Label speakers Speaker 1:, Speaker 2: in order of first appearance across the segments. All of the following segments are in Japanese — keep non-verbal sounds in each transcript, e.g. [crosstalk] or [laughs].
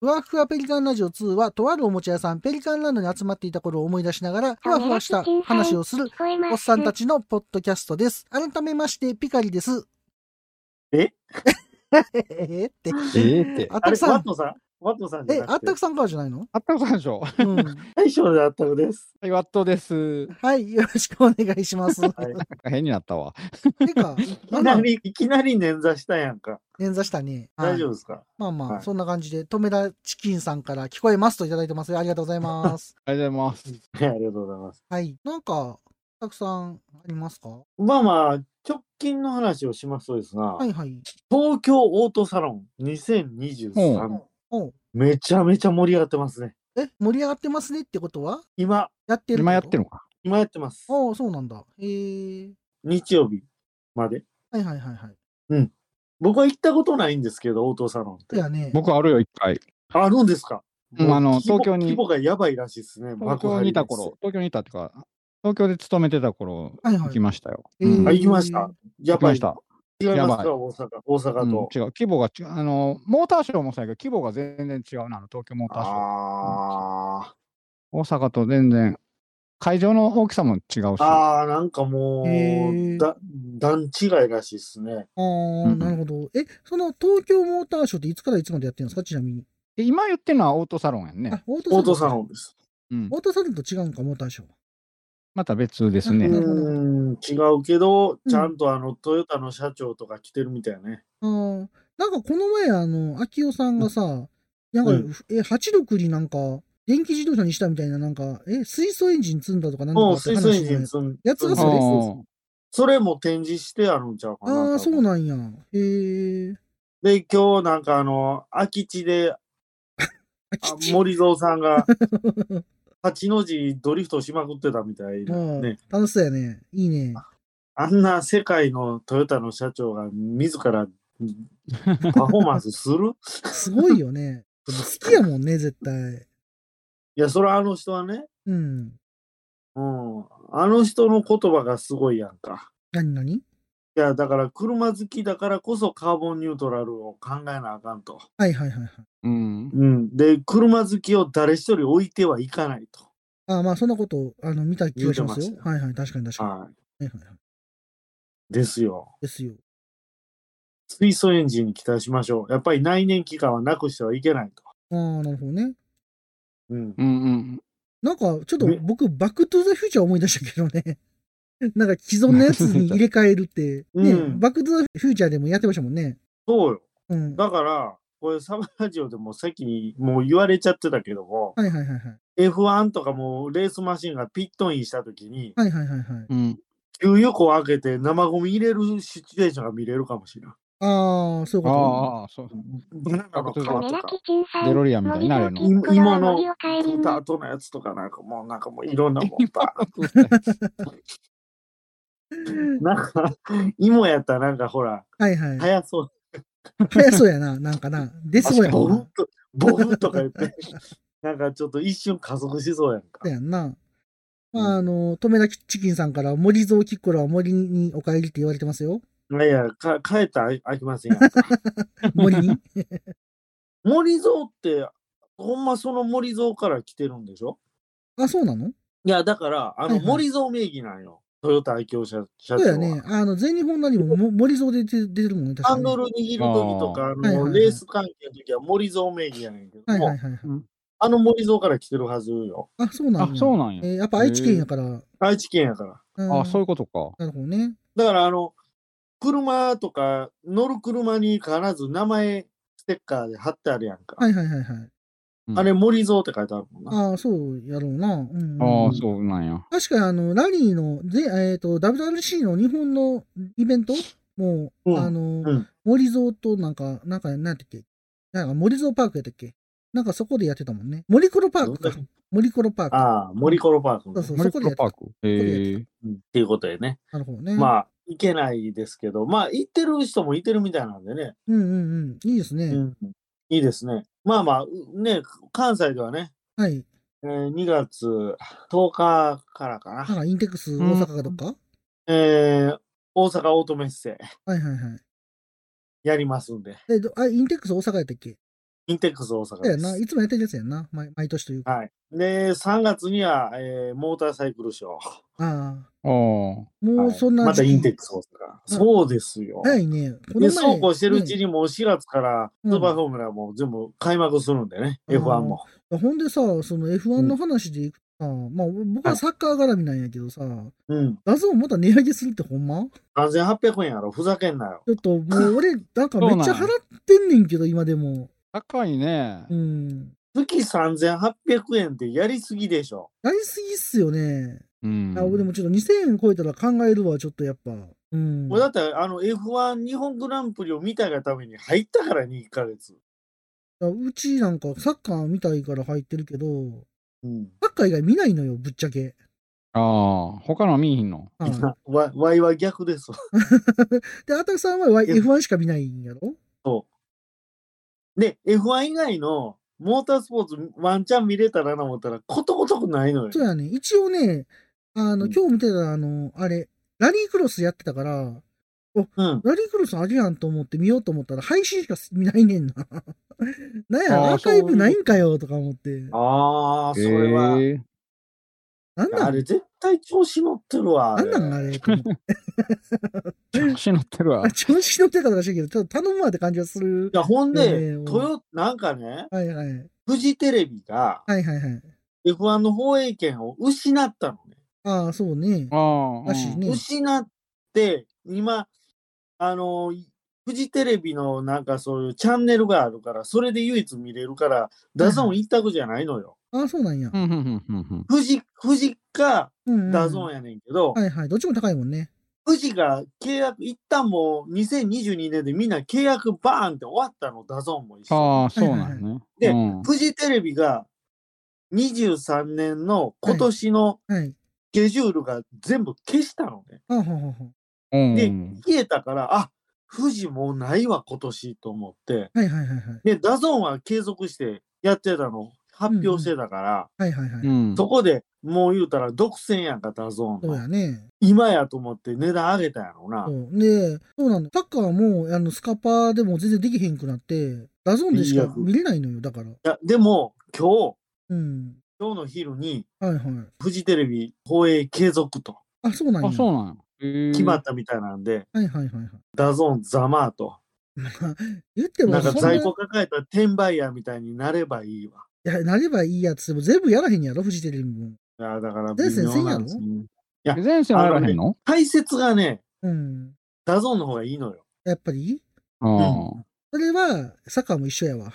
Speaker 1: ふわふわペリカンラジオ2は、とあるおもちゃ屋さん、ペリカンランドに集まっていた頃を思い出しながら、ふわふわした話をする、
Speaker 2: 聞こえます。
Speaker 1: おっさんたちのポッドキャストです。改めまして、ピカリです。
Speaker 3: え
Speaker 1: [laughs] えって。
Speaker 4: えーって。
Speaker 1: あっ
Speaker 3: あ
Speaker 1: たく
Speaker 3: れ、
Speaker 1: さ
Speaker 3: ワ
Speaker 1: ん
Speaker 3: ッ、トさん。ワットさんじ
Speaker 1: え
Speaker 3: ゃ、な
Speaker 1: あっ
Speaker 3: くて
Speaker 1: たくさんからじゃないの
Speaker 4: あったことあるでしょ。は
Speaker 1: うん。
Speaker 3: 大将であったくです。
Speaker 4: い、ワットです。
Speaker 1: はい、よろしくお願いします。
Speaker 3: い
Speaker 4: なんか変になったわ。
Speaker 1: て
Speaker 3: [laughs]
Speaker 1: か、な
Speaker 3: いき
Speaker 1: ん
Speaker 3: な
Speaker 1: なん
Speaker 3: り、いきなり捻挫したやんか。
Speaker 1: 捻挫したね。はい
Speaker 3: 大丈夫ですか [laughs]
Speaker 1: まあまあ、
Speaker 3: はい
Speaker 1: そんな感じで、とめだチキンさんから聞こえますといただいてますよ。ありがとうございます。
Speaker 4: ありがとうございます。
Speaker 3: はいありがとうございます。
Speaker 1: はい。なんか、たくさんありますかは
Speaker 3: まあまあ、直近の話をしますとですが、
Speaker 1: いはい。
Speaker 3: 東京オートサロン2023、
Speaker 1: おう
Speaker 3: めちゃめちゃ盛り上がってますね。
Speaker 1: え、盛り上がってますねってことは
Speaker 3: 今、
Speaker 1: やってる
Speaker 4: 今やって
Speaker 1: る
Speaker 4: るのか。
Speaker 3: 今やってます。
Speaker 1: ああ、そうなんだ。へえ。
Speaker 3: 日曜日まで。
Speaker 1: はいはいはいはい。
Speaker 3: 僕は行ったことないんですけど、オートサロンっ
Speaker 1: い
Speaker 3: て。
Speaker 1: やね。
Speaker 4: 僕あるよ、一回。
Speaker 3: あるんですか
Speaker 4: うんあの
Speaker 3: もう規模
Speaker 4: 東京に
Speaker 3: 規模がやばいらしいですね。
Speaker 4: 東京にいた頃、東京にいたっていうか、東京で勤めてた頃、
Speaker 1: はいは
Speaker 4: 行
Speaker 1: い。
Speaker 4: きましたよ。
Speaker 1: えー
Speaker 4: うん
Speaker 3: あ行きました
Speaker 1: へー
Speaker 3: や
Speaker 4: 行き
Speaker 3: ば
Speaker 4: ま
Speaker 3: い
Speaker 4: し。た。
Speaker 3: 違います
Speaker 4: やばい
Speaker 3: か大阪。大阪
Speaker 4: うん違
Speaker 3: と
Speaker 4: う。。規模が違う。あの、モーターショーもそうやけど、規模が全然違うな、あの東京モーターショー。
Speaker 3: あ
Speaker 4: 大阪と全然、会場の大きさも違う
Speaker 3: ー
Speaker 4: し。
Speaker 3: あー、なんかも
Speaker 1: へー
Speaker 3: う、だ段違いらしいですね。
Speaker 1: ああ、
Speaker 4: うん
Speaker 1: なるほど。え、その東京モーターショーっていつからいつまでやってるんですかちなみに。
Speaker 4: で今言ってるのはオートサロンやん
Speaker 1: あ
Speaker 4: ね。、
Speaker 1: オート
Speaker 3: オート
Speaker 1: サ
Speaker 3: サ
Speaker 1: ロン。
Speaker 3: ロンです。
Speaker 4: うん。
Speaker 1: オートサロンと違うんか、モーターショーは。
Speaker 4: また別です
Speaker 3: う
Speaker 4: ね。
Speaker 1: なるほど
Speaker 3: ーん、違うけど、
Speaker 1: うん
Speaker 3: ちゃんとあの、トヨタの社長とか来てるみたいね。
Speaker 1: あーなんかこの前、あの、秋代さんがさ、なんか、
Speaker 3: うん
Speaker 1: え、86になんか、電気自動車にしたみたいな、なんか、え、水素エンジン積んだとかなんか
Speaker 3: もう
Speaker 1: って
Speaker 3: 水素エ
Speaker 1: 話の
Speaker 3: ンジン
Speaker 1: やつ。
Speaker 3: 積ん
Speaker 1: やつが
Speaker 4: あ
Speaker 1: それ
Speaker 4: ー
Speaker 3: それも展示してあるんちゃうかな。
Speaker 1: ああ、
Speaker 3: 多分
Speaker 1: そうなんや。へえ。
Speaker 3: で、今日なんかあの、空き地で、あ森蔵さ
Speaker 1: [laughs]
Speaker 3: んが八の字ドリフトしまくってたみたいな
Speaker 1: もう、
Speaker 3: ね。
Speaker 1: 楽しそうやね。いいね。
Speaker 3: あんな世界のトヨタの社長が自らパフォーマンスす [laughs] る
Speaker 1: すごいよね。でも好きやもんね、絶対。
Speaker 3: いや、それはあの人はね、
Speaker 1: うん。
Speaker 3: うん、あの人の言葉がすごいやんか。
Speaker 1: 何何
Speaker 3: いや、だから車好きだからこそカーボンニュートラルを考えなあかんと。
Speaker 1: はいはいはいはい。
Speaker 4: うん。
Speaker 3: うん、で、車好きを誰一人置いてはいかないと。
Speaker 1: ああ、まあ、そんなこと、あの、見た気がします
Speaker 3: 言
Speaker 1: よ
Speaker 3: う。てました
Speaker 1: はいはい、確かに確かに。は
Speaker 3: はい
Speaker 1: はいはい。
Speaker 3: い。ですよ。
Speaker 1: ですよ。
Speaker 3: 水素エンジンに期待しましょう。やっぱり内燃機関はなくしてはいけないと。
Speaker 1: ああ、なるほどね。
Speaker 3: うん。
Speaker 4: うんうん。
Speaker 1: なんか、ちょっと
Speaker 3: ね
Speaker 1: 僕、バックトゥザフューチャー思い出したけどね。 [laughs] なんか既存のやつに入れ替えるって、ね、
Speaker 3: うん
Speaker 1: バックトゥザフューチャーでもやってましたもんね。
Speaker 3: そうよ。
Speaker 1: うん。は
Speaker 3: だから、これサバラジオでも先にもう言われちゃってたけども、
Speaker 1: いはいはいはい。
Speaker 3: F1 とかもレースマシンがピットインした時に、
Speaker 1: はいはいはいはい。
Speaker 4: うん。
Speaker 3: 給油庫を開けて生ゴミ入れるシチュエーションが見れるかもしれない。
Speaker 1: ああ、そういうこと。
Speaker 4: ああ、そう。
Speaker 3: バナナの皮と
Speaker 2: カメラ
Speaker 3: か、
Speaker 2: キチンさん。
Speaker 4: デロリアンみたいになれるの。
Speaker 3: 今今の
Speaker 2: 森を帰り
Speaker 3: ス
Speaker 2: に
Speaker 3: タートのやつとかなんかもうなんかもういろんなもんばー [laughs] なんか、芋やったらなんかほら、
Speaker 1: はいはい。
Speaker 3: 早そう。
Speaker 1: 早そうやな、なんかな。出そうやもん
Speaker 3: ボフ
Speaker 1: な
Speaker 3: ン。と、ボフンとか言って、なんかちょっと一瞬加速しそうやんか
Speaker 1: そう。やんな。まあ、あの、止めだチキンさんから、森蔵キッコラは森にお帰りって言われてます
Speaker 4: [laughs]
Speaker 1: よ。
Speaker 3: いやいや、か帰ったらあきませんや [laughs] んか。
Speaker 1: 森に。
Speaker 3: 森蔵って、ほんまその森蔵から来てるんでしょ
Speaker 1: あ、そうなの
Speaker 3: いや、だから、あ
Speaker 1: はい
Speaker 3: の
Speaker 1: はい
Speaker 3: 森蔵名義なんよ。トヨタ愛嬌社社
Speaker 1: そう
Speaker 3: 長
Speaker 1: や
Speaker 3: は。
Speaker 1: ね。あの、全日本なりもも森蔵で出て出てるもんね、確
Speaker 3: ハ
Speaker 1: かに。
Speaker 3: ンド
Speaker 1: は
Speaker 3: ル握る時とか、あ
Speaker 1: はいはいは
Speaker 3: の
Speaker 1: い
Speaker 3: レース関係の時は森蔵名義やねんけど
Speaker 1: い
Speaker 3: も、
Speaker 1: はいはいはい。
Speaker 3: あの森蔵から来てるはずよ。
Speaker 1: あ、そうなん
Speaker 4: あ
Speaker 1: や。、
Speaker 4: そうなんや
Speaker 1: え。ーやっぱ愛知県やから。
Speaker 3: 愛知県やから。
Speaker 1: うん
Speaker 4: あ、そういうことか。
Speaker 1: なるほどね。
Speaker 3: だから、あの、車とか、乗る車に必ず名前、ステッカーで貼ってあるやんか。
Speaker 1: はいはいはいはい。
Speaker 4: うん
Speaker 3: あれ、森蔵って書いてあるもんな。
Speaker 1: ああ、そうやろうな。うんうん
Speaker 4: あ
Speaker 1: う
Speaker 4: あ、
Speaker 1: ん、
Speaker 4: そうなんや。
Speaker 1: 確かにあの、ラリーの、でえっ、と、WRC の日本のイベントもう、
Speaker 3: うん
Speaker 1: あの、
Speaker 3: ん
Speaker 1: 森蔵となんか、なんか、なんやったっけなんか森蔵パークやったっけなんかそこでやってたもんね。森コロパークか
Speaker 3: ど。
Speaker 1: 森コロパーク。
Speaker 3: ああ、森コロパークね、
Speaker 1: そうそう、
Speaker 4: マ
Speaker 1: そ
Speaker 4: リ
Speaker 1: こでや
Speaker 4: クロ
Speaker 1: って
Speaker 4: パ
Speaker 1: た
Speaker 4: ー。ク。ええ。
Speaker 3: うんっていうことでね。
Speaker 1: なるほどね。
Speaker 3: まあ、行けないですけど、まあ、行ってる人もいてるみたいなんでね。
Speaker 1: うんうんうん。いいですね。
Speaker 3: うん、いいですね。まあまあ、うね、関西ではね、
Speaker 1: はい。
Speaker 3: えー2月10日からか
Speaker 1: なん
Speaker 3: な。
Speaker 1: かインテックス大阪かどっか、
Speaker 3: えー大阪オートメッセ
Speaker 1: はいはいはい。
Speaker 3: やりますんで。
Speaker 1: えどあ、インテックス大阪やったっけ
Speaker 3: インテックス大阪
Speaker 1: だ
Speaker 3: で
Speaker 1: よな。
Speaker 3: す。
Speaker 1: いつもやってるやつやんな。毎毎年というか。
Speaker 3: はい。で、3月には、えーモーターサイクルショー。
Speaker 1: あ
Speaker 4: おー
Speaker 1: あ、もうそんな
Speaker 3: また
Speaker 1: 時期
Speaker 3: インテックス大阪。そうですよ。
Speaker 1: 早いね。こ
Speaker 3: で、そうこうしてるうち
Speaker 1: ね
Speaker 3: にもう4月から
Speaker 1: う
Speaker 3: ス
Speaker 1: ん
Speaker 3: ーパーフォーミュラーも全部開幕するんでね、
Speaker 1: うん
Speaker 3: F1 も。
Speaker 1: ほんでさ、その F1 の話でいくとさ、まあ僕はサッカー絡みなんやけどさ、
Speaker 3: うん。
Speaker 1: 画像また値上げするってほんま
Speaker 3: 3800円やろ、ふざけんなよ。
Speaker 1: ちょっともう俺、なんか
Speaker 4: そう
Speaker 1: め
Speaker 4: なん
Speaker 1: っちゃ払ってんねんけど、今でも。
Speaker 4: 高いね
Speaker 1: う。ん。
Speaker 3: 月3800円ってやりすぎでしょ。
Speaker 1: やりすぎっすよね。
Speaker 4: うん。
Speaker 1: あ俺もちょっと2000円超えたら考えるわ、ちょっとやっぱ。うん。
Speaker 3: もうだって、あの F1 日本グランプリを見たがために入ったから2ヶ月。
Speaker 1: うちなんかサッカー見たいから入ってるけど、
Speaker 3: うん。
Speaker 1: サッカー以外見ないのよ、ぶっちゃけ。
Speaker 4: ああ、他の見えひんの。
Speaker 1: はい
Speaker 3: わわいは逆ですわ。
Speaker 1: で、あたくさんは Y-
Speaker 3: いや
Speaker 1: F1 しか見ないんやろ
Speaker 3: で、F1 以外のモータースポーツワンチャン見れたらな思ったら、ことごとくないのよ。
Speaker 1: そうやね。一応ね、あの、
Speaker 3: うん
Speaker 1: 今日見てたあの、あれ、ラリークロスやってたから、
Speaker 3: うん。
Speaker 1: ラリークロスあるやんと思って見ようと思ったら配信しか見ないねんな。 [laughs] なんや、
Speaker 4: あー
Speaker 1: アーカイブないんかよとか思って。
Speaker 3: ああ、それは。
Speaker 4: えー
Speaker 1: なん
Speaker 3: あ
Speaker 1: なん
Speaker 3: れ絶対調子乗ってるわ。あ
Speaker 1: なん
Speaker 3: れ
Speaker 1: なんあれと思って。
Speaker 4: [laughs] 調子乗ってるわ
Speaker 1: [laughs] あ、。調子乗ってたらしいけど、ちょっと頼むわって感じがする
Speaker 3: い。や、ほん
Speaker 1: う
Speaker 3: で
Speaker 1: ん、
Speaker 3: トヨなんかね、
Speaker 1: はいはい。はい
Speaker 3: フジテレビが
Speaker 1: はいはい。
Speaker 3: F1 の放映権を失ったのね。
Speaker 1: ああ、そうね。
Speaker 4: ああ。
Speaker 1: らしいねうん
Speaker 3: 失って、今、あの、フジテレビのなんかそういうチャンネルがあるから、それで唯一見れるから、ダゾーン一択じゃないのよ。
Speaker 1: ああ、そうなんや
Speaker 4: う。ん。うんうんうんうん
Speaker 3: 富士、富士か
Speaker 1: うんうん
Speaker 3: ダゾーンやねんけど、
Speaker 1: はいはい。どっちも高いもんね。
Speaker 3: 富士が契約、一旦もう2022年でみんな契約バーンって終わったの、ダゾーンも一緒に。
Speaker 4: ああ、そうなんやね。
Speaker 3: で
Speaker 4: うん
Speaker 3: フジテレビが23年の今年の
Speaker 1: はい。
Speaker 3: スケジュールが全部消したのね。
Speaker 1: ああ、ほうほうほう。
Speaker 4: うん
Speaker 3: で、消えたから、あ富士もうないわ、今年と思って。
Speaker 1: はいはいはいはい。
Speaker 3: で、ダゾーンは継続してやってたの、発表してたから、
Speaker 1: はいはいは
Speaker 4: う
Speaker 1: い。
Speaker 4: ん。
Speaker 3: そこでもう言うたら独占やんか、ダゾーン
Speaker 1: そう
Speaker 3: の。
Speaker 1: やね。
Speaker 3: 今やと思って値段上げたやろな
Speaker 1: そ。うで、そうなの。サッカーも、あの、スカパーでも全然できへんくなって、ダゾーンでしか見れないのよ、だから。
Speaker 3: いやでも、今日、
Speaker 1: うん。
Speaker 3: 今日の昼に、
Speaker 1: はいはい。
Speaker 3: フジテレビ放映継続と
Speaker 1: あ、そうなんや。
Speaker 4: あ、そうなんや。決
Speaker 3: 決まったみたいなんで、
Speaker 1: はいはいはいはい。
Speaker 3: ダゾーンざまあと。
Speaker 1: まあ、言っても
Speaker 3: なん
Speaker 1: そ
Speaker 3: か
Speaker 1: ん
Speaker 3: 在庫抱えた転売ヤーみたいになればいいわ。
Speaker 1: いや、なればいいやつでも全部やらへんやろ、フジテレビも。
Speaker 3: いやだから
Speaker 1: で
Speaker 3: 微妙なんです、
Speaker 1: 先
Speaker 3: ね、
Speaker 4: 前線はやらへんの
Speaker 3: 解説がね、
Speaker 1: うん。
Speaker 3: ダゾーンの方がいいのよ。
Speaker 1: やっぱり
Speaker 4: ああ。
Speaker 1: それは、サッカーも一緒やわ。 [laughs]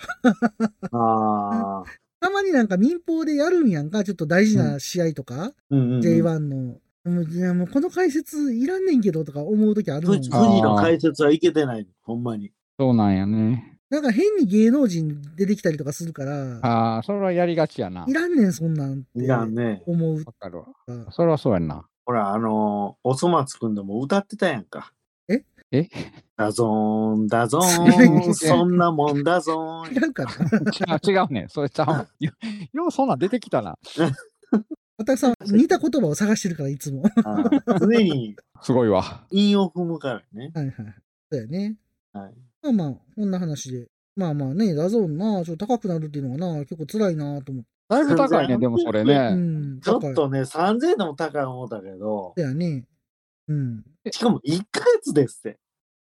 Speaker 3: ああ。
Speaker 1: たまになんか民放でやるんやんか、ちょっと大事な試合とか、
Speaker 3: うんうんうん、
Speaker 1: J1 の。もういやもうこの解説いらんねんけどとか思う時あるも
Speaker 3: 富
Speaker 1: ん
Speaker 3: 士
Speaker 4: あ
Speaker 3: 富士の解説はいけてない。ほんまに。
Speaker 4: そうなんやね。
Speaker 1: なんか変に芸能人出てきたりとかするから、
Speaker 4: ああ、それはやりがちやな。
Speaker 1: いらんねんそんなんっ
Speaker 3: いや
Speaker 1: て
Speaker 3: んね。
Speaker 1: 思うと
Speaker 4: わかるわ。
Speaker 3: [laughs]
Speaker 1: か。
Speaker 4: それはそうやんな。 [laughs]
Speaker 3: ほら、あのーおそ松くんでも歌ってたやんか。
Speaker 1: え
Speaker 4: え
Speaker 3: ダゾーン、ダゾ
Speaker 1: 違う違
Speaker 3: ー
Speaker 1: う
Speaker 3: ン、そんなもんだぞー
Speaker 1: 違
Speaker 3: ン。
Speaker 1: うか
Speaker 3: [laughs]
Speaker 1: な。
Speaker 4: 違う違うね。それちゃうわ。よようそんなん出てきたな。
Speaker 1: 私さん、似た言葉を探してるから、いつも。は
Speaker 3: あー常に
Speaker 4: すごいわ。
Speaker 3: 韻を踏むからね。
Speaker 1: いはい。そうやね。
Speaker 3: はい。
Speaker 1: まあまあ、こんな話で。まあまあね、ダゾーンな、ちょっと高くなるっていうのがな、結構辛いなと思って。
Speaker 4: だいぶ高いね、でもそれ
Speaker 1: う
Speaker 4: ね。
Speaker 1: ん、
Speaker 3: ちょ
Speaker 1: 高
Speaker 3: っ
Speaker 1: い。
Speaker 3: とね、3000円でも高い思ったけど、
Speaker 1: だよね。うん。
Speaker 3: しかも1ヶ月ですって。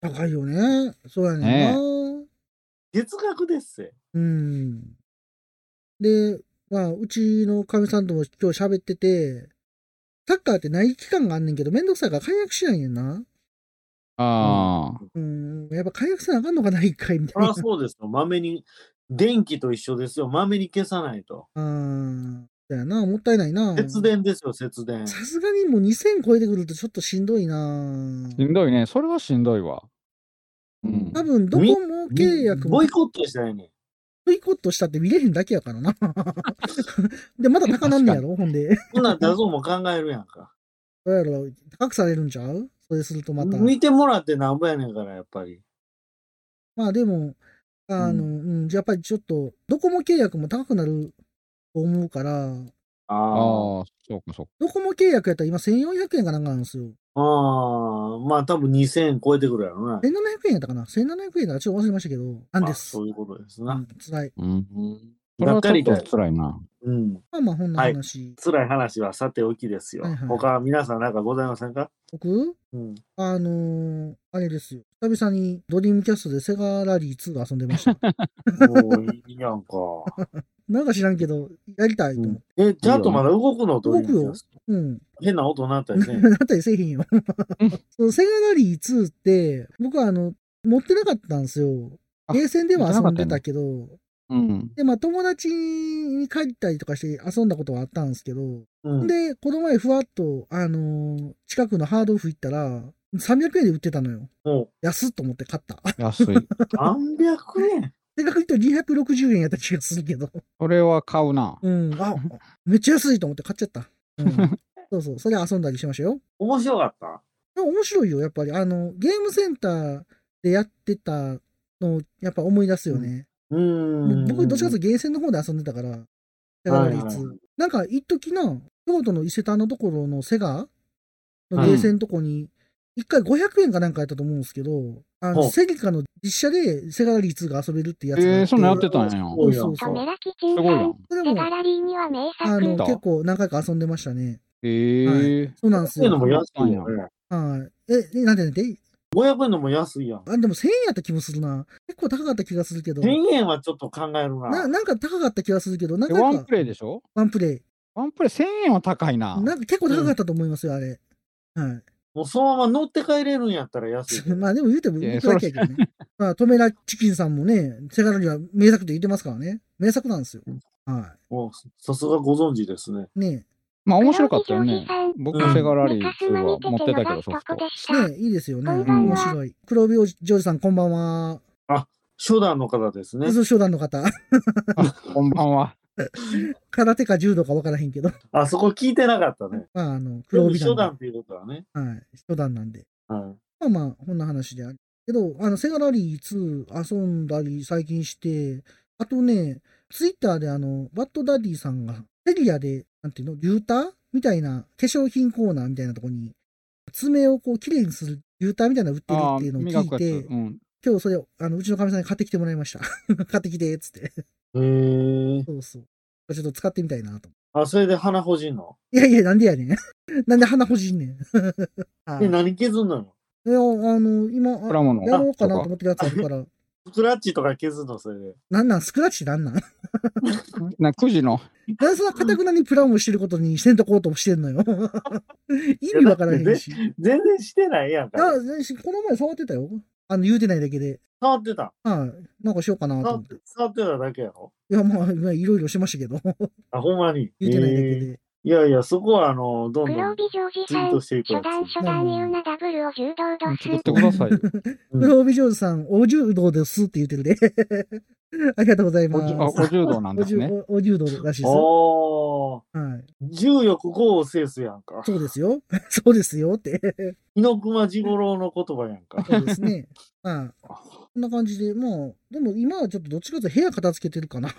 Speaker 1: 高いよね。そうやねんな。
Speaker 3: 月額ですって。
Speaker 1: うん。で、まあ、うちのかみさんとも今日喋ってて、サッカーってない期間があんねんけど、めんどくさいから解約しないんやな。
Speaker 4: ああ。
Speaker 1: うん。やっぱ解約せなあかんのかな、一回み
Speaker 3: そ
Speaker 1: たい
Speaker 3: り
Speaker 1: な
Speaker 3: ゃ。そうですよ。まめに、電気と一緒ですよ。まめに消さないと。
Speaker 1: あーだよな、もったいないな。
Speaker 3: 節電ですよ、節電。
Speaker 1: さすがにもう2000超えてくるとちょっとしんどいな。
Speaker 4: しんどいね。それはしんどいわ。うん
Speaker 1: 多分、ドコモ契約も
Speaker 3: ボイコットしたよね。
Speaker 1: ボイコットしたって見れへんだけやからな。 [laughs] で、まだ高なんねやろ、ほんで。
Speaker 3: そんなんダゾーンも考えるやんか。
Speaker 1: どうやろ高くされるんちゃうそれするとまた。
Speaker 3: 見てもらってなんぼやねんから、やっぱり。
Speaker 1: まあでも、あの、うん、やっぱりちょっと、ドコモ契約も高くなると思うから、
Speaker 4: ああ
Speaker 3: あ
Speaker 4: ー、そうか、そうか。
Speaker 1: ドコモ契約やったら今1400円かなんかなんですよ。
Speaker 3: あー。まあ多分2000超えてくるやろうな。
Speaker 1: 1700円やったかな ?1700 円だかちょっと忘れましたけど、なんで
Speaker 3: あ
Speaker 1: す。
Speaker 3: そういうことです
Speaker 1: う
Speaker 3: な。
Speaker 1: ん、辛い。
Speaker 4: うん。それ
Speaker 3: がっ
Speaker 4: は
Speaker 3: か
Speaker 4: ちょっ
Speaker 3: りだ
Speaker 4: と
Speaker 3: よ。
Speaker 4: 辛いな。
Speaker 3: うん。
Speaker 1: まあまあ、本の話。
Speaker 3: 辛い話はさておきですよ。
Speaker 1: はいはい
Speaker 3: 他皆さんなんかございませんか
Speaker 1: 僕、
Speaker 4: [laughs]
Speaker 3: うん。
Speaker 1: あのーあれですよ。久々にドリームキャストでセガラリー2遊んでま
Speaker 4: [laughs]
Speaker 1: した。
Speaker 3: もういいやんか。
Speaker 1: なんか知らんけど、やりたいと
Speaker 3: う
Speaker 1: 思っ
Speaker 3: ん
Speaker 1: て。
Speaker 3: え、ちゃんとまだ動く
Speaker 1: 動
Speaker 3: の
Speaker 1: くよ
Speaker 3: ドリームキャスト
Speaker 1: うん。
Speaker 3: 変な音になったりね
Speaker 1: な。ったりせえへんよ。 [laughs] そのセガラリー2って、僕はあの、持ってなかったんですよ。
Speaker 4: あ
Speaker 1: ゲーセンでは遊んで
Speaker 4: 持ってなかったん
Speaker 1: た
Speaker 4: や
Speaker 1: けど、
Speaker 4: うん。
Speaker 1: で、まあ友達に帰ったりとかして遊んだことはあったんですけど、
Speaker 3: うん。
Speaker 1: で、この前ふわっと、あのー近くのハードオフ行ったら、300円で売ってたのよ。
Speaker 3: もう
Speaker 1: 安っと思って買った。 [laughs]
Speaker 4: 安い。
Speaker 3: 300円。
Speaker 1: 正確に言うと260円やった気がするけど。
Speaker 4: それは買
Speaker 1: [laughs]
Speaker 4: うな。
Speaker 1: うん。あ、めっちゃ安いと思って買っちゃった。
Speaker 3: [laughs]
Speaker 1: うん、そうそう。それ遊んだりしましたよ。
Speaker 3: 面白かった。
Speaker 1: でも面白いよ、やっぱり。あの、ゲームセンターでやってたのを、やっぱ思い出すよね。
Speaker 3: うーん。
Speaker 1: 僕、どっちかというとゲーセンの方で遊んでたから、だからいつ。
Speaker 3: はいはいは
Speaker 1: なんか、一時な、京都の伊勢丹のところのセガのゲーセンのとこに、一回500円かなんかやったと思うんですけど、あの、
Speaker 3: ほう
Speaker 1: セギカの実写でセガリー2が遊べるってやつがあって
Speaker 4: ええ、そんなんやってたんや。
Speaker 1: そう
Speaker 3: す
Speaker 1: そ
Speaker 3: ご
Speaker 1: う
Speaker 3: い
Speaker 1: そ
Speaker 2: カ
Speaker 1: う。
Speaker 2: メラ基
Speaker 4: す
Speaker 2: 準
Speaker 4: ごいや
Speaker 2: さ
Speaker 4: ん
Speaker 2: ん。。
Speaker 1: それ
Speaker 2: 手
Speaker 1: も、
Speaker 2: がラリーには名
Speaker 1: あ
Speaker 2: 作。
Speaker 1: の、
Speaker 4: だ
Speaker 1: 結構何回か遊んでましたね。
Speaker 4: ええ。
Speaker 1: そうなんです
Speaker 3: 安いの
Speaker 1: よ。
Speaker 3: も安いよね。
Speaker 1: はい。え、えなんでなんで
Speaker 3: 500円のも安いやん。
Speaker 1: あ、でも1000円やった気もするな。結構高かった気がするけど。
Speaker 3: 1000円はちょっと考える
Speaker 1: な
Speaker 3: な。
Speaker 1: なんか高かった気がするけど、なん
Speaker 4: で
Speaker 1: か
Speaker 4: ワンプレイでしょ
Speaker 1: ワンプレイ。
Speaker 4: ワンプレイ1000円は高いな。
Speaker 1: なんか結構高かったと思いますよ、あれ。は
Speaker 3: もうそのまま乗って帰れるんやったら安いけ
Speaker 1: い。[laughs]
Speaker 3: ど。
Speaker 1: まあでも言うても
Speaker 4: いや
Speaker 1: いくだけやけどね。 [laughs] まあ、トメラチキンさんもね、セガラには名作と言ってますからね。名作なんですよ。は
Speaker 3: もうさすがご存知ですね。
Speaker 1: い。ね
Speaker 4: まあ面白かったよ
Speaker 2: 黒木ジョ。ー
Speaker 4: ね
Speaker 2: ジさん
Speaker 4: 僕
Speaker 3: うん
Speaker 4: セガラリー
Speaker 2: 三
Speaker 4: 2は持ってたけど、ソフ
Speaker 2: とこ
Speaker 4: ト。
Speaker 2: でした。
Speaker 1: え。ねえ、いいですよね。
Speaker 2: こん
Speaker 4: ばんは
Speaker 1: 面白い。黒帯ジョージさん、こんばんは。
Speaker 3: 初段の方ですね
Speaker 1: 渦。商談の方。 [laughs]
Speaker 4: こんばんは。
Speaker 1: 空手か柔道かわからへんけど。
Speaker 3: あそこ聞いてなかったね。
Speaker 1: まあ、あの、黒帯なん
Speaker 3: 初
Speaker 1: で。
Speaker 3: 段
Speaker 1: は
Speaker 3: っていうことはね。
Speaker 1: い。商談なんで。
Speaker 3: は
Speaker 1: まあまあ、こんな話である。けど、あの、セガラリー2遊んだり最近して、あとね、ツイッターであの、バッドダディさんが、セリアで、なんていうの、リューターみたいな、化粧品コーナーみたいなとこに、爪をこう、綺麗にするリューターみたいなの売ってる
Speaker 4: あ
Speaker 1: って
Speaker 4: ー
Speaker 1: いうのを
Speaker 4: 磨
Speaker 1: 聞
Speaker 4: く
Speaker 1: い
Speaker 4: やつ。
Speaker 1: て
Speaker 4: う、ん。
Speaker 1: 今日それを、あの、うちのかみさんに買ってきてもらいました。買ってきて、つって。
Speaker 3: い。へえ。
Speaker 1: そうそう。ちょっと使ってみたいなと。
Speaker 3: あ、それで鼻ほじんの。
Speaker 1: いやいや、なんでやねん。なんで鼻ほじんねん。はい
Speaker 3: え、何削んのよ。
Speaker 1: いや、あの、今、
Speaker 4: プラ
Speaker 1: あ
Speaker 4: モの。
Speaker 1: やろうかなと
Speaker 4: と
Speaker 1: 思ってるやつあるから、
Speaker 3: スクラッチとか削んの、それで。
Speaker 1: なんなん、スクラッチってなんなん
Speaker 4: かな、9
Speaker 1: [laughs]
Speaker 4: 時の。
Speaker 1: なんでそんなかたくなにプランをしてることにせんとこうとしてんの
Speaker 4: [laughs]
Speaker 1: よ。意味わからへんし。い
Speaker 3: 全然してないやんか
Speaker 1: や、。全然この前触ってたよ。あの、言うてないだけで。
Speaker 3: 触ってた。
Speaker 1: はい。なんかしようかなと
Speaker 3: 触
Speaker 1: 思っ。
Speaker 3: ってて触ってただけやろ。
Speaker 1: いや、まあ、まあいろいろしましたけど。
Speaker 3: あ、ほんまに。
Speaker 1: 言うてないだけ
Speaker 3: へえ
Speaker 1: で。
Speaker 3: いやいや、そこは、あの、どんど
Speaker 2: 黒
Speaker 3: ん
Speaker 2: 帯ジョージ
Speaker 3: ツイ
Speaker 2: さ
Speaker 3: ー
Speaker 2: ん
Speaker 3: ト。していく
Speaker 2: 初
Speaker 3: やつ。
Speaker 2: 段初段言うなダブルを柔道度
Speaker 4: 作っ
Speaker 2: 数。
Speaker 4: てくださいよ。
Speaker 3: うん
Speaker 1: ロービジョーズさん、お柔道ですって言ってるで。 [laughs] ありがとうございます。
Speaker 4: あ、50度なん
Speaker 1: お
Speaker 4: です
Speaker 1: 柔
Speaker 4: ね。
Speaker 1: おお柔道らしいですよ。
Speaker 3: ああ。
Speaker 1: はい。
Speaker 3: 重欲豪を制すやんか。
Speaker 1: そうですよ。 [laughs] そうですよって。
Speaker 3: 猪熊治五郎の言葉やんか。
Speaker 1: そうですね。
Speaker 4: [laughs]
Speaker 1: まあ、こんな感じで、もう、でも今はちょっとどっちかというと部屋片付けてるかな。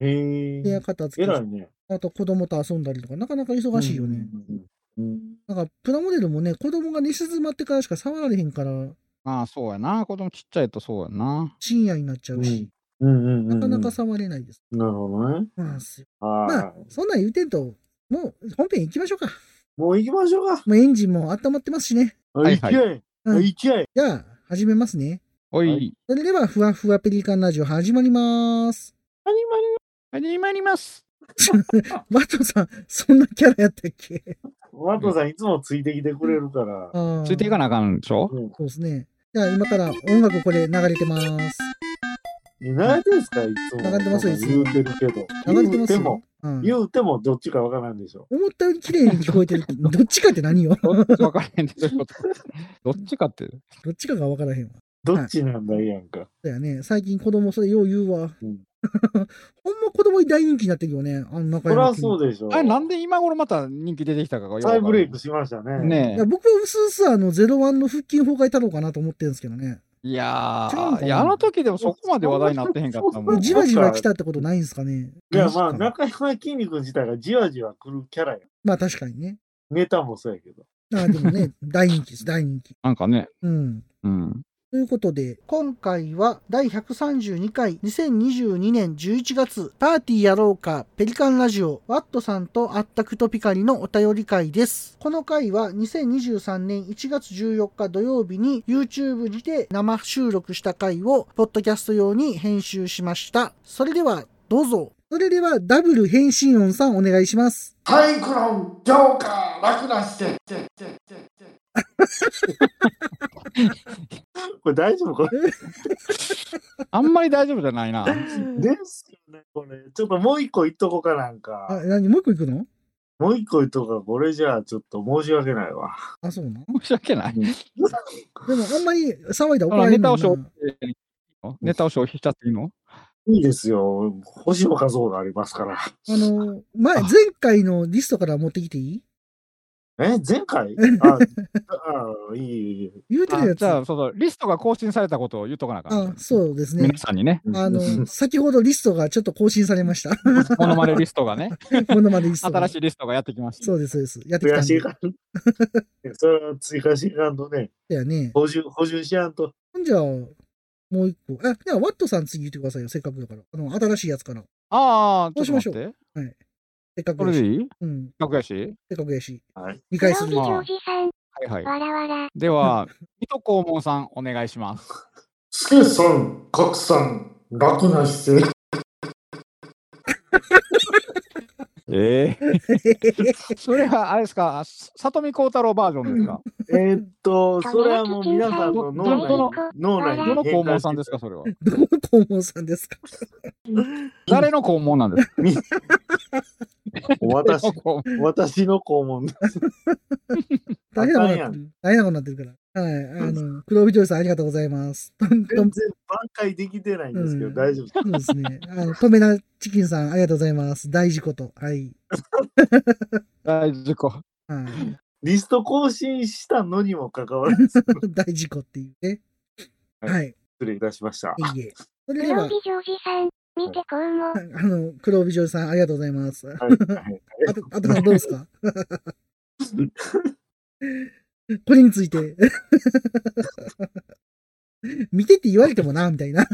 Speaker 3: へ
Speaker 1: 部屋
Speaker 3: え。
Speaker 1: 片付
Speaker 3: え
Speaker 1: けて
Speaker 3: らいね。
Speaker 1: あと子供と遊んだりとか、なかなか忙しいよね。
Speaker 3: うん。うん
Speaker 1: なんかプラモデルもね、子供が寝静まってからしか触られへんから、
Speaker 4: まあ、そうやな。子供ちっちゃいとそうやな。
Speaker 1: 深夜になっちゃうし、
Speaker 3: うんうんうんう
Speaker 1: な
Speaker 3: ん。
Speaker 1: かなか触れないです。
Speaker 3: なるほどね。
Speaker 1: そうなんですよまあ
Speaker 3: は、
Speaker 1: そんなん言うてんと、もう本編行きましょうか。
Speaker 3: い。もう行きましょうか。
Speaker 1: もうエンジンも温まってますしね。
Speaker 4: はいはい
Speaker 3: 勢い。
Speaker 1: うん
Speaker 3: 勢い。
Speaker 1: じゃあ、始めますね。
Speaker 4: お。
Speaker 3: はい
Speaker 1: それでは、ふわふわペリカンラジオ始まります。
Speaker 3: 始まり
Speaker 4: 始まります。
Speaker 1: バトさん、そんなキャラやったっけ
Speaker 3: ワトさんいつもついてきてくれるから。
Speaker 4: ついていか
Speaker 1: な
Speaker 4: なあかんでしょ
Speaker 3: うん
Speaker 1: そうですね。じゃあ、今から音楽これ流れてます。
Speaker 3: え何やってんすかいつも。
Speaker 1: 流れてますよいつ
Speaker 3: 言
Speaker 1: も
Speaker 3: うてるけど。
Speaker 1: 流れて
Speaker 3: 言
Speaker 1: ま
Speaker 3: う
Speaker 1: す
Speaker 3: て
Speaker 1: よ
Speaker 3: も、。
Speaker 1: うん
Speaker 3: 言うてもどっちかわからんでしょ。
Speaker 1: 思ったより綺麗に聞こえ
Speaker 3: [laughs]
Speaker 1: てる。どっちかって何よ
Speaker 4: どっち分からへんでどういうことどっちかって。
Speaker 1: どっちかが分からへんわ。
Speaker 3: どっちなんだいやんか。
Speaker 1: だよね。最近子供それよう言うわ。
Speaker 3: うん
Speaker 1: [laughs] ほんま子供に大人気になってるよね。あの中
Speaker 3: そり
Speaker 1: 山
Speaker 3: ゃ
Speaker 1: 君
Speaker 3: そうでしょ。
Speaker 4: あれ、なんで今頃また人気出てきたかがよくわか
Speaker 3: 再
Speaker 4: らん
Speaker 3: ブレイクしましたね。
Speaker 1: い
Speaker 4: ね
Speaker 1: や僕はうすうすあの、ゼロワンの腹筋崩壊太郎かなと思ってるんですけどね。
Speaker 4: いや
Speaker 1: 違うんか
Speaker 4: ー、
Speaker 1: ない
Speaker 4: やあの時でもそこまで話題になってへんかったもん。
Speaker 1: じわじわ来たってことないんですかね。
Speaker 3: いや、まあ、
Speaker 1: 確かに
Speaker 3: 中山きんに君自体がじわじわ来るキャラや。
Speaker 1: まあ確かにね。
Speaker 3: ネタもそうやけど。
Speaker 1: あでもね、大人気です、大人気。
Speaker 4: なんかね、
Speaker 1: うん。
Speaker 4: うん。
Speaker 1: ということで、今回は第132回2022年11月、パーティーやろうか、ペリカンラジオ、ワットさんとあったくとピカリのお便り会です。この回は2023年1月14日土曜日に YouTube にて生収録した回を、ポッドキャスト用に編集しました。それでは、どうぞ。それでは、ダブル返信音さんお願いします。
Speaker 5: タイクロン、ジョーカー、楽なして。
Speaker 3: これ大丈夫これ。
Speaker 4: あんまり大丈夫じゃないな。
Speaker 3: ですよね、これ。ちょっともう一個言っとこうかなんか。
Speaker 1: 何もう一個行くの
Speaker 3: もう一個言っとこうか。これじゃあちょっと申し訳ないわ。
Speaker 1: あ、そうな。
Speaker 4: 申し訳ない。
Speaker 1: でも、あんまり騒いだら怒
Speaker 4: あの
Speaker 1: られ
Speaker 4: ネ
Speaker 1: る
Speaker 4: タ
Speaker 1: も
Speaker 4: を
Speaker 1: ん
Speaker 4: 消
Speaker 1: な
Speaker 4: 費。ネタを消費しちゃっていいの
Speaker 3: いいですよ。星の数ほどありますから。
Speaker 1: あの、前、
Speaker 4: あ
Speaker 1: 前回のリストから持ってきていい
Speaker 3: え前
Speaker 1: [laughs]
Speaker 3: 回ああ、いいいいいい。
Speaker 1: 言うてる
Speaker 4: あ
Speaker 1: や
Speaker 4: じ
Speaker 1: つ。
Speaker 4: ゃ
Speaker 1: あ
Speaker 4: あ、そうそう、リストが更新されたことを言っとかなあかん。
Speaker 1: そうですね
Speaker 4: 皆。さんにね、
Speaker 1: あ
Speaker 3: [laughs] うん
Speaker 1: の、先ほどリストがちょっと更新されま
Speaker 4: [laughs]
Speaker 1: した。
Speaker 4: モノマネリストがね、
Speaker 1: このまでリストが。
Speaker 4: 新しいリストがやってきました。
Speaker 1: そうです、そうです。やってきた
Speaker 3: 悔
Speaker 1: ん
Speaker 3: し
Speaker 1: で
Speaker 3: い。かん。それは追加しやんとね、
Speaker 1: だよね。
Speaker 3: 補充、補充しやんと。
Speaker 1: ほんじゃあ、もう一個。あ、じゃあ、ワットさん次言ってくださいよ。せっかくだから。あの、新しいやつから。
Speaker 4: ああ、ち
Speaker 1: そ
Speaker 4: ょ
Speaker 1: う
Speaker 4: っ
Speaker 1: し
Speaker 4: と
Speaker 1: ま
Speaker 4: 待
Speaker 1: しょ
Speaker 4: っ
Speaker 1: う
Speaker 4: て。
Speaker 1: せっか
Speaker 4: こ
Speaker 1: く
Speaker 4: れ
Speaker 1: や
Speaker 4: で
Speaker 1: し。
Speaker 4: いい
Speaker 1: うん、
Speaker 4: 楽やし
Speaker 1: せっかくやし。
Speaker 3: はい。
Speaker 1: 理
Speaker 2: グローブ
Speaker 1: 解する
Speaker 2: ジ
Speaker 1: の
Speaker 4: ま
Speaker 1: は。
Speaker 4: あ
Speaker 2: ョージさん、
Speaker 4: はいはい。
Speaker 2: わらわら。
Speaker 4: では、水戸黄門さん、お願いします。
Speaker 5: スケさん、カクさん、楽な姿勢。
Speaker 4: ええそれは、あれですか、さ里見幸太郎バージョンですか
Speaker 3: えーっと、それはもう皆さんの脳内に
Speaker 2: どど、
Speaker 3: 脳内
Speaker 4: ど
Speaker 3: に
Speaker 4: の
Speaker 3: 変
Speaker 4: 黄門
Speaker 3: 換
Speaker 4: さん
Speaker 3: して [laughs]
Speaker 4: ですか、それは。
Speaker 1: [laughs] どの肛門さんですか
Speaker 4: 誰の肛門なんですか
Speaker 3: [laughs] 私
Speaker 4: 誰の、肛門
Speaker 3: 私の肛門
Speaker 1: [laughs] 大変なことにな
Speaker 3: あ
Speaker 1: っ
Speaker 3: か
Speaker 1: てる。大変なことになってるから。はい。あの、黒帯女優さんありがとうございます。とんと
Speaker 3: 全
Speaker 1: ん
Speaker 3: 然挽回できてないんですけど、
Speaker 1: うん
Speaker 3: 大丈夫です
Speaker 1: そうですね。あの、とめなチキンさん、ありがとうございます。大事こと。はい。
Speaker 4: 大事故。
Speaker 1: はい。
Speaker 3: リスト更新したのにもかかわらず、失
Speaker 1: 大事故っていうね。
Speaker 3: はい
Speaker 1: はい。い
Speaker 3: 礼いたしま
Speaker 1: [laughs]
Speaker 3: した。
Speaker 1: えいえ。それ
Speaker 2: グ
Speaker 1: で
Speaker 2: ロー
Speaker 1: は
Speaker 2: ビ、ジョージさん、見てこうも。
Speaker 1: あの、黒帯女優さん、ありがとうございます。
Speaker 3: は
Speaker 1: あ
Speaker 3: いはい
Speaker 1: と、あとさんどうです [laughs] かこれについて。見てって言われてもな、みた [laughs] いな。
Speaker 3: い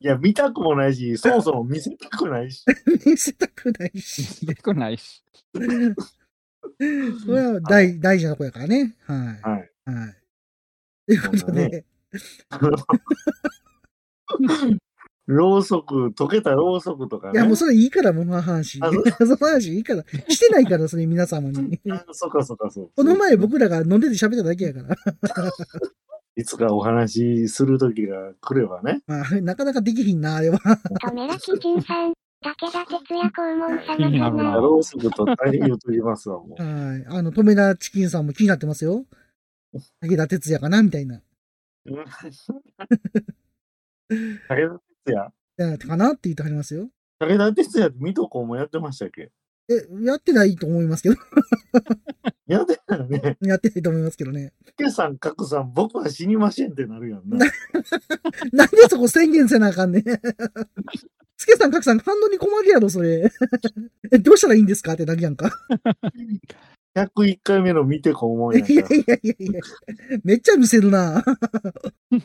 Speaker 3: や、見たくもない
Speaker 1: [laughs]
Speaker 3: し、そもそも見せたくないし、
Speaker 1: 見せたくないし。
Speaker 4: すごくないし。
Speaker 1: それは大大事な子やからね。はい。
Speaker 3: はい。
Speaker 1: はい。ということ
Speaker 3: そうだ
Speaker 1: で、
Speaker 3: [laughs] ろうそく、溶けたろうそくとか
Speaker 1: い
Speaker 3: ね。
Speaker 1: やもうそれいいから、もう話。
Speaker 3: あ
Speaker 1: [laughs] その話いいから。してないから、それ皆様に。
Speaker 3: あそっかそっかそう。
Speaker 1: この前僕らが飲んでて喋っただけやから。 [laughs]
Speaker 3: いつかお話しする時が来ればね。
Speaker 1: まあ、なかなかできひんな、あれ
Speaker 3: [laughs]
Speaker 1: は。
Speaker 2: とめらきじんさん、武田鉄矢肛門
Speaker 4: 気にな
Speaker 2: 様
Speaker 4: る
Speaker 2: か
Speaker 4: な
Speaker 2: な。
Speaker 3: ろうそくと大変を取りますわ、もう。
Speaker 1: はい。あの、止めなチキンさんも気になってます
Speaker 3: [laughs]
Speaker 1: よ。武田鉄矢かなみたいな。
Speaker 3: うん [laughs] 武田鉄矢
Speaker 1: えかなって言ってはりますよ。
Speaker 3: 武田鉄矢って水戸黄門やってましたっけ
Speaker 1: え、やってないと思いますけど。 [laughs]
Speaker 3: やってたよね。
Speaker 1: やってないと思いますけどね。 [laughs]
Speaker 3: けさん、かくさん、僕は死にませんってなるやんな。
Speaker 1: なんでそこ宣言せなあかん
Speaker 3: [laughs]
Speaker 1: ねん。つけさん、かくさん、反応に困るやろ、それ。 [laughs] え、どうしたらいいんですかってなるやんか。
Speaker 3: 101回目の見てこう思う
Speaker 1: い
Speaker 3: や
Speaker 1: やい
Speaker 3: ん
Speaker 1: や
Speaker 3: か。
Speaker 1: いやいや。めっちゃ見せるな。100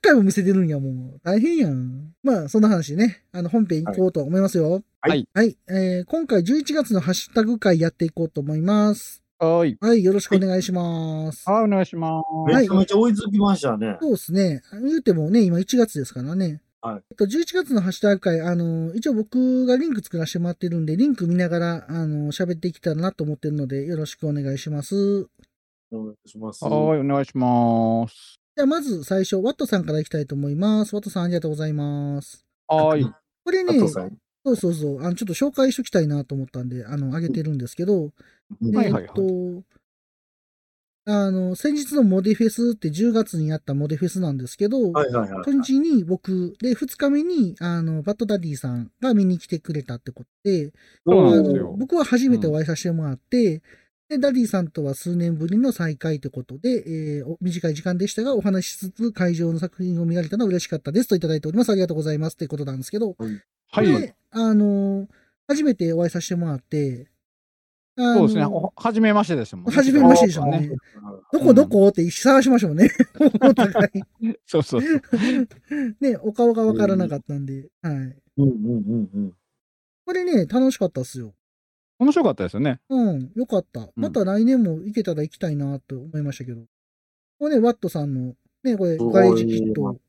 Speaker 1: 回も見せてるんや、もう。大変やん。まあ、そんな話でね、あの、本編行こうと思いますよ。
Speaker 4: はい。
Speaker 1: はい。えー今回11月のハッシュタグ会やっていこうと思います。
Speaker 4: はーい。
Speaker 1: はい、よろしくお願いします。
Speaker 4: [laughs] はい、お願いしま
Speaker 1: や
Speaker 4: す。
Speaker 3: めちゃめちゃ追いつきましたね。
Speaker 1: そうですね。言うてもね、今1月ですからね。
Speaker 3: はい
Speaker 1: えっと、11月のハッシュタグ会、あの、一応僕がリンク作らせてもらってるんで、リンク見ながら、あの、喋っていきたらなと思ってるので、よろしくお願いします。
Speaker 3: お願いします。
Speaker 4: はーい、お願いします。
Speaker 1: じゃあ、まず最初、ワットさんからいきたいと思います。ワットさん、ありがとうございます。
Speaker 4: はーい。
Speaker 1: これ
Speaker 3: あ
Speaker 1: ね、
Speaker 3: と
Speaker 1: そ
Speaker 3: さん。
Speaker 1: うそうそう、あの、ちょっと紹介しときたいなと思ったんで、あの、あげてるんですけど、
Speaker 3: うん
Speaker 4: はいはい
Speaker 1: えっと、あの、先日のモデフェスって10月にあったモデフェスなんですけど、
Speaker 3: はいはいはい。
Speaker 1: 初日に僕、で、2日目に、あの、バッドダディさんが見に来てくれたってことで、
Speaker 4: そう
Speaker 1: あ
Speaker 4: なんです
Speaker 1: の
Speaker 4: よ
Speaker 1: 僕は初めてお会いさせてもらって、で、ダディさんとは数年ぶりの再会ということで、えーお短い時間でしたが、お話ししつつ、会場の作品を見られたのは嬉しかったですといただいております。ありがとうございますということなんですけど、
Speaker 4: はい。
Speaker 1: で、あのー初めてお会いさせてもらって、あのー
Speaker 4: そうですね。お初めましてですもんね。
Speaker 1: 初めましてでしたもんね。どこどこって探しましょう
Speaker 4: [laughs]
Speaker 1: ね。お互い。
Speaker 4: そうそうそう。
Speaker 1: ね、お顔がわからなかったんで。はい。
Speaker 3: うんうんうん
Speaker 1: これね、楽しかったっすよ。
Speaker 4: 面白かったですよね。
Speaker 1: うん、よかった。また来年も行けたら行きたいなと思いましたけど。これね、ワットさんの、ね、これ、
Speaker 3: うん。
Speaker 1: 外事キット。こ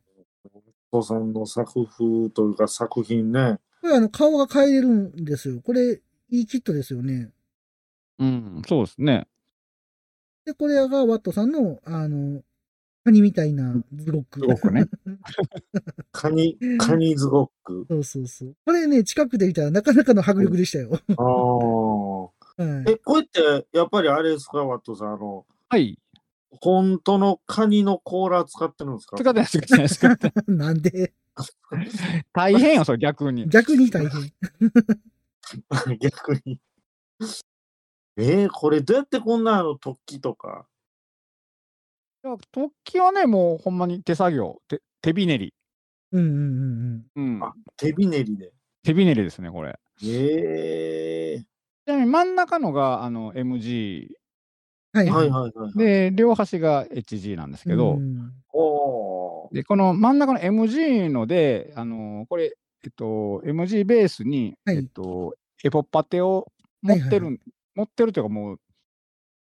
Speaker 3: お父さんの作風というか作品ね。
Speaker 1: れ、あの、顔が変えれるんですよ。これ、いいキットですよね。
Speaker 4: うん。そうですね。
Speaker 1: で、これがワットさんの、あの、カニみたいなズロック。
Speaker 4: すごくね。
Speaker 3: カニ、カニズゴック。
Speaker 1: そうそうそう。これね、近くで見たらなかなかの迫力でしたよ。
Speaker 3: ああ。
Speaker 1: はい。
Speaker 3: え、これって、やっぱりあれですか、ワットさん、あの、
Speaker 4: はい。
Speaker 3: 本当のカニの甲羅使ってるんですか
Speaker 4: 使ってないです、使ってないです使ってない。
Speaker 1: [laughs] なんで、
Speaker 4: 大変よ、それ逆に。
Speaker 1: 逆に大変。
Speaker 3: [laughs] 逆に。えー、これどうやってこんなあの突起とか。
Speaker 4: いや突起はね、もうほんまに手作業、手手びねり、
Speaker 1: うんうんうんうん。
Speaker 4: うん
Speaker 3: あ手びねりで。
Speaker 4: 手びねりですね、これ。
Speaker 3: え
Speaker 4: ちなみに真ん中のがあの MG
Speaker 1: は
Speaker 3: え
Speaker 1: い
Speaker 3: ー。はいはいはい。
Speaker 4: で、両端が HG なんですけ
Speaker 1: う
Speaker 4: ど、
Speaker 1: ん
Speaker 3: おー
Speaker 4: でこの真ん中の MG ので、あのこれ、えっと、MG ベースに、
Speaker 1: はい
Speaker 4: えっと、エポパテを持ってる、
Speaker 1: は
Speaker 4: 持ってるというか、もう、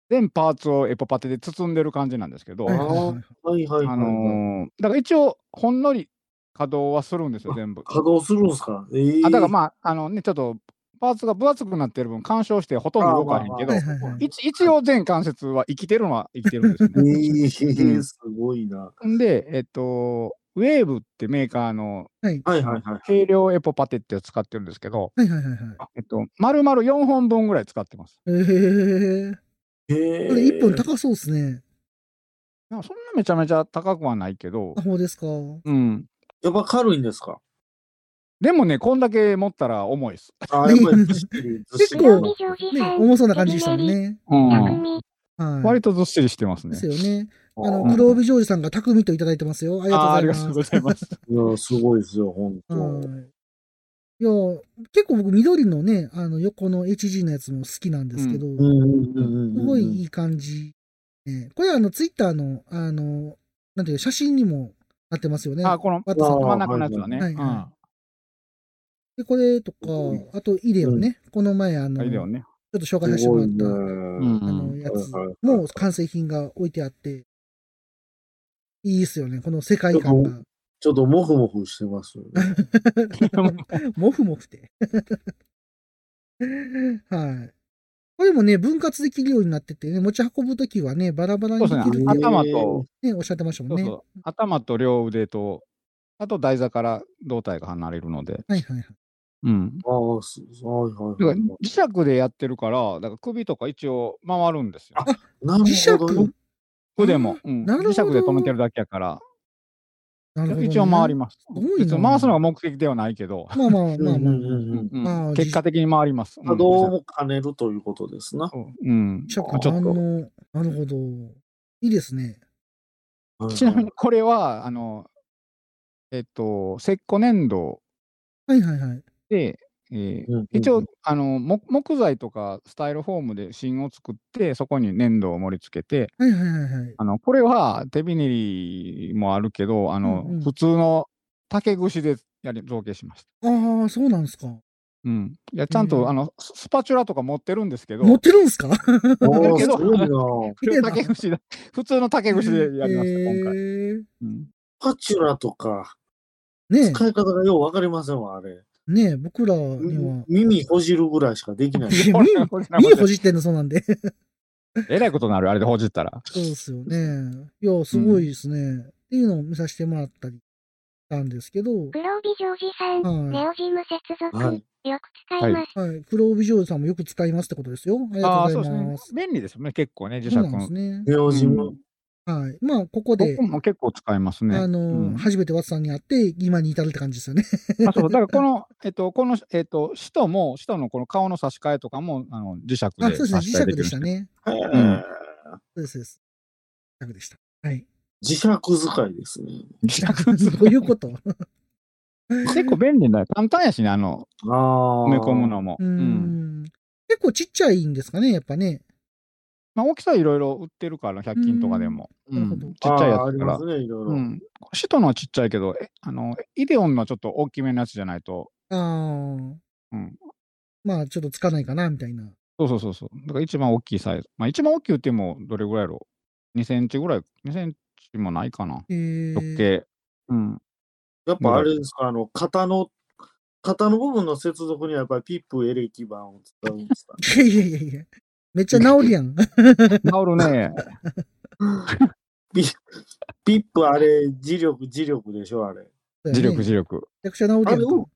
Speaker 4: 全パーツをエポパテで包んでる感じなんですけど、
Speaker 1: はいはいはいはい
Speaker 3: はいはいはいはい。
Speaker 4: あのーだから一応、ほんのり稼働はするんですよ、全部。
Speaker 3: 稼働するんですかえー、
Speaker 4: あだからまあ、あのね、ちょっとパーツが分厚くなってる分、干渉してほとんど動かへんけど
Speaker 1: あーまあまあはいはいは、い
Speaker 4: 一一応全関節は生きてるのは生きてるんですよ
Speaker 3: え [laughs]
Speaker 4: ね。う
Speaker 3: ー、
Speaker 4: ん
Speaker 3: すごいな。
Speaker 4: んで、えっと、ウェーブってメーカーの
Speaker 3: はいはいはい。
Speaker 4: 軽量エポパテっていうのを使ってるんですけど、
Speaker 1: はいはいはいはい。
Speaker 4: えっと、丸々4本分ぐらい使ってます。
Speaker 1: えー、
Speaker 3: えー、
Speaker 1: これ1本高そうですね。
Speaker 4: なんかそんなめちゃめちゃ高くはないけど
Speaker 1: あ、、ほうですか。
Speaker 4: うん。
Speaker 3: やっぱ軽いんですか
Speaker 4: でもね、こんだけ持ったら重いです。
Speaker 3: あー、やっぱりずっしりずっし
Speaker 1: 結
Speaker 3: り
Speaker 1: 構
Speaker 2: ジョージ
Speaker 1: ね、
Speaker 2: さん。
Speaker 1: 重そうな感じでしたもんね。
Speaker 4: うん、
Speaker 2: 匠。
Speaker 1: はい。
Speaker 4: 割とずっしりしてます
Speaker 1: で
Speaker 4: ね
Speaker 1: す。よね。あ
Speaker 3: あ
Speaker 1: の、
Speaker 3: ー
Speaker 1: 黒帯ジョージさんが匠といただいてますよ。あり
Speaker 4: あーあり
Speaker 1: が
Speaker 4: が
Speaker 1: と
Speaker 4: と
Speaker 1: う
Speaker 4: う
Speaker 1: ご
Speaker 4: ご
Speaker 1: ざ
Speaker 4: ざ
Speaker 1: い
Speaker 4: い
Speaker 1: ま。
Speaker 4: ます [laughs] す。
Speaker 3: いや、すごいですよ、本当。
Speaker 1: はい。いや、結構僕、緑のね、あの、横の HG のやつも好きなんですけど、
Speaker 3: うんうんうんうんうん。
Speaker 1: すごいいい感じ。ねこれはあの、ツイッターの、あの、なんていうか写真にもなってますよね。
Speaker 4: あ、この
Speaker 1: ワットさんの
Speaker 4: 真ん中のやつはね。
Speaker 1: はいはい
Speaker 4: うん
Speaker 1: で、これとか
Speaker 3: うん、
Speaker 1: あと、イデオね。この前、あの、
Speaker 4: あれだよ
Speaker 1: ち
Speaker 4: ね。
Speaker 1: ょっと紹介させ
Speaker 3: す
Speaker 1: ても
Speaker 3: ご
Speaker 1: ら
Speaker 3: い
Speaker 1: っ
Speaker 3: ね
Speaker 1: た、。あの、やつ
Speaker 3: はいはいはい
Speaker 1: もう完成品が置いてあって、いいですよね。この世界観が。
Speaker 3: ちょっとモフモフしてますよね。
Speaker 1: もふもふて。 [laughs] はい。これもね、分割できるようになっててね、持ち運ぶときはね、バラバラにでき
Speaker 4: そう
Speaker 1: る
Speaker 4: ですね
Speaker 1: って
Speaker 4: 頭と、
Speaker 1: ね、おっしゃってましたも
Speaker 4: そ
Speaker 1: ん
Speaker 4: う
Speaker 1: ね。
Speaker 4: そう頭と両腕と、あと台座から胴体が離れるので、
Speaker 1: はいはいはい。
Speaker 4: うん。
Speaker 3: ああ、すはいはい
Speaker 4: だ
Speaker 3: は
Speaker 4: か
Speaker 3: い
Speaker 4: ら。磁石でやってるから、だから首とか一応回るんですよ。
Speaker 3: あなる
Speaker 1: 磁石
Speaker 3: ほどね。
Speaker 4: 腕も、うん
Speaker 1: なる
Speaker 4: 磁
Speaker 1: ほ
Speaker 4: 石
Speaker 1: ど
Speaker 4: で止めてるだけやから、
Speaker 1: なるほどね
Speaker 4: 一応回ります。
Speaker 1: ごいな
Speaker 4: 別に回すのが目的ではないけど、
Speaker 1: まあまあまあ
Speaker 3: うん
Speaker 1: まあ
Speaker 3: う
Speaker 1: まあ。
Speaker 3: んうんうん。
Speaker 4: うん
Speaker 1: まあ
Speaker 4: 結果的に回ります。うん
Speaker 3: 波動も兼ねるということですな。
Speaker 4: うん。
Speaker 1: 磁石
Speaker 4: ちょっと。
Speaker 1: の、なるほど。いいですね。
Speaker 3: はい
Speaker 4: [laughs] ちなみにこれは、あの、えっと、石膏粘土
Speaker 1: はいはいはい。
Speaker 4: で、えー
Speaker 3: うんうんうん
Speaker 4: 一応、あの木木材とかスタイロフォームで芯を作ってそこに粘土を盛り付けて
Speaker 1: はいはいはいはい。
Speaker 4: あのこれは手びねりもあるけどあの、
Speaker 1: うんうん
Speaker 4: 普通の竹串でやり造形しました。
Speaker 1: ああ、そうなんですか。
Speaker 4: うん、いやちゃんと、
Speaker 1: うん
Speaker 4: あのススパチュラとか持ってるんですけど
Speaker 1: 持ってるんですか
Speaker 3: あー
Speaker 4: け
Speaker 3: す
Speaker 4: ど
Speaker 3: ごいな。
Speaker 1: 綺麗だ
Speaker 4: 竹串だ [laughs] 普通の竹串でやりました、今
Speaker 1: え
Speaker 4: 回。
Speaker 1: ー
Speaker 4: うん
Speaker 3: パチュラとか、
Speaker 1: ね
Speaker 3: 使い方がようわかりませんわ、あれ。
Speaker 1: え、ねえ、僕らには。
Speaker 3: 耳ほじるぐらいしかできない。
Speaker 4: [laughs]
Speaker 1: いや
Speaker 4: これ
Speaker 1: 耳
Speaker 4: これこれ
Speaker 1: 耳ほじってんの、そうなん
Speaker 4: [laughs]
Speaker 1: で。
Speaker 4: えらいことになるあれでほじったら。
Speaker 1: そうですよね。いや、すごいですね。っていうのを見させてもらったりしたんですけど、
Speaker 2: 黒帯ジョージさん。
Speaker 1: は
Speaker 2: ネオジム接続。
Speaker 3: はい
Speaker 2: よく使います。
Speaker 1: い。はい、黒帯ジョージさんもよく使いますってことですよ。あり
Speaker 4: あ
Speaker 1: が
Speaker 4: あ
Speaker 1: と
Speaker 4: そうう
Speaker 1: ご
Speaker 4: で
Speaker 1: ざいます
Speaker 4: す。ね便利ですよね結構ね磁石
Speaker 1: そう
Speaker 4: の
Speaker 1: なんですね。
Speaker 3: ネオジム。
Speaker 1: はい。まあ、ここで
Speaker 4: 僕、も結構使いますね。
Speaker 1: あの、
Speaker 4: うん
Speaker 1: 初めてワッツさんに会って、今に至るって感じですよね。
Speaker 4: あそうだからこの、えっと、この、えっと、使徒も、使徒のこの顔の差し替えとかも、あの磁石
Speaker 1: あ、
Speaker 4: で
Speaker 1: そうですね。
Speaker 4: 差
Speaker 1: 磁
Speaker 4: し替え
Speaker 1: 石
Speaker 4: できる
Speaker 1: でしたね。
Speaker 3: へー
Speaker 4: うん
Speaker 1: そうです、そうです。磁石でした。はい。
Speaker 3: 磁石使いですね。
Speaker 4: 磁
Speaker 1: [laughs]
Speaker 4: 石
Speaker 1: どういうこと
Speaker 4: [laughs] 結構便利だよ。簡単やしね、あの、
Speaker 3: ああ。
Speaker 4: 埋め込むのも。
Speaker 1: [laughs] う
Speaker 4: うんん。
Speaker 1: 結構ちっちゃいんですかね、やっぱね。
Speaker 4: まあ、大きさいろいろ売ってるから、100均とかでも。
Speaker 1: うん
Speaker 4: う
Speaker 1: なるほど
Speaker 4: ん。ちっちゃいや
Speaker 3: あーあ
Speaker 4: つ
Speaker 3: り
Speaker 4: か
Speaker 3: ま
Speaker 4: ら
Speaker 3: す。ね、いろいろ。
Speaker 4: うん。使徒のはちっちゃいけど、えあの、イデオンのちょっと大きめのやつじゃないと、
Speaker 1: ああ。
Speaker 4: うん。
Speaker 1: まあ、ちょっとつかないかな、みたいな。
Speaker 4: そうそうそうそう。だから一番大きいサイズ。まあ、一番大きいって言っても、どれぐらいやろう ?2 センチぐらい、2センチもないかな。
Speaker 1: えー
Speaker 4: 直径。うん。
Speaker 3: やっぱあれですか、あの、型の、型の部分の接続にはやっぱりピップエレキ板を使うん
Speaker 4: [laughs]
Speaker 3: ですか
Speaker 1: いやいやいやいや。めっちゃ治るやん。
Speaker 4: 治
Speaker 1: [laughs]
Speaker 4: るね。
Speaker 3: ピピップあれ、磁力、磁力でしょ、あれ。
Speaker 4: [laughs] 磁力、
Speaker 1: め
Speaker 4: 磁力。
Speaker 1: ちゃくちゃ治るや
Speaker 3: あれ、
Speaker 1: ん
Speaker 3: う
Speaker 1: か。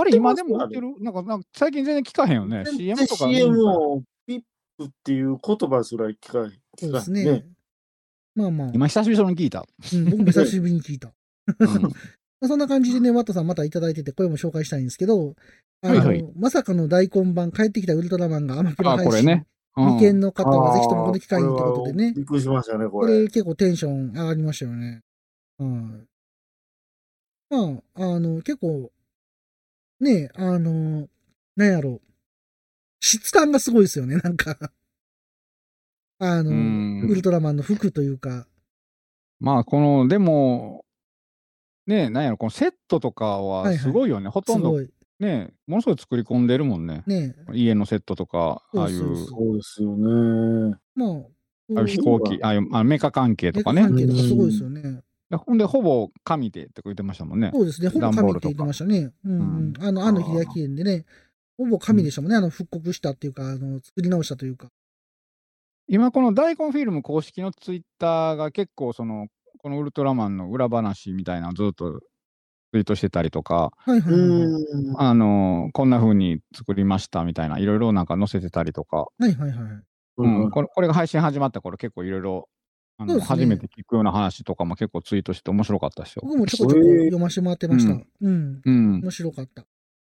Speaker 4: あれ、今でも売って
Speaker 3: る
Speaker 4: るなんか、なんか最近全然聞かへんよね。CM とか。
Speaker 3: CM をピップっていう言葉すら聞かへ
Speaker 1: そ
Speaker 3: ん。
Speaker 1: う
Speaker 3: 聞
Speaker 1: で
Speaker 3: かへ
Speaker 1: す
Speaker 3: ん
Speaker 1: ね。。まあまあ、
Speaker 4: 今、久しぶりに聞いた。
Speaker 1: うん
Speaker 4: [laughs]
Speaker 1: 僕も久しぶりに聞いた。
Speaker 4: うん
Speaker 1: まあ、そんな感じで
Speaker 4: [laughs]
Speaker 1: ね、ワットさんまたいただいてて、これも紹介したいんですけど、あの、
Speaker 4: はいはい
Speaker 1: まさかの大根版、帰ってきたウルトラマンがアマプラ
Speaker 4: あ、
Speaker 1: 配信。
Speaker 4: これね。うん
Speaker 1: 未見の方はぜひともこの機会に
Speaker 3: あ
Speaker 1: とい
Speaker 3: ー
Speaker 1: うことで
Speaker 3: これ
Speaker 1: ね
Speaker 3: は。びっくりしましたね、こ
Speaker 1: こ
Speaker 3: れ
Speaker 1: れ。結構テンション上がりましたよね。はい。まあ、あの、結構、ねえ、あの、なんやろう。質感がすごいですよね、 [laughs] なんか。あ
Speaker 4: う
Speaker 1: の、ウ
Speaker 4: ん
Speaker 1: ル。トラマンの服というか。
Speaker 4: まあ、この、でも、ねえ、なんやろ、このセットとか
Speaker 1: はいは
Speaker 4: はいすごいよね。ほ
Speaker 1: す
Speaker 4: とんど
Speaker 1: ごい。
Speaker 4: ね、ものすごい作り込んでるもんね。
Speaker 1: ねえ。
Speaker 4: 家のセットとか、ああい
Speaker 1: そう
Speaker 4: う
Speaker 1: そうそ
Speaker 3: そうですよね。
Speaker 1: まあ、
Speaker 4: ああいう飛行機、ああいうあメカ関係とかね。
Speaker 1: 関係とかすごいですよね。
Speaker 4: ほんで、ほぼ神でとか言ってましたもんね。
Speaker 1: そうですね、ほぼ神って言ってましたね。うん、うん。あの、あの秀明園でね、ほぼ神でしたもんね、あの、復刻したっていうか、あの、作り直したというか。
Speaker 4: 今、この大根フィルム公式のツイッターが結構、その、このウルトラマンの裏話みたいなのをずっとツイートしてたりとか、
Speaker 1: はいはいはいはい。
Speaker 3: うん。
Speaker 4: あの、こんな風に作りましたみたいな、いろいろなんか載せてたりとか、
Speaker 1: はいはいはい。
Speaker 4: うん、これこれが配信始まった頃、結構いろいろ、あの
Speaker 1: そうですね
Speaker 4: 初めて聞くような話とかも結構ツイートして面白かったですよ。
Speaker 1: 僕もちょこちょこ読ませてもらってました。うん。
Speaker 4: うん。
Speaker 1: 面白かった。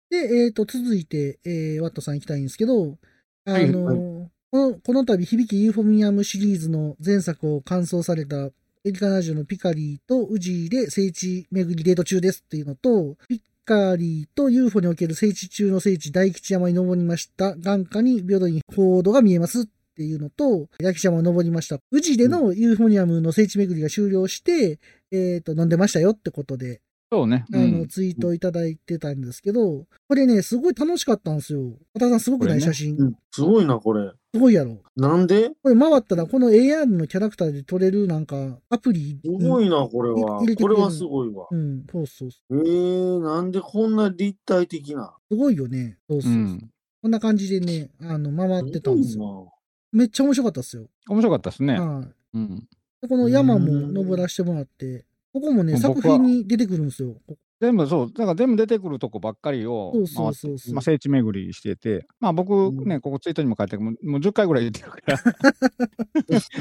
Speaker 1: で、えっ、と、続いて、えー、ワットさん行きたいんですけど、あの
Speaker 3: はい
Speaker 1: ーこの、この度、響きユーフォミアムシリーズの前作を完走された、エリカナジオのピカリーとウジーで聖地巡りデート中ですっていうのと、ピカリーと UFO における聖地中の聖地大吉山に登りました。眼下に平等に高度が見えますっていうのと、大吉山を登りました。宇治でのユーフォニアムの聖地巡りが終了して、えっ、と、飲んでましたよってことで、
Speaker 4: そうね。
Speaker 1: あ
Speaker 4: う
Speaker 1: の、
Speaker 4: ん、
Speaker 1: ツイートいただいてたんですけど、これね、すごい楽しかったんですよ。渡さん、すごくない、
Speaker 4: これね
Speaker 1: 写真
Speaker 3: う。んすごいな、これ。
Speaker 1: すごいやろ。
Speaker 3: なんで
Speaker 1: これ回ったら、この AR のキャラクターで撮れるなんか、アプリ。
Speaker 3: すごいな、これは
Speaker 1: 入れ。てく
Speaker 3: こ
Speaker 1: れる
Speaker 3: れはすごいわ。
Speaker 1: うん、うん、そうそうそう。
Speaker 3: えー、なんでこんな立体的な。
Speaker 1: すごいよね。そう
Speaker 4: う
Speaker 1: そうそう、
Speaker 4: ん。
Speaker 1: こんな感じでね、あの、回ってたんですよ。
Speaker 3: よ。
Speaker 1: めっちゃ面白かったですよ。
Speaker 4: 面白かったですね。
Speaker 1: はい。
Speaker 4: うん。
Speaker 1: でこの山も登らせてもらって、ここもね、
Speaker 4: 僕は
Speaker 1: 作品に出てくるんですよ。こ
Speaker 4: 全部そう、だから全部出てくるとこばっかりを
Speaker 1: そうそうそう
Speaker 4: 回って
Speaker 1: そう
Speaker 4: まあ、聖地巡りしてて、まあ僕ね、ここツイートにも書いてあるもうもう10回ぐらい言ってるから。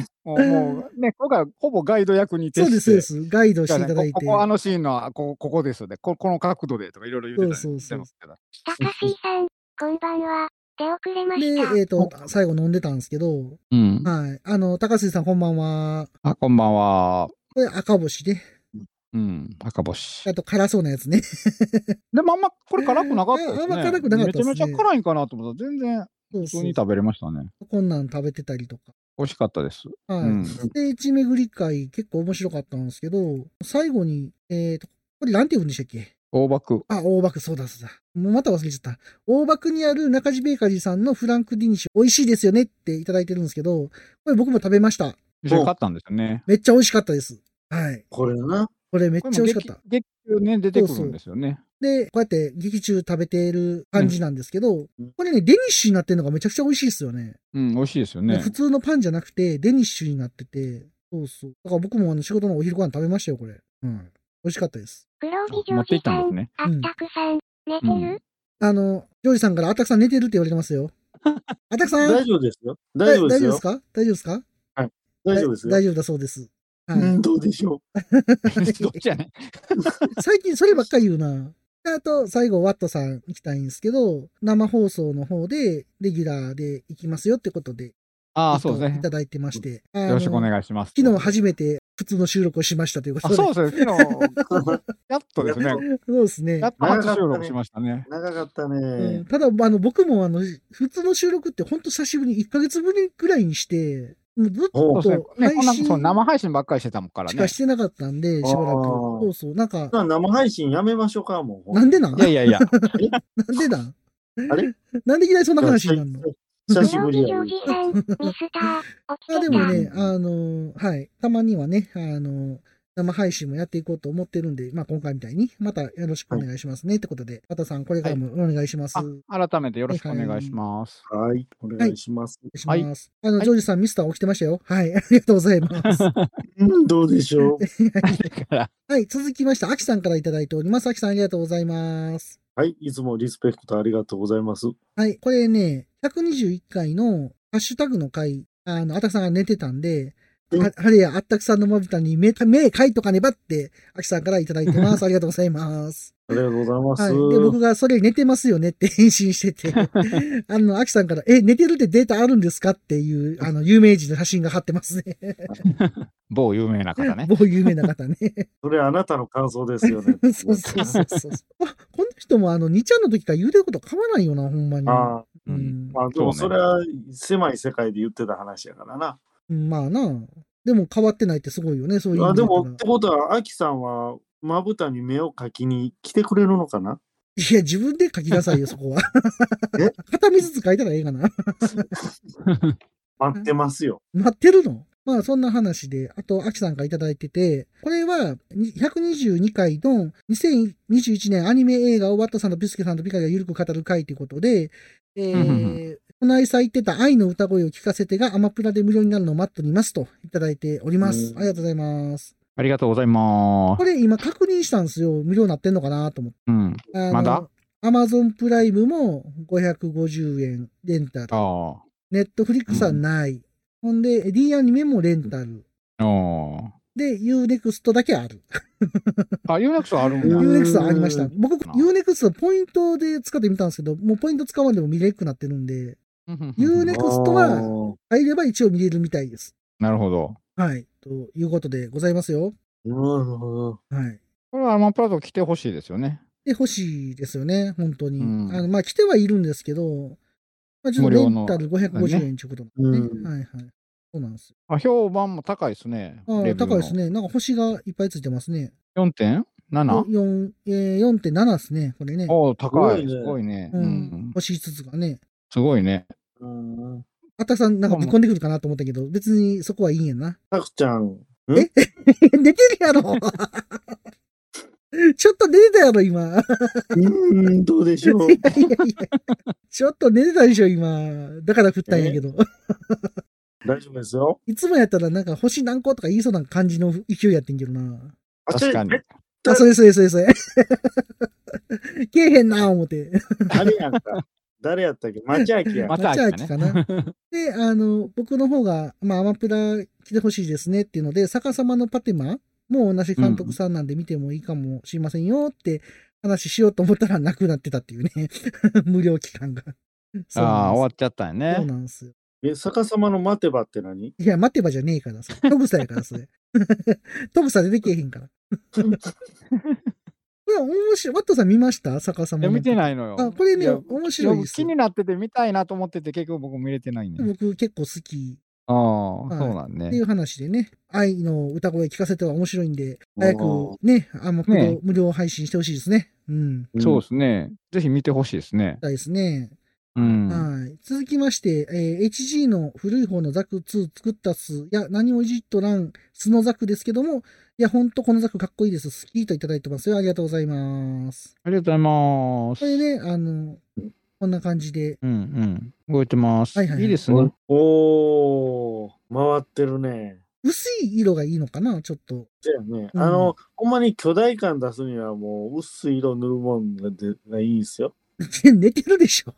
Speaker 1: [laughs]
Speaker 4: もうもうね、今回ほぼガイド役に徹
Speaker 1: そうです、そうで
Speaker 4: して。
Speaker 1: す。ガイドしていただいて。
Speaker 4: こここあのシーンのあこここですよねこ、この角度でとかいろいろ言ってたり
Speaker 1: そうそうそう
Speaker 4: してますけど
Speaker 2: たかしーさん、こんばんは。出遅れま
Speaker 1: で、
Speaker 2: した。
Speaker 1: えっ、と、最後飲んでたんですけど、
Speaker 4: うん。
Speaker 1: はい。あの、高杉さん、こんばんは。
Speaker 4: あ、こんばんは。
Speaker 1: これ赤星ね。
Speaker 4: うん、赤星。
Speaker 1: あと辛そうなやつね。
Speaker 4: でもあんまこれ辛くなかったですね。
Speaker 1: ああんま辛くなかったですね
Speaker 4: めちゃめちゃ辛いんかなと思ったら全然
Speaker 1: そう
Speaker 4: 普
Speaker 1: そう
Speaker 4: 通に食べれましたね。
Speaker 1: こんなん食べてたりとか。
Speaker 4: 美味しかったです。
Speaker 1: はい。
Speaker 4: うん。
Speaker 1: で、一巡り会結構面白かったんですけど、最後に、えっ、と、これなんて言うんでしたっけ
Speaker 4: 大爆。
Speaker 1: あ、大爆、そうだそうだ。もうまた忘れちゃった。大爆にある中地ベーカリーさんのフランクディニッシュ、美味しいですよねっていただいてるんですけど、これ僕も食べました。
Speaker 4: 一緒に買ったんですよね。
Speaker 1: めっちゃ美味しかったです。はい。
Speaker 3: これな。
Speaker 1: これめっ
Speaker 4: こ
Speaker 1: ちゃ
Speaker 4: れ
Speaker 1: 美
Speaker 4: も
Speaker 1: 味し
Speaker 4: 劇
Speaker 1: かった。
Speaker 4: 劇中ね、出てくるんですよね。
Speaker 1: で、こうやって劇中食べてる感じなんですけど、
Speaker 3: うん
Speaker 1: これね、デニッシュになってるのがめちゃくちゃ美味しいですよね。
Speaker 4: うん、美味しいですよ
Speaker 1: で
Speaker 4: ね
Speaker 1: 普。通のパンじゃなくて、デニッシュになってて、そうそう。だから僕もあの仕事のお昼ご飯食べましたよ、これ。うん。美味しかったです。
Speaker 2: グロービジョ
Speaker 4: 持
Speaker 2: ー
Speaker 4: ってい
Speaker 2: ジ
Speaker 4: った
Speaker 2: さ
Speaker 4: んです
Speaker 2: ん、
Speaker 4: ね。
Speaker 2: あったくさん、寝て
Speaker 4: う
Speaker 2: る
Speaker 4: ん、
Speaker 1: あの、ジョージさんから、あたくさん寝てるって言われてますよ。あたくさん
Speaker 3: 大丈夫ですよ。大丈夫
Speaker 1: だ大丈夫
Speaker 3: です
Speaker 1: で
Speaker 3: よ
Speaker 1: す。か大丈夫ですか
Speaker 3: 大丈夫です
Speaker 1: だ
Speaker 3: よ。
Speaker 1: 大丈夫だそうです。はい
Speaker 3: うん、どうで
Speaker 1: [laughs]
Speaker 3: しょ
Speaker 4: [laughs] どっちやねん。
Speaker 1: 最近そればっかり言うな。であと、最後、ワットさん行きたいんですけど、生放送の方で、レギュラーで行きますよってことで、
Speaker 4: ああ、
Speaker 1: ヒン
Speaker 4: そう
Speaker 1: トを
Speaker 4: です
Speaker 1: い
Speaker 4: ね
Speaker 1: た。だいてまして。
Speaker 4: よろしくお
Speaker 1: い
Speaker 4: 願いします。
Speaker 1: 昨日初めて普通の収録をしましたということ
Speaker 4: あ、
Speaker 1: で。
Speaker 4: そうですね。昨日、
Speaker 3: う。
Speaker 4: やっとです
Speaker 1: [laughs]
Speaker 4: ね。
Speaker 1: そうですね
Speaker 4: や。っと初収録しましたね。
Speaker 3: 長かった
Speaker 1: うん
Speaker 3: ね。
Speaker 1: ただ、あの、僕も、あの、普通の収録って本当久しぶりに、1ヶ月ぶりぐらいにして、もうずっ
Speaker 3: お
Speaker 4: そうですね
Speaker 1: と。
Speaker 4: ねこんな
Speaker 1: 配
Speaker 4: そう
Speaker 1: 信
Speaker 4: 生配信ばっかりしてたもんから
Speaker 1: しか
Speaker 4: ね。
Speaker 1: してなかったんで、しばらく。
Speaker 3: あー
Speaker 1: そうそう。なんか、
Speaker 3: まあ生配信やめましょうか、もう。
Speaker 1: なんでなん
Speaker 4: いやいやいや、
Speaker 1: [laughs] なんでなん
Speaker 3: あれ
Speaker 1: [laughs] なんでいきなりそんな話になるの
Speaker 3: 久しぶ
Speaker 2: 曜
Speaker 3: り
Speaker 2: 日
Speaker 3: や
Speaker 2: ジョージさん、ミスター、起きてた。
Speaker 1: あでもね、
Speaker 3: うん
Speaker 1: あのーはい、たまにはね、あのー生配信もやっていこうと思ってるんで、まあ、今回みたいに、またよろしくお願いしますね、ってことで、和田さん、これからもお願いします。お願
Speaker 4: あ改めてよろしくお願いします。
Speaker 3: はい、お願いします。
Speaker 1: いします。あの、ジョージさん、ミスター起きてましたよ。はい、ありがとうございます。は
Speaker 3: うん、どうでしょう。
Speaker 4: [laughs] だから、
Speaker 1: い、続きまして、アキさんからいただいております。アキさん、ありがとうございます。
Speaker 3: はい、いつもリスペクトありがとうございます。
Speaker 1: はい、これね、121回のハッシュタグの回、あの、あたくさんが寝てたんで、
Speaker 3: うん
Speaker 1: ははれやあったくさんのまぶたに目、目描いとかねばって、アキさんからいただいてます。ありがとうございます。
Speaker 3: ありがとうございま
Speaker 1: はい。
Speaker 3: す。
Speaker 1: で、僕がそれ寝てますよねって返信して
Speaker 3: [laughs]
Speaker 1: て、あの、アキさんから、え、寝てるってデータあるんですかっていう、あの、有名人の写真が貼ってますね。
Speaker 4: 某有名な方ね。
Speaker 1: 某有名な
Speaker 3: [laughs]
Speaker 1: 方ね。。
Speaker 3: それあなたの感想ですよね
Speaker 1: [laughs] そうそうそう
Speaker 3: [laughs]
Speaker 1: そう。あ、この人もあの、2ちゃんの時から言うてること変わらないよな、ほんまに。
Speaker 3: ああ、
Speaker 1: [laughs] う
Speaker 4: うん
Speaker 1: ん。
Speaker 3: まあでも
Speaker 4: そ
Speaker 3: そう
Speaker 4: ね
Speaker 3: れは狭い世界で言ってた話やからな。
Speaker 1: まあな。でも変わってないってすごいよね、そういう意
Speaker 3: あ
Speaker 1: 味
Speaker 3: で
Speaker 1: だから
Speaker 3: もってことは、アキさんはまぶたに目を描きに来てくれるのかない
Speaker 1: や、自分で書きなさ
Speaker 4: [laughs]
Speaker 1: いよ、そこは。
Speaker 3: え
Speaker 1: 片目ずつ書いたらええかな。 [laughs]
Speaker 3: 待ってますよ。
Speaker 1: 待ってるのまあ、そんな話で、あと、アキさんがいただいてて、これは、に122回の2021年アニメ映画をワットさんとビスケさんとピカがゆるく語る回ということで、え
Speaker 4: うんう
Speaker 1: ー、この間言ってた愛の歌声を聞かせてがアマプラで無料になるのを待っておりますといただいております。
Speaker 3: うん
Speaker 1: ありがとうございます。
Speaker 4: ありがとうございま
Speaker 1: こ
Speaker 4: す。
Speaker 1: れ今確認したんですよ。無料になってんのかなと思って。
Speaker 4: うん。まだ
Speaker 1: アマゾンプライムも550円レンタル。
Speaker 4: あ
Speaker 1: ネットフリックスはない。ほんで、D アニメもレンタル。
Speaker 4: あ。おー
Speaker 1: で、UNEXT だけある。
Speaker 4: あ、ユーネクストあるん
Speaker 3: うん
Speaker 4: や。
Speaker 1: UNEXT ありました。僕、
Speaker 4: な
Speaker 1: UNEXT ポイントで使ってみたんですけど、もうポイント使わんでも見れなくなってるんで、
Speaker 4: うん
Speaker 1: UNEXT
Speaker 3: あ
Speaker 1: は
Speaker 3: ー
Speaker 1: 入れば一応見れるみたいです。
Speaker 4: なるほど。
Speaker 1: はい。ということでございますよ。
Speaker 3: うん
Speaker 1: はい。
Speaker 4: これはアマプラと来てほしいですよね。
Speaker 1: で、欲しいですよね、本当に。
Speaker 4: うん
Speaker 1: あのまあ、来てはいるんですけど、まあ、ちょっと
Speaker 4: 無
Speaker 1: レ
Speaker 4: 料
Speaker 1: ン
Speaker 4: の
Speaker 1: タル550円ということなんでね。
Speaker 3: うん
Speaker 1: はいはい。そうなんですよ。
Speaker 4: あ評判も高いですね。
Speaker 1: あ
Speaker 4: レ
Speaker 1: あ、
Speaker 4: ビュー
Speaker 1: 高
Speaker 4: の
Speaker 1: いです。ね。なんか星がいっぱいついてますね。
Speaker 4: 4.7?
Speaker 1: 4えー4.7ですね、これね。
Speaker 4: おお、高い。
Speaker 3: す
Speaker 4: す
Speaker 3: ご
Speaker 4: ごいね。
Speaker 1: う
Speaker 4: うんん。
Speaker 1: 星5つがね。
Speaker 4: すごいね。
Speaker 3: うん。
Speaker 1: あたくさんなんかぶっこんでくるかなと思ったけど、別にそこはいいんやな。 [laughs]
Speaker 3: たくちゃん、
Speaker 1: 寝てるやろ [laughs] ちょっと寝てたやろ、今。いや
Speaker 3: うん、どう
Speaker 1: [laughs]
Speaker 3: でしょう。
Speaker 1: いやいやちょっと寝てたでしょ、今。だから振ったんやけど。
Speaker 3: 大丈夫ですよ。
Speaker 1: いつもやったらなんか星何個とか言いそうな感じの勢いやってんけどな。
Speaker 3: あ
Speaker 4: 確かに。
Speaker 1: あ、それそれそれそ [laughs] れ。けえへんな、思って。
Speaker 3: あれやんか。誰やったっけ町明
Speaker 4: [laughs]
Speaker 3: や。
Speaker 4: また秋
Speaker 1: かな
Speaker 4: だ。
Speaker 1: で、あの、僕の方が、まあ、アマプラ来てほしいですねっていうので、逆さまのパテマもう同じ監督さんなんで見てもいいかもしれませんよって話しようと思ったらなくなってたっていうね。 [laughs] 無料期間が。そう
Speaker 4: ああ、終
Speaker 1: な
Speaker 4: わ
Speaker 1: ん
Speaker 4: っちゃった
Speaker 1: で
Speaker 4: よ
Speaker 1: すそう
Speaker 4: ね。
Speaker 1: なんですよ。
Speaker 3: え、逆さまの待てばって何
Speaker 1: いや、待てばじゃねえから、それトグサやから、それ。 [laughs] トグサ出てけえへ
Speaker 4: [laughs]
Speaker 1: んから。これ面白い。ワットさん見ました逆さ
Speaker 4: い
Speaker 1: ま
Speaker 4: や、
Speaker 1: の。
Speaker 4: 見てないのよ。
Speaker 1: あ、これ
Speaker 4: い
Speaker 1: ね、
Speaker 4: や
Speaker 1: 面白い
Speaker 4: い
Speaker 1: で
Speaker 4: や
Speaker 1: す
Speaker 4: 気
Speaker 1: よ。
Speaker 4: になってて見たいなと思ってて、結局僕見れてないね。
Speaker 1: 僕結構好き
Speaker 4: ああ、
Speaker 1: はい
Speaker 4: そうな
Speaker 1: っ
Speaker 4: ん
Speaker 1: てい
Speaker 4: ね。
Speaker 1: う話でね、愛の歌声聞かせては面白いんで、
Speaker 3: うん
Speaker 1: 早くね、あの、
Speaker 4: ね
Speaker 1: 無料配信してほしいですね。うん。
Speaker 4: そうですね。ぜひ見てほしいですね。
Speaker 1: たいですね。
Speaker 4: うん。
Speaker 1: はい。続きまして、えー HG の古い方のザク2作ったっす。いや、何もいじっとらん、素のザクですけども、いや、ほんとこのザクかっこいいです。好きといただいてますよ。ありがとうございます。
Speaker 4: ありがとうございます。
Speaker 1: これね、あの、こんな感じで、
Speaker 4: うんうん。動いてます。
Speaker 1: はい
Speaker 4: い
Speaker 1: はいはい
Speaker 4: いです
Speaker 3: お
Speaker 4: ね。
Speaker 3: おー回ってるね。
Speaker 1: 薄い色がいいのかな、ちょっと。 [laughs]
Speaker 3: だよね。
Speaker 1: うん
Speaker 3: あの、ほんまに巨大感出すにはもう薄い色塗るもんがでがいいんすよ。
Speaker 1: 寝てるでしょ。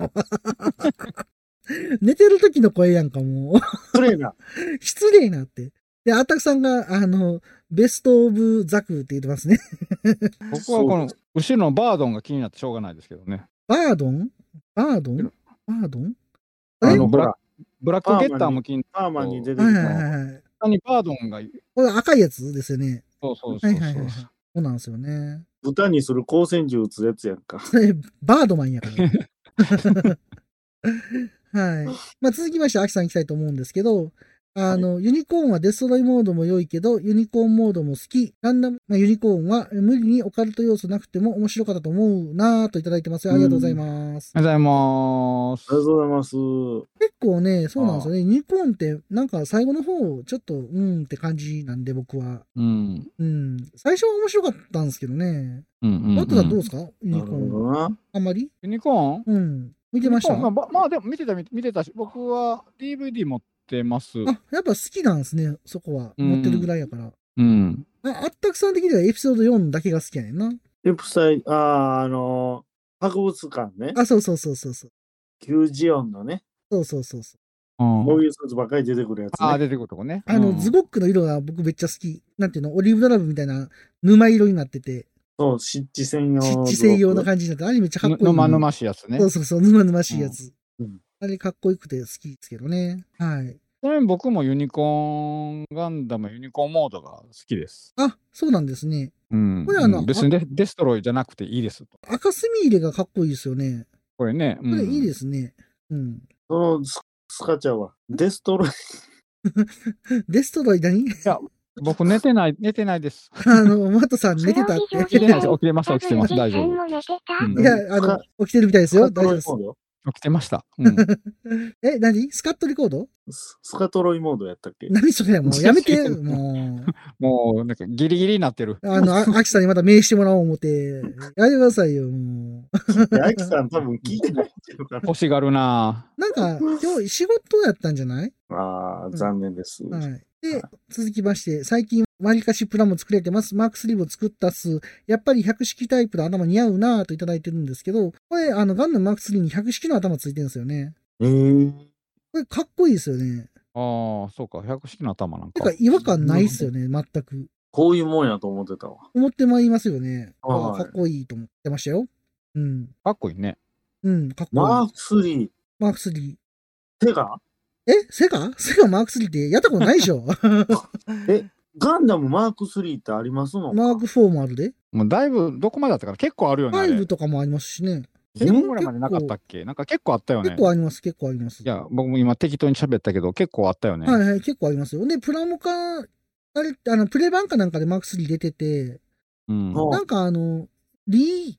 Speaker 1: [laughs] 寝てる時の声やんか、もう。
Speaker 3: それな。
Speaker 1: 失礼なって。で、アタクさんが、あの、ベストオブザクって言ってますね。 [laughs]
Speaker 4: 僕はこの後ろのバードンが気になってしょうがないですけどね。
Speaker 1: バードンバードンバードン [laughs] え
Speaker 4: あのブラックブラックゲッターも気になって、
Speaker 3: パーマに出て
Speaker 1: は
Speaker 3: き
Speaker 1: いはい
Speaker 3: た。
Speaker 1: はいはい。
Speaker 4: 下にバードンがいる。
Speaker 1: これ赤いやつですよね。
Speaker 4: そうそうそ
Speaker 1: はい
Speaker 4: うそう。
Speaker 1: はいはいはい。そうなんですよね。
Speaker 3: 豚にする光線銃打つやつやんか。
Speaker 1: それ、バードマンやから。 [laughs] はい。まあ、続きまして、アキさん行きたいと思うんですけど、あの、ユニコーンはデストロイモードも良いけど、ユニコーンモードも好き。ランダム、まあ、ユニコーンは無理にオカルト要素なくても面白かったと思うなぁといただいてますよ。ありがとうございます。
Speaker 4: ありがとうございます
Speaker 3: あり。がとうございます。
Speaker 1: 結構ね、そうなんですよね。ユニコーンって、なんか最後の方、ちょっと、うんって感じなんで、僕は。
Speaker 4: うん。
Speaker 1: うん。最初は面白かったんですけどね。
Speaker 4: うんうん、
Speaker 1: バットさんどうで
Speaker 4: うん
Speaker 1: すかユ
Speaker 3: な
Speaker 1: ニ
Speaker 3: る
Speaker 1: コ
Speaker 3: ほ
Speaker 1: ーン。
Speaker 3: どな。
Speaker 1: あんまり
Speaker 4: ユニコーン
Speaker 1: うん。見てました
Speaker 4: ユニコーンまあ、ばまあでも見てた、見て見てたし、僕は DVD 持ってます。
Speaker 1: あ、やっぱ好きなんですね、そこは。
Speaker 4: うん
Speaker 1: 持ってるぐらいやから。
Speaker 4: うん。
Speaker 1: ああったくさん的にはエピソード4だけが好きやねんな。
Speaker 3: エプサイ、ああ、あのー博物館ね。
Speaker 1: あ、そうそうそうそうそう。
Speaker 3: キュージオンのね。
Speaker 1: そうそうそうそう。
Speaker 4: うん
Speaker 3: こういうスーツばっかり出てくるやつ
Speaker 4: ああ、
Speaker 3: ね。
Speaker 4: 出てくるとこね。
Speaker 1: あの、
Speaker 4: うん
Speaker 1: ズゴックの色が僕めっちゃ好き。なんていうのオリーブドラブみたいな沼色になってて、
Speaker 3: そう、湿地専用
Speaker 1: 湿
Speaker 3: の。
Speaker 1: 地専用な感じになって、あれめっちゃかっこいい。
Speaker 4: ぬまぬましいやつね。
Speaker 1: そう
Speaker 4: ち
Speaker 1: そうそう、沼沼しいやつ。
Speaker 3: うんうん
Speaker 1: あれかっこよくて好きですけどね。はい。
Speaker 4: なみに僕もユニコーンガンダムユニコーンモードが好きです。
Speaker 1: あ、そうなんですね。
Speaker 4: うん。
Speaker 1: これあの
Speaker 4: うん別にデデストロイじゃなくていいですと。
Speaker 1: 赤墨入れがかっこいいですよね。
Speaker 4: これね。こ。
Speaker 1: これいいですすね。うん。
Speaker 3: そのススカちゃんは、デストロイ、
Speaker 1: デストロイ何
Speaker 4: 僕寝てない、寝てないです。
Speaker 1: [laughs] あの、マットさん寝てたって。
Speaker 4: 起きてないです。起きてました、起きてました。
Speaker 2: ダ
Speaker 4: 大
Speaker 2: ブ
Speaker 4: 丈
Speaker 2: ル [laughs]
Speaker 4: 夫
Speaker 2: さん。も寝てた、
Speaker 4: うん
Speaker 1: いや、あの、起きてるみたいですよ。
Speaker 3: スカ
Speaker 1: 大
Speaker 3: ト
Speaker 1: 丈夫
Speaker 3: ロイ
Speaker 1: です
Speaker 3: モ。ード
Speaker 4: 起きてました。うん。
Speaker 1: え、何スカットリコード
Speaker 3: ススカトロイモードやったっけ
Speaker 1: 何それもうやめて、
Speaker 4: そう
Speaker 1: も
Speaker 4: もう、なんかギリギリになってる。
Speaker 1: う。あの、あ秋さんにまた名刺してもらおう思って。やめてくださいよ、もう。
Speaker 3: いやアキさん多分聞いてないんちゃうか
Speaker 1: [laughs]
Speaker 4: 欲しがるなぁ
Speaker 1: なんか、今日仕事やったんじゃない
Speaker 3: な。ああ、残念です。
Speaker 1: はい。
Speaker 3: は
Speaker 1: で
Speaker 3: い、
Speaker 1: 続きまして、最近、割りかしプラも作れてます。マークスリーブを作ったっす。やっぱり百式タイプの頭似合うなぁといただいてるんですけど、これ、あの、ガンダムマークスリーに百式の頭ついてるんですよね。
Speaker 3: えー、
Speaker 1: これ、かっこいいですよね。
Speaker 4: ああ、そうか。百式の頭なん
Speaker 1: て
Speaker 4: か
Speaker 1: か。、違和感ないっすよね、全く。
Speaker 3: こういうもんやと思ってたわ。
Speaker 1: 思ってまいりますよね。
Speaker 3: はい
Speaker 1: かっこいいと思ってましたよ。うん。
Speaker 4: かっこいいね。
Speaker 1: うん、かっこいい。
Speaker 3: マーク3、
Speaker 1: マーク3。
Speaker 3: てか、
Speaker 1: えセガ [laughs] セガマーク3ってやったことないでしょ
Speaker 3: ガンダムマーク3ってありますの
Speaker 1: マーク4もあるで。
Speaker 4: もうだいぶ、どこまでだったかな結構あるよね。あれ
Speaker 1: 5とかもありますしね。
Speaker 4: 10分ぐらいまでなかったっけなんか結構あったよね。
Speaker 1: 結構あります、結構あります。
Speaker 4: いや、僕も今適当に喋ったけど、結構あったよね。
Speaker 1: はいはい、結構ありますよ。で、プラモカ、あれって、あの、プレイ版かなんかでマーク3出てて、
Speaker 4: うん。
Speaker 3: あ
Speaker 1: なんかあの、リー、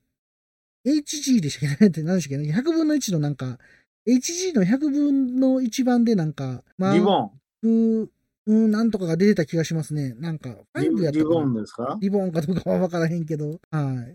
Speaker 1: HG でしたっけねって何でしたっけね ?100 分の1のなんか、HG の100分の1番でなんか、マ
Speaker 3: リ
Speaker 1: ー
Speaker 3: ボン、
Speaker 1: ク、うん、なんとかが出てた気がしますね。なんか、
Speaker 3: リ
Speaker 1: 5やった
Speaker 3: リ
Speaker 1: かな
Speaker 3: ボンですか
Speaker 1: リボンかどうかは分からへんけど、はい。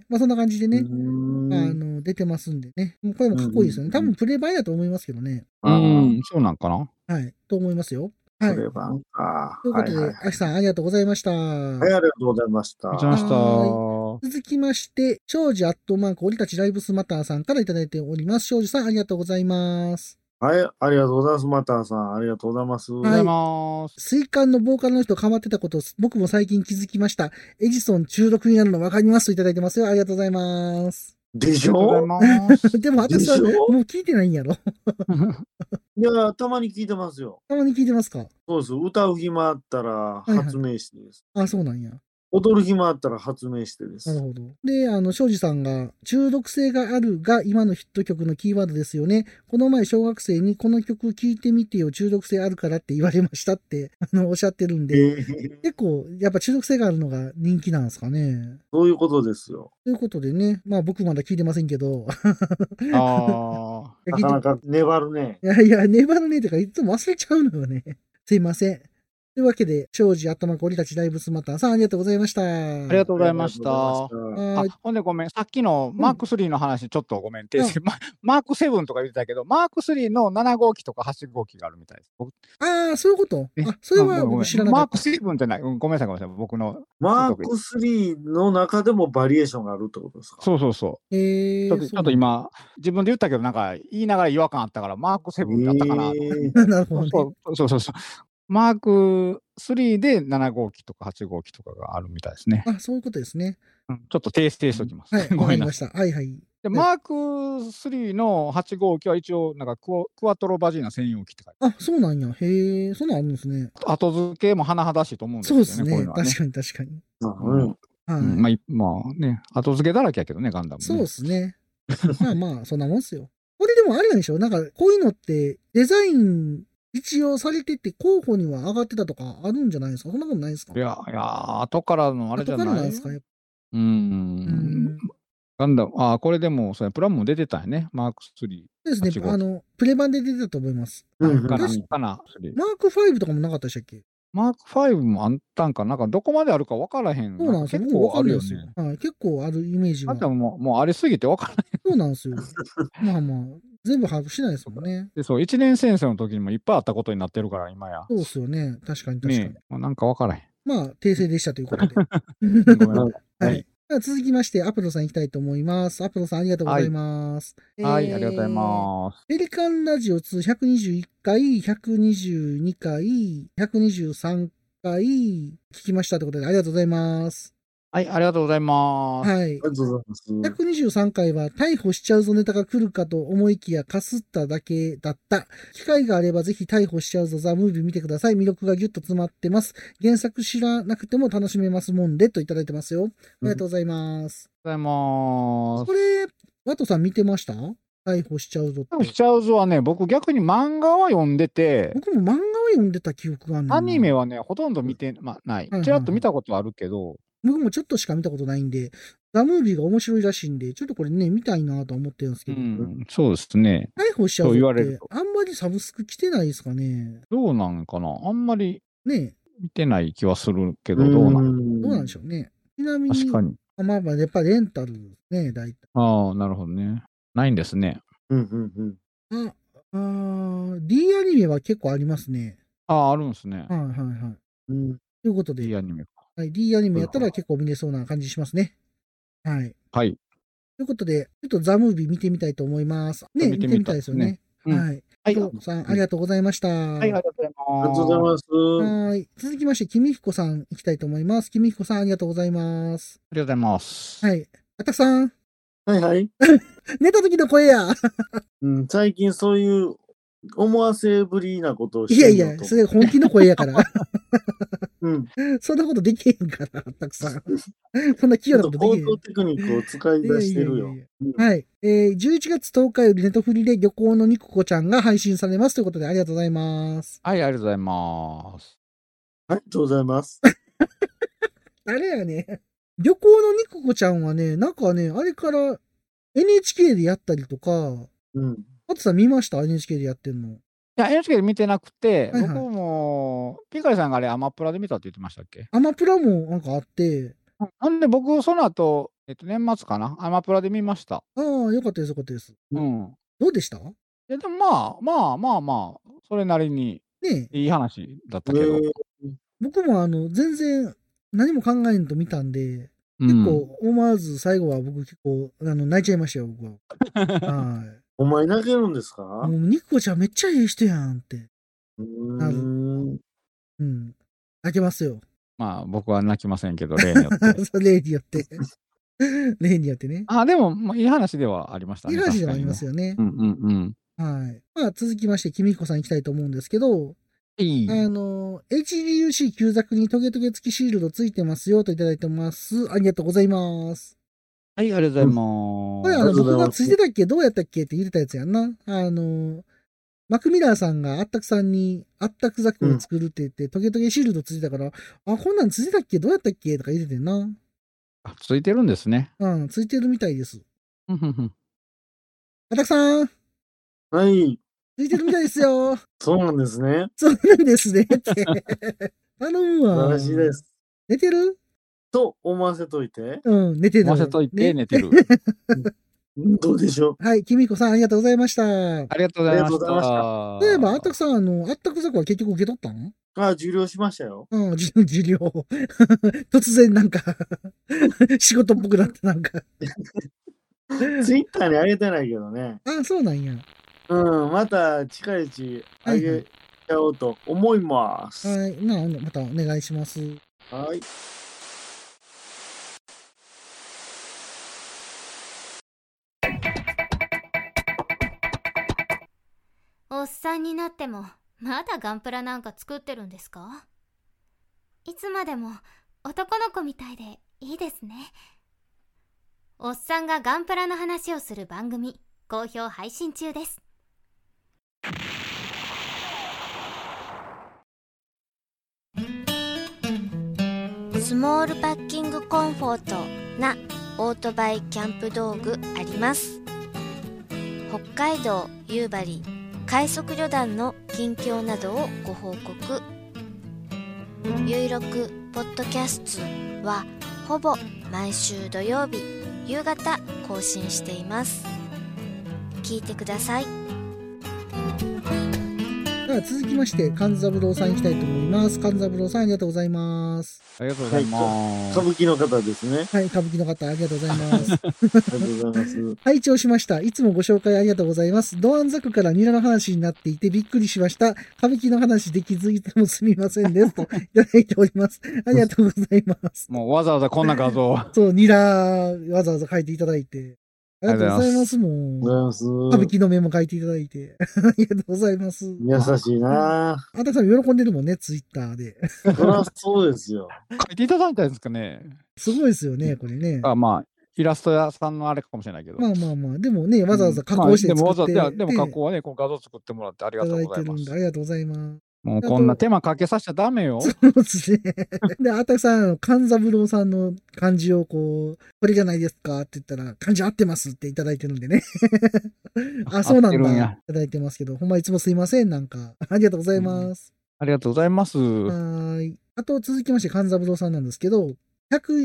Speaker 1: まあそんな感じで
Speaker 3: う
Speaker 1: ね、あ
Speaker 3: ーん
Speaker 1: の、出てますんでね。もうこれもかっこいいですよね。
Speaker 3: うんう
Speaker 1: 多
Speaker 3: んうん
Speaker 1: 分プレイ版やと思いますけどね。
Speaker 4: う
Speaker 3: あー
Speaker 4: ん、そうなんかな
Speaker 1: はい。と思いますよ。はい。
Speaker 3: プ
Speaker 1: とい
Speaker 3: レバンか。
Speaker 1: うこ
Speaker 3: は
Speaker 1: と
Speaker 3: い
Speaker 1: で、
Speaker 3: はい。
Speaker 1: アキさんありがとうございました。
Speaker 3: はい、ありがとうございました。
Speaker 4: 打ちました。
Speaker 1: は続きまして、庄司アットマーク、俺たちライブスマターさんからいただいております。庄司さん、ありがとうございます。
Speaker 3: はい、ありがとうございます。マターさん、ありがとうございます。
Speaker 4: お
Speaker 1: は
Speaker 4: はよ
Speaker 1: いう
Speaker 4: ございます。
Speaker 1: 水管のボーカルの人変わってたこと、僕も最近気づきました。エジソン中毒になるの分かりますといただいてますよ。ありがとうございます。
Speaker 3: でし
Speaker 4: あ
Speaker 3: ょ
Speaker 4: りがとうございま
Speaker 1: [laughs]
Speaker 4: す。
Speaker 1: でも私は
Speaker 3: でしょ
Speaker 1: もう聞いてないんやろ。
Speaker 3: いや、たまに聞いてますよ。
Speaker 1: たまに聞いてますか
Speaker 3: そうです。歌う暇あったら
Speaker 1: いはい
Speaker 3: 発明してです。
Speaker 1: あ、そうなんや。
Speaker 3: 踊る暇あったら発明してで
Speaker 1: なる
Speaker 3: す。
Speaker 1: ほど。で、あの、庄司さんが、中毒性があるが今のヒット曲のキーワードですよね。この前、小学生にこの曲聴いてみてよ、中毒性あるからって言われましたって、 [laughs] あの、おっしゃってるん
Speaker 3: え
Speaker 1: で、
Speaker 3: ー
Speaker 1: 結構、やっぱ中毒性があるのが人気なんですかね。
Speaker 3: そういうことですよ。
Speaker 1: ということでね、まあ僕まだ聴いてませんけど、
Speaker 4: あ
Speaker 1: いや
Speaker 3: な
Speaker 1: 聞い
Speaker 3: か
Speaker 1: て
Speaker 3: なか粘るね。
Speaker 1: [laughs] いやいや、粘るねえとか、いつも忘れちゃうのよね。 [laughs] すいません。というわけで、庄司頭こりたちライブスマターさん、ありがとうございました。あ
Speaker 4: あ、ありがとうございました。
Speaker 3: あ
Speaker 4: あ
Speaker 3: りがとうございまし
Speaker 4: ほんでごめん、さっきのマーク3の話、ちょっとごめん、訂正ママーク7とか言ってたけど、マーク3の7号機とか8号機があるみたいです。僕
Speaker 1: ああ、そういうこと。
Speaker 4: え
Speaker 1: あ、それ
Speaker 4: あ
Speaker 1: は
Speaker 4: ごめんごめ
Speaker 1: 僕
Speaker 4: ん
Speaker 1: 知らな
Speaker 4: マ
Speaker 1: か
Speaker 4: ー
Speaker 1: った
Speaker 4: ク。7じゃない、うんごめんなさい、ごめんなさい、僕の。
Speaker 3: マーク3の中でもバリエーションがあるってことですか
Speaker 4: そうそうそう。
Speaker 1: え
Speaker 4: ちょっと
Speaker 1: ー、
Speaker 4: ちょっと今、自分で言ったけど、なんか言いながら違和感あったから、マークセブンだったかな。
Speaker 3: えー
Speaker 1: [laughs] そうなんだ。なるほどね。
Speaker 4: そうそうそうそう。マーク3で7号機とか8号機とかがあるみたいですね。
Speaker 1: あ、そういうことですね。
Speaker 4: うんちょっと訂正しておきます。
Speaker 1: はい、
Speaker 4: [laughs] ご
Speaker 1: わかり
Speaker 4: めんな
Speaker 1: ま
Speaker 4: さい。
Speaker 1: した。はいはい。
Speaker 4: でマーク3の8号機は一応、なんかクワクワトロバジーナ専用機って書いて
Speaker 1: あ、そうなんや。へえ、そんなんあるんですね。
Speaker 4: ある後付けも甚だしいと思うんです
Speaker 1: そ
Speaker 4: よ
Speaker 1: う
Speaker 4: ね、
Speaker 1: です
Speaker 4: こ
Speaker 1: ね。
Speaker 4: ういうのはね
Speaker 1: 確。かに確かに。
Speaker 3: うんうん
Speaker 1: はい。
Speaker 4: うんまあい、まあね、後付けだらけやけどね、ガンダム、ね。
Speaker 1: そうですね。まあまあ、そんなもんっすよ。これでもあれなんでしょうなんか、こういうのって、デザイン一応されてて、候補には上がってたとかあるんじゃないですかそんなことないですか
Speaker 4: い、や、いや、後からのあ
Speaker 1: あ
Speaker 4: れじゃない
Speaker 1: ですかやっ
Speaker 4: う
Speaker 1: ぱ
Speaker 4: ん。
Speaker 1: そ
Speaker 4: ガンダム、ああ、これでも、それプランも出てたんやね、マーク3。
Speaker 1: うです
Speaker 4: 8
Speaker 1: ね。
Speaker 4: 号
Speaker 1: あの、プレ版で出てたと思います。
Speaker 3: うん
Speaker 4: か
Speaker 3: うん
Speaker 4: な
Speaker 1: 確か、
Speaker 4: かな、3。
Speaker 1: マーク5とかもなかったでしたっけ
Speaker 4: マーク5もあったんかな、なんかどこまであるか分からへん。
Speaker 1: そうなんですよ。
Speaker 4: 結
Speaker 1: 僕わ
Speaker 4: 構
Speaker 1: か
Speaker 4: あ
Speaker 1: ん
Speaker 4: る
Speaker 1: ない
Speaker 4: よ
Speaker 1: ですよ
Speaker 4: ね。。
Speaker 1: はい。結構あるイメージ
Speaker 4: あ
Speaker 1: は。
Speaker 4: んた
Speaker 1: そ
Speaker 4: もう、もうあれすぎて分からへん。
Speaker 1: うなんですよ。まあまあ、全部把握してないですもんね。
Speaker 4: でそう、一年戦争の時にもいっぱいあったことになってるから、今や。
Speaker 1: そうですよね。確かに確かに。
Speaker 4: ねえ、もうなんか分からへん。
Speaker 1: まあ、訂正でしたという
Speaker 4: [laughs]
Speaker 1: ことで。
Speaker 4: ごめんな
Speaker 1: [laughs]
Speaker 4: さい
Speaker 1: は
Speaker 4: はいい。
Speaker 1: では続きまして、アプロさん行きたいと思います。アプロさんありがとうございます。
Speaker 4: はい、ありがとうござい
Speaker 1: す。
Speaker 4: ます。
Speaker 1: ペリカンラジオ2 121回、122回、123回、聞きましたということで、ありがとうございます。
Speaker 4: はい、ありがとうございます。
Speaker 1: はい
Speaker 3: あ。りがとうございます。
Speaker 1: 123回は逮捕しちゃうぞネタが来るかと思いきやかすっただけだった。機会があればぜひ逮捕しちゃうぞザ・ムービー見てください。魅力がギュッと詰まってます。原作知らなくても楽しめますもんでといただいてますよ。ありがとうございます。
Speaker 4: ありがとうございます。
Speaker 1: これ、ワトさん見てました逮捕しちゃうぞって。
Speaker 4: シャウズはね、僕逆に漫画は読んでて、
Speaker 1: 僕も漫画は読んでた記憶がある
Speaker 4: アニメ
Speaker 1: は
Speaker 4: はね、ほとんど見て、まあ、ない
Speaker 1: うん。
Speaker 4: ちらっと見たことあるけど、
Speaker 1: 僕もちょっとしか見たことないんで、ザ・ムービーが面白いらしいんで、ちょっとこれね、見たいなとは思ってるんです
Speaker 4: う
Speaker 1: けど、
Speaker 4: ん、そうですね。
Speaker 1: 逮捕しちゃうぞ
Speaker 4: そう言
Speaker 1: っ
Speaker 4: われる
Speaker 1: て
Speaker 4: と、
Speaker 1: あんまりサブスク来てないですかね。
Speaker 4: どうなんかなあんまり
Speaker 1: ね
Speaker 4: 見てない気はするけど、どうなん
Speaker 1: え、どうなんでしょうね。ちなみに、
Speaker 4: 確かに。
Speaker 1: あまあまあ、やっぱレンタルですね、大体。
Speaker 4: ああ、なるほどね。ないんですね。
Speaker 3: うんうんうん。
Speaker 1: あ、あー D アニメは結構ありますね。
Speaker 4: ああ、あるんですね
Speaker 1: は。いはいはい。
Speaker 3: うん
Speaker 1: ということで、
Speaker 4: いいアニメか。
Speaker 1: はい、D アニメやったら結構見れそうな感じしますね。はい。
Speaker 4: はい。
Speaker 1: ということで、ちょっとザ・ムービー見てみたいと思います。ね、見
Speaker 4: 見
Speaker 1: て
Speaker 4: て
Speaker 1: み
Speaker 4: み
Speaker 1: た
Speaker 4: た
Speaker 1: い
Speaker 4: い
Speaker 1: ですよね。
Speaker 4: うん
Speaker 1: はい。
Speaker 4: はい。
Speaker 1: トさん、ありがとうございました。は
Speaker 4: はい、ありがとうござい
Speaker 3: あり
Speaker 4: ます。
Speaker 3: がとうございます。
Speaker 1: はい。続きまして、キミヒコさん、行きたいと思います。キミヒコさん、ありがとうございます。
Speaker 4: ありがとうございます。
Speaker 1: はい。あたくさん、
Speaker 3: はいはい。
Speaker 1: 寝た時の声や
Speaker 3: うん、最近そういう思わせぶりなことをし
Speaker 1: い
Speaker 3: て
Speaker 1: や
Speaker 3: る
Speaker 1: いや、
Speaker 3: と
Speaker 1: それ本気の声やから。
Speaker 3: うん。
Speaker 1: そんなことできへんから、あたくさん。 [laughs] そんな器
Speaker 3: ちょ
Speaker 1: 用
Speaker 3: っ
Speaker 1: なこととできへ
Speaker 3: 高
Speaker 1: ん。
Speaker 3: 等テクニックを使い
Speaker 1: いや
Speaker 3: 出
Speaker 1: いや
Speaker 3: して
Speaker 1: いや
Speaker 3: る
Speaker 1: いや
Speaker 3: よ。
Speaker 1: はい。えー、11月10日よりネトフリで漁港の肉子ちゃんが配信されますということでありがとうございます。
Speaker 4: はい、ありがとうございます。
Speaker 3: ありがとうございます。
Speaker 1: あれやね。漁港の肉子ちゃんはね、なんかね、あれから NHK でやったりとか、
Speaker 3: うん。
Speaker 1: あとさん見ました ?NHK でやってんの。
Speaker 4: いや、NHK で見てなくて、
Speaker 1: はいはい
Speaker 4: 僕も、ピカリさんがあれ、アマプラで見たって言ってましたっけ
Speaker 1: アマプラもなんかあって、
Speaker 4: なんで僕、その後、えっと、年末かな、アマプラで見ました。
Speaker 1: ああ、よかったです、よかったです。
Speaker 4: うん。
Speaker 1: どうでした
Speaker 4: いや、でもまあ、まあまあまあ、それなりに
Speaker 1: ねえ、
Speaker 4: いい話だった
Speaker 3: え
Speaker 4: けど。
Speaker 3: ー
Speaker 1: 僕もあの、全然何も考えんと見たんで、
Speaker 4: うん
Speaker 1: 結構思わず最後は僕結構、あの、泣いちゃいましたよ、
Speaker 4: [laughs]
Speaker 1: 僕は。はい。
Speaker 3: お前泣けるんですか
Speaker 1: もう、ニコちゃんめっちゃいい人やんって。
Speaker 3: うーん。
Speaker 1: うん。泣けますよ。 [laughs]
Speaker 4: まあ、僕は泣きませんけど、例によって。
Speaker 1: 例によって。 [laughs] 例によってね。
Speaker 4: あ、でも、まあ、いい話ではありました
Speaker 1: い
Speaker 4: ね。
Speaker 1: い話ではあります
Speaker 4: よ。
Speaker 1: よね
Speaker 4: う。んうんうん。
Speaker 1: はい。まあ、続きまして、きみひこさん行きたいと思うんですけど、
Speaker 4: いい。
Speaker 1: あの、HDUC 旧作にトゲトゲ付きシールドついてますよといただいてます。ありがとうございます。
Speaker 4: はい、ありがとう
Speaker 1: こ
Speaker 4: ござ
Speaker 1: れ
Speaker 4: い
Speaker 1: あ
Speaker 4: ま
Speaker 1: の、
Speaker 3: りが
Speaker 4: す。
Speaker 3: とうご
Speaker 1: 僕
Speaker 3: ざいます
Speaker 1: がついてたっけどうやったっけって言ってたやつやんな。あの、マクミラーさんがあったくさんに、あったくザクを作るって言って、トゲトゲシールドついてたから、あ、こんなんついてたっけどうやったっけとか言っててんな。
Speaker 4: あついてるんですね。
Speaker 1: うん、ついてるみたいです。
Speaker 4: うんうんうん
Speaker 1: あたくさん、つ
Speaker 3: はい。
Speaker 1: いてるみたいですよ。 [laughs]
Speaker 3: そうなんですね。
Speaker 1: そうなんですね。って。 [laughs] 頼む
Speaker 3: 素晴
Speaker 1: わ
Speaker 3: ら。しいです。
Speaker 1: 寝てる
Speaker 3: と思わせといて。
Speaker 1: うん、寝てる。
Speaker 4: 忘れといて
Speaker 1: ね
Speaker 4: 寝てる。
Speaker 3: どうでしょ
Speaker 1: はい、きみこさん、ありがとうございました。
Speaker 4: ありがとうございま
Speaker 3: ありが
Speaker 4: し
Speaker 3: とうござい
Speaker 4: た。
Speaker 1: 例えば、あったくさん、あの、あったくざくは結局受け取ったの
Speaker 3: うあ、受領しましたよ。
Speaker 1: うん、じ [laughs] 受領。突然、なんか、 [laughs] 仕事っぽくなって、なんか。
Speaker 3: ツイッターに上げてないけどね。
Speaker 1: あ、そうなんや。
Speaker 3: うん、また近いうち上げ、
Speaker 1: はいはい
Speaker 3: ちゃおうと思います。
Speaker 1: はい。なあまたお願いします。
Speaker 3: はい。
Speaker 6: おっさんになってもまだガンプラなんか作ってるんですかいつまでも男の子みたいでいいですねおっさんがガンプラの話をする番組好評配信中です
Speaker 7: スモールパッキングコンフォートなオートバイキャンプ道具あります北海道夕張快速旅団の近況などをご報告「ゆいろくポッドキャスト」はほぼ毎週土曜日夕方更新しています聞いてください
Speaker 1: では続きまして、勘三郎さん行きたいと思います。勘三郎さんありがとうございます。
Speaker 4: ありがとうございます。
Speaker 3: 歌舞伎の方で
Speaker 1: [laughs]
Speaker 3: すね。
Speaker 1: はい。歌舞伎の方ありがとうございます。
Speaker 3: ありがとうございます。
Speaker 1: 拝聴しました。いつもご紹介ありがとうございます。ドアンザクからニラの話になっていてびっくりしました。歌舞伎の話で気づいてもすみませんです。といただいております。ありがとうございます。
Speaker 4: もうわざわざこんな画像。
Speaker 1: そう、ニラ、わざわざ書いていただいて。ありがとうございます。も
Speaker 3: ありがとう
Speaker 1: う。
Speaker 3: ご
Speaker 1: 歌舞
Speaker 3: ざいます。
Speaker 1: 伎の目も書いていただいて。 [laughs] ありがとうございます。
Speaker 3: 優しいな
Speaker 1: あんたさん喜んでるもんね、ツイッターで。 [laughs]
Speaker 3: ぁ。そりゃそうですよ。
Speaker 4: [laughs] 書いていただいたんですか
Speaker 1: [laughs]
Speaker 4: ね。
Speaker 1: すごいですよね、これね。
Speaker 4: あまあ、イラスト屋さんのあれかもしれないけど。
Speaker 1: まあまあまあ、でもね、わざわざ加工して
Speaker 4: うんまあでもわ
Speaker 1: 作
Speaker 4: ざ
Speaker 1: っ
Speaker 4: わ
Speaker 1: て。
Speaker 4: ざいやでも加工はね、この画像作ってもらってあり
Speaker 1: い
Speaker 4: が
Speaker 1: た
Speaker 4: と
Speaker 1: だ
Speaker 4: う
Speaker 1: い
Speaker 4: ご
Speaker 1: て
Speaker 4: ざい
Speaker 1: る
Speaker 4: ま
Speaker 1: んで、あ
Speaker 4: す。
Speaker 1: りがとうございます。 [laughs]
Speaker 4: もうこんな手間かけさせちゃダメよ。
Speaker 1: そうですね。で、あたくさん、勘三郎さんの漢字をこう、これじゃないですかって言ったら、漢字合ってますっていただいてるんでね。 [laughs] あ、そうな
Speaker 4: 合って
Speaker 1: ん
Speaker 4: るん
Speaker 1: だ。
Speaker 4: や
Speaker 1: いただいてますけど、ほんまいつもすいません、なんか。ありがとうございます。
Speaker 4: ありがとうございます。
Speaker 1: はーい。あと、続きまして、勘三郎さんなんですけど、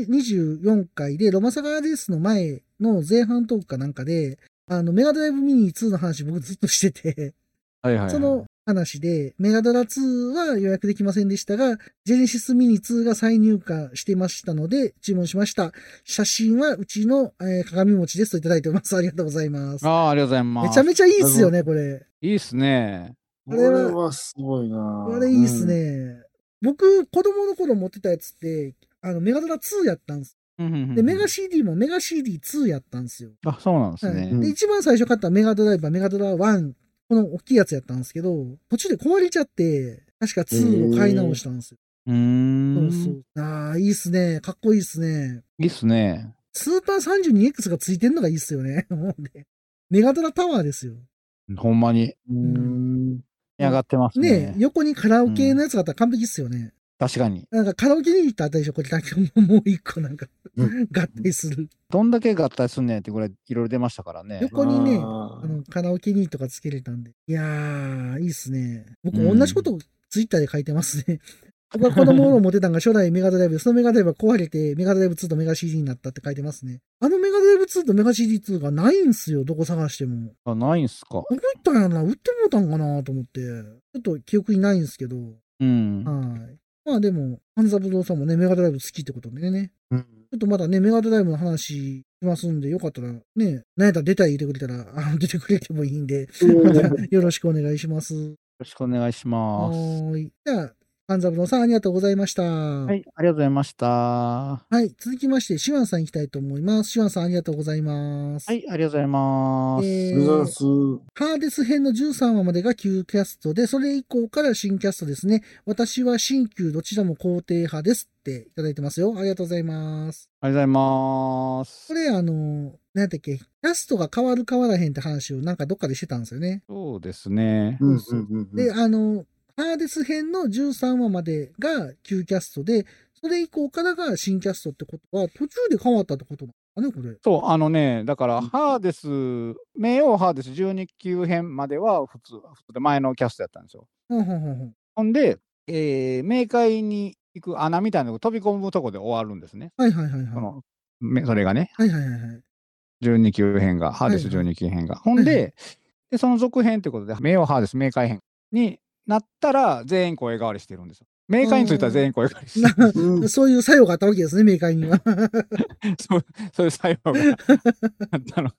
Speaker 1: 124回で、ロマサガレースの前の前半トークかなんかで、あの、メガドライブミニ2の話僕ずっとしてて、
Speaker 4: はいはいはい。
Speaker 1: その話で、メガドラ2は予約できませんでしたが、ジェネシスミニ2が再入荷してましたので、注文しました。写真はうちの、えー鏡餅ですといただいております。ありがとうございます。
Speaker 4: ああ、ありがとうございます。
Speaker 1: めちゃめちゃいいっすよね、これ。
Speaker 4: いいっすね。
Speaker 1: あ
Speaker 3: こ
Speaker 1: れ
Speaker 3: れ
Speaker 1: は
Speaker 3: はすごいなぁ。
Speaker 1: あれいいっすね。僕、子供の頃持ってたやつって、あの、メガドラ2やったんです。で、
Speaker 4: で
Speaker 1: メガ CD もメガ CD2 やったんですよ。
Speaker 4: あ、そうなんです
Speaker 1: はい
Speaker 4: ね。
Speaker 1: で、一番最初買ったメガドライバー、メガドラ1、この大きいやつやったんですけど、途中で壊れちゃって、確か2を買い直したんですよ
Speaker 4: うー
Speaker 1: そ
Speaker 4: ん
Speaker 1: う。そう。ああ、いいっすね。かっこいいっすね。
Speaker 4: いいっすね。
Speaker 1: スーパー 32X がついてんのがいいっすよね。 [laughs] もうねメガドラタワーですよ。
Speaker 4: ほんまに。
Speaker 3: うん。
Speaker 4: 上がってます
Speaker 1: ね
Speaker 4: ね。
Speaker 1: え横にカラオケのやつがあったら完璧っすよね。
Speaker 4: 確かに。
Speaker 1: なんかカラオケに行ったあたりでしょ、これだけもうもう一個なんか
Speaker 3: う
Speaker 1: 合体する。
Speaker 4: どんだけ合体すんねんってこれいろいろ出ましたからね。
Speaker 1: 横にね、
Speaker 3: あ
Speaker 1: あ
Speaker 3: ー
Speaker 1: のカラオケにとかつけれたんで。いやー、いいっすね。僕、
Speaker 4: うん
Speaker 1: 同じことをツイッターで書いてますね。 [laughs] 僕は子供の頃持ってたんが初代メガドライブ、そのメガドライブが壊れて、メガドライブ2とメガ CD になったって書いてますね。あのメガドライブ2とメガ CD2 がないんすよ、どこ探しても。
Speaker 4: あないんすか。
Speaker 1: どこ行ったんやろな、売ってもうたんかなと思って、ちょっと記憶にないんですけど、
Speaker 4: うん。
Speaker 1: はい。まあでも、半三郎さんもね、メガドライブ好きってことでね。
Speaker 3: うん
Speaker 1: ちょっとまだね、メガドライブの話しますんで、よかったらね、なんやったら出たい言ってくれたら、 [laughs] あの出てくれてもいいんで、 [laughs] またよろしくお願いします。
Speaker 4: よろしくお願いし
Speaker 1: は
Speaker 4: ます。
Speaker 1: ーい。じゃあ、半三郎さんありがとうございました。は
Speaker 4: はい、ありがとうございました。は
Speaker 1: はい。続きまして、シュワンさん行きたいと思います。シュワンさんありがとうございます。
Speaker 4: い、ありがとうございます。
Speaker 1: え
Speaker 3: ありがとうございま
Speaker 1: ー
Speaker 3: す。
Speaker 1: ハーデス編の13話までが旧キャストで、それ以降から新キャストですね。私は新旧どちらも肯定派ですっていただいてますよ。ありがとうございます。
Speaker 4: ありがとうございます
Speaker 1: こ。れ、あの、なんだっけ、キャストが変わる変わらへんって話をなんかどっかでしてたんですよね。
Speaker 4: そうですね。
Speaker 3: うんうんうんう
Speaker 1: [laughs]
Speaker 3: ん
Speaker 1: で、あの、ハーデス編の13話までが旧キャストで、それ以降からが新キャストってことは、途中で変わったってことなのかね、これ。
Speaker 4: そう、あのね、だから、ハーデス、冥王ハーデス12級編までは普通、普通で前のキャストやったんですよ。
Speaker 1: ほんほんほんほん。
Speaker 4: ほんで、えー、冥界に行く穴みたいなとこ飛び込むとこで終わるんですね。
Speaker 1: はいはいはいはい。
Speaker 4: そ
Speaker 1: は
Speaker 4: の、めそれがね、
Speaker 1: いはいはいはい。
Speaker 4: 12級編が、ハーデス
Speaker 1: はいはい
Speaker 4: 12級編が。ほん
Speaker 1: はいは
Speaker 4: で、で、その続編ということで、冥王ハーデス冥界編になったら、全員声変わりしてるんですよ。冥界については全員声変わりしてる。
Speaker 3: うん
Speaker 1: そういう作用があったわけですね、明快には。
Speaker 4: そうそういう作用があったの。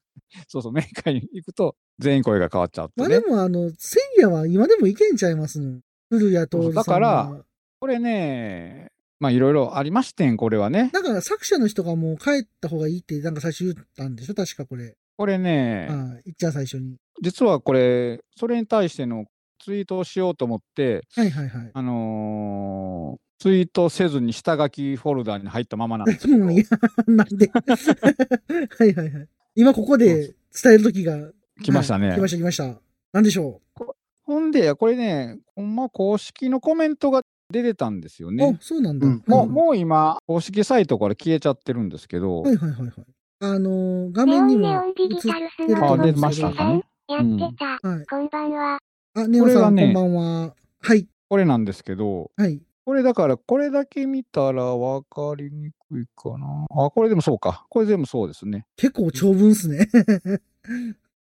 Speaker 4: そうそう、冥界に行くと、全員声が変わっちゃうって
Speaker 1: まあ
Speaker 4: ね
Speaker 1: で。も、あの、千夜は今でもいけんちゃいますの。古谷徹さんが
Speaker 4: だからこれね、まあいろいろありましてん、これはね。
Speaker 1: だから作者の人がもう帰った方がいいって、なんか最初言ったんでしょ確かこれ。
Speaker 4: これね、
Speaker 1: はい。いっちゃん最初に。
Speaker 4: 実はこれ、それに対してのツイートをしようと思って、
Speaker 1: はいはいはい。 [laughs]
Speaker 4: あのーツイートせずに下書きフォルダに入ったままなんですけど、
Speaker 1: [laughs] うん、いや、なんで。はいはいはい。今ここで伝える時が。
Speaker 4: 来ましたね。
Speaker 1: はい来ました来ました。なんでしょ
Speaker 4: ほんで、これね、ほんま公式のコメントが出てたんですよ
Speaker 1: う。
Speaker 4: ね
Speaker 1: あ、。そうなんだ。
Speaker 3: うん
Speaker 4: もう
Speaker 1: はい
Speaker 4: もう今、公式サイトから消えちゃってるんですけど、
Speaker 1: はいはいはいはい。あのー画
Speaker 2: ネオ
Speaker 1: 面に
Speaker 2: ン
Speaker 1: も
Speaker 2: ネオンデ
Speaker 1: 映
Speaker 2: ィジタルス
Speaker 1: ってると
Speaker 2: マート
Speaker 1: 思うん
Speaker 4: あ
Speaker 1: で
Speaker 4: 出
Speaker 1: す
Speaker 4: ま
Speaker 1: け
Speaker 4: し
Speaker 1: ど
Speaker 2: フォ
Speaker 4: たか
Speaker 2: ン
Speaker 4: ね。
Speaker 2: やってた。
Speaker 1: はい。
Speaker 2: こんばんは。
Speaker 1: あ、ネオさん、
Speaker 4: これがね
Speaker 1: こんばんは。はい。
Speaker 4: これなんですけど、
Speaker 1: はい。
Speaker 4: これだから、これだけ見たら分かりにくいかな。あ、これでもそうか。これ全部そうですね。
Speaker 1: 結構長文っすね。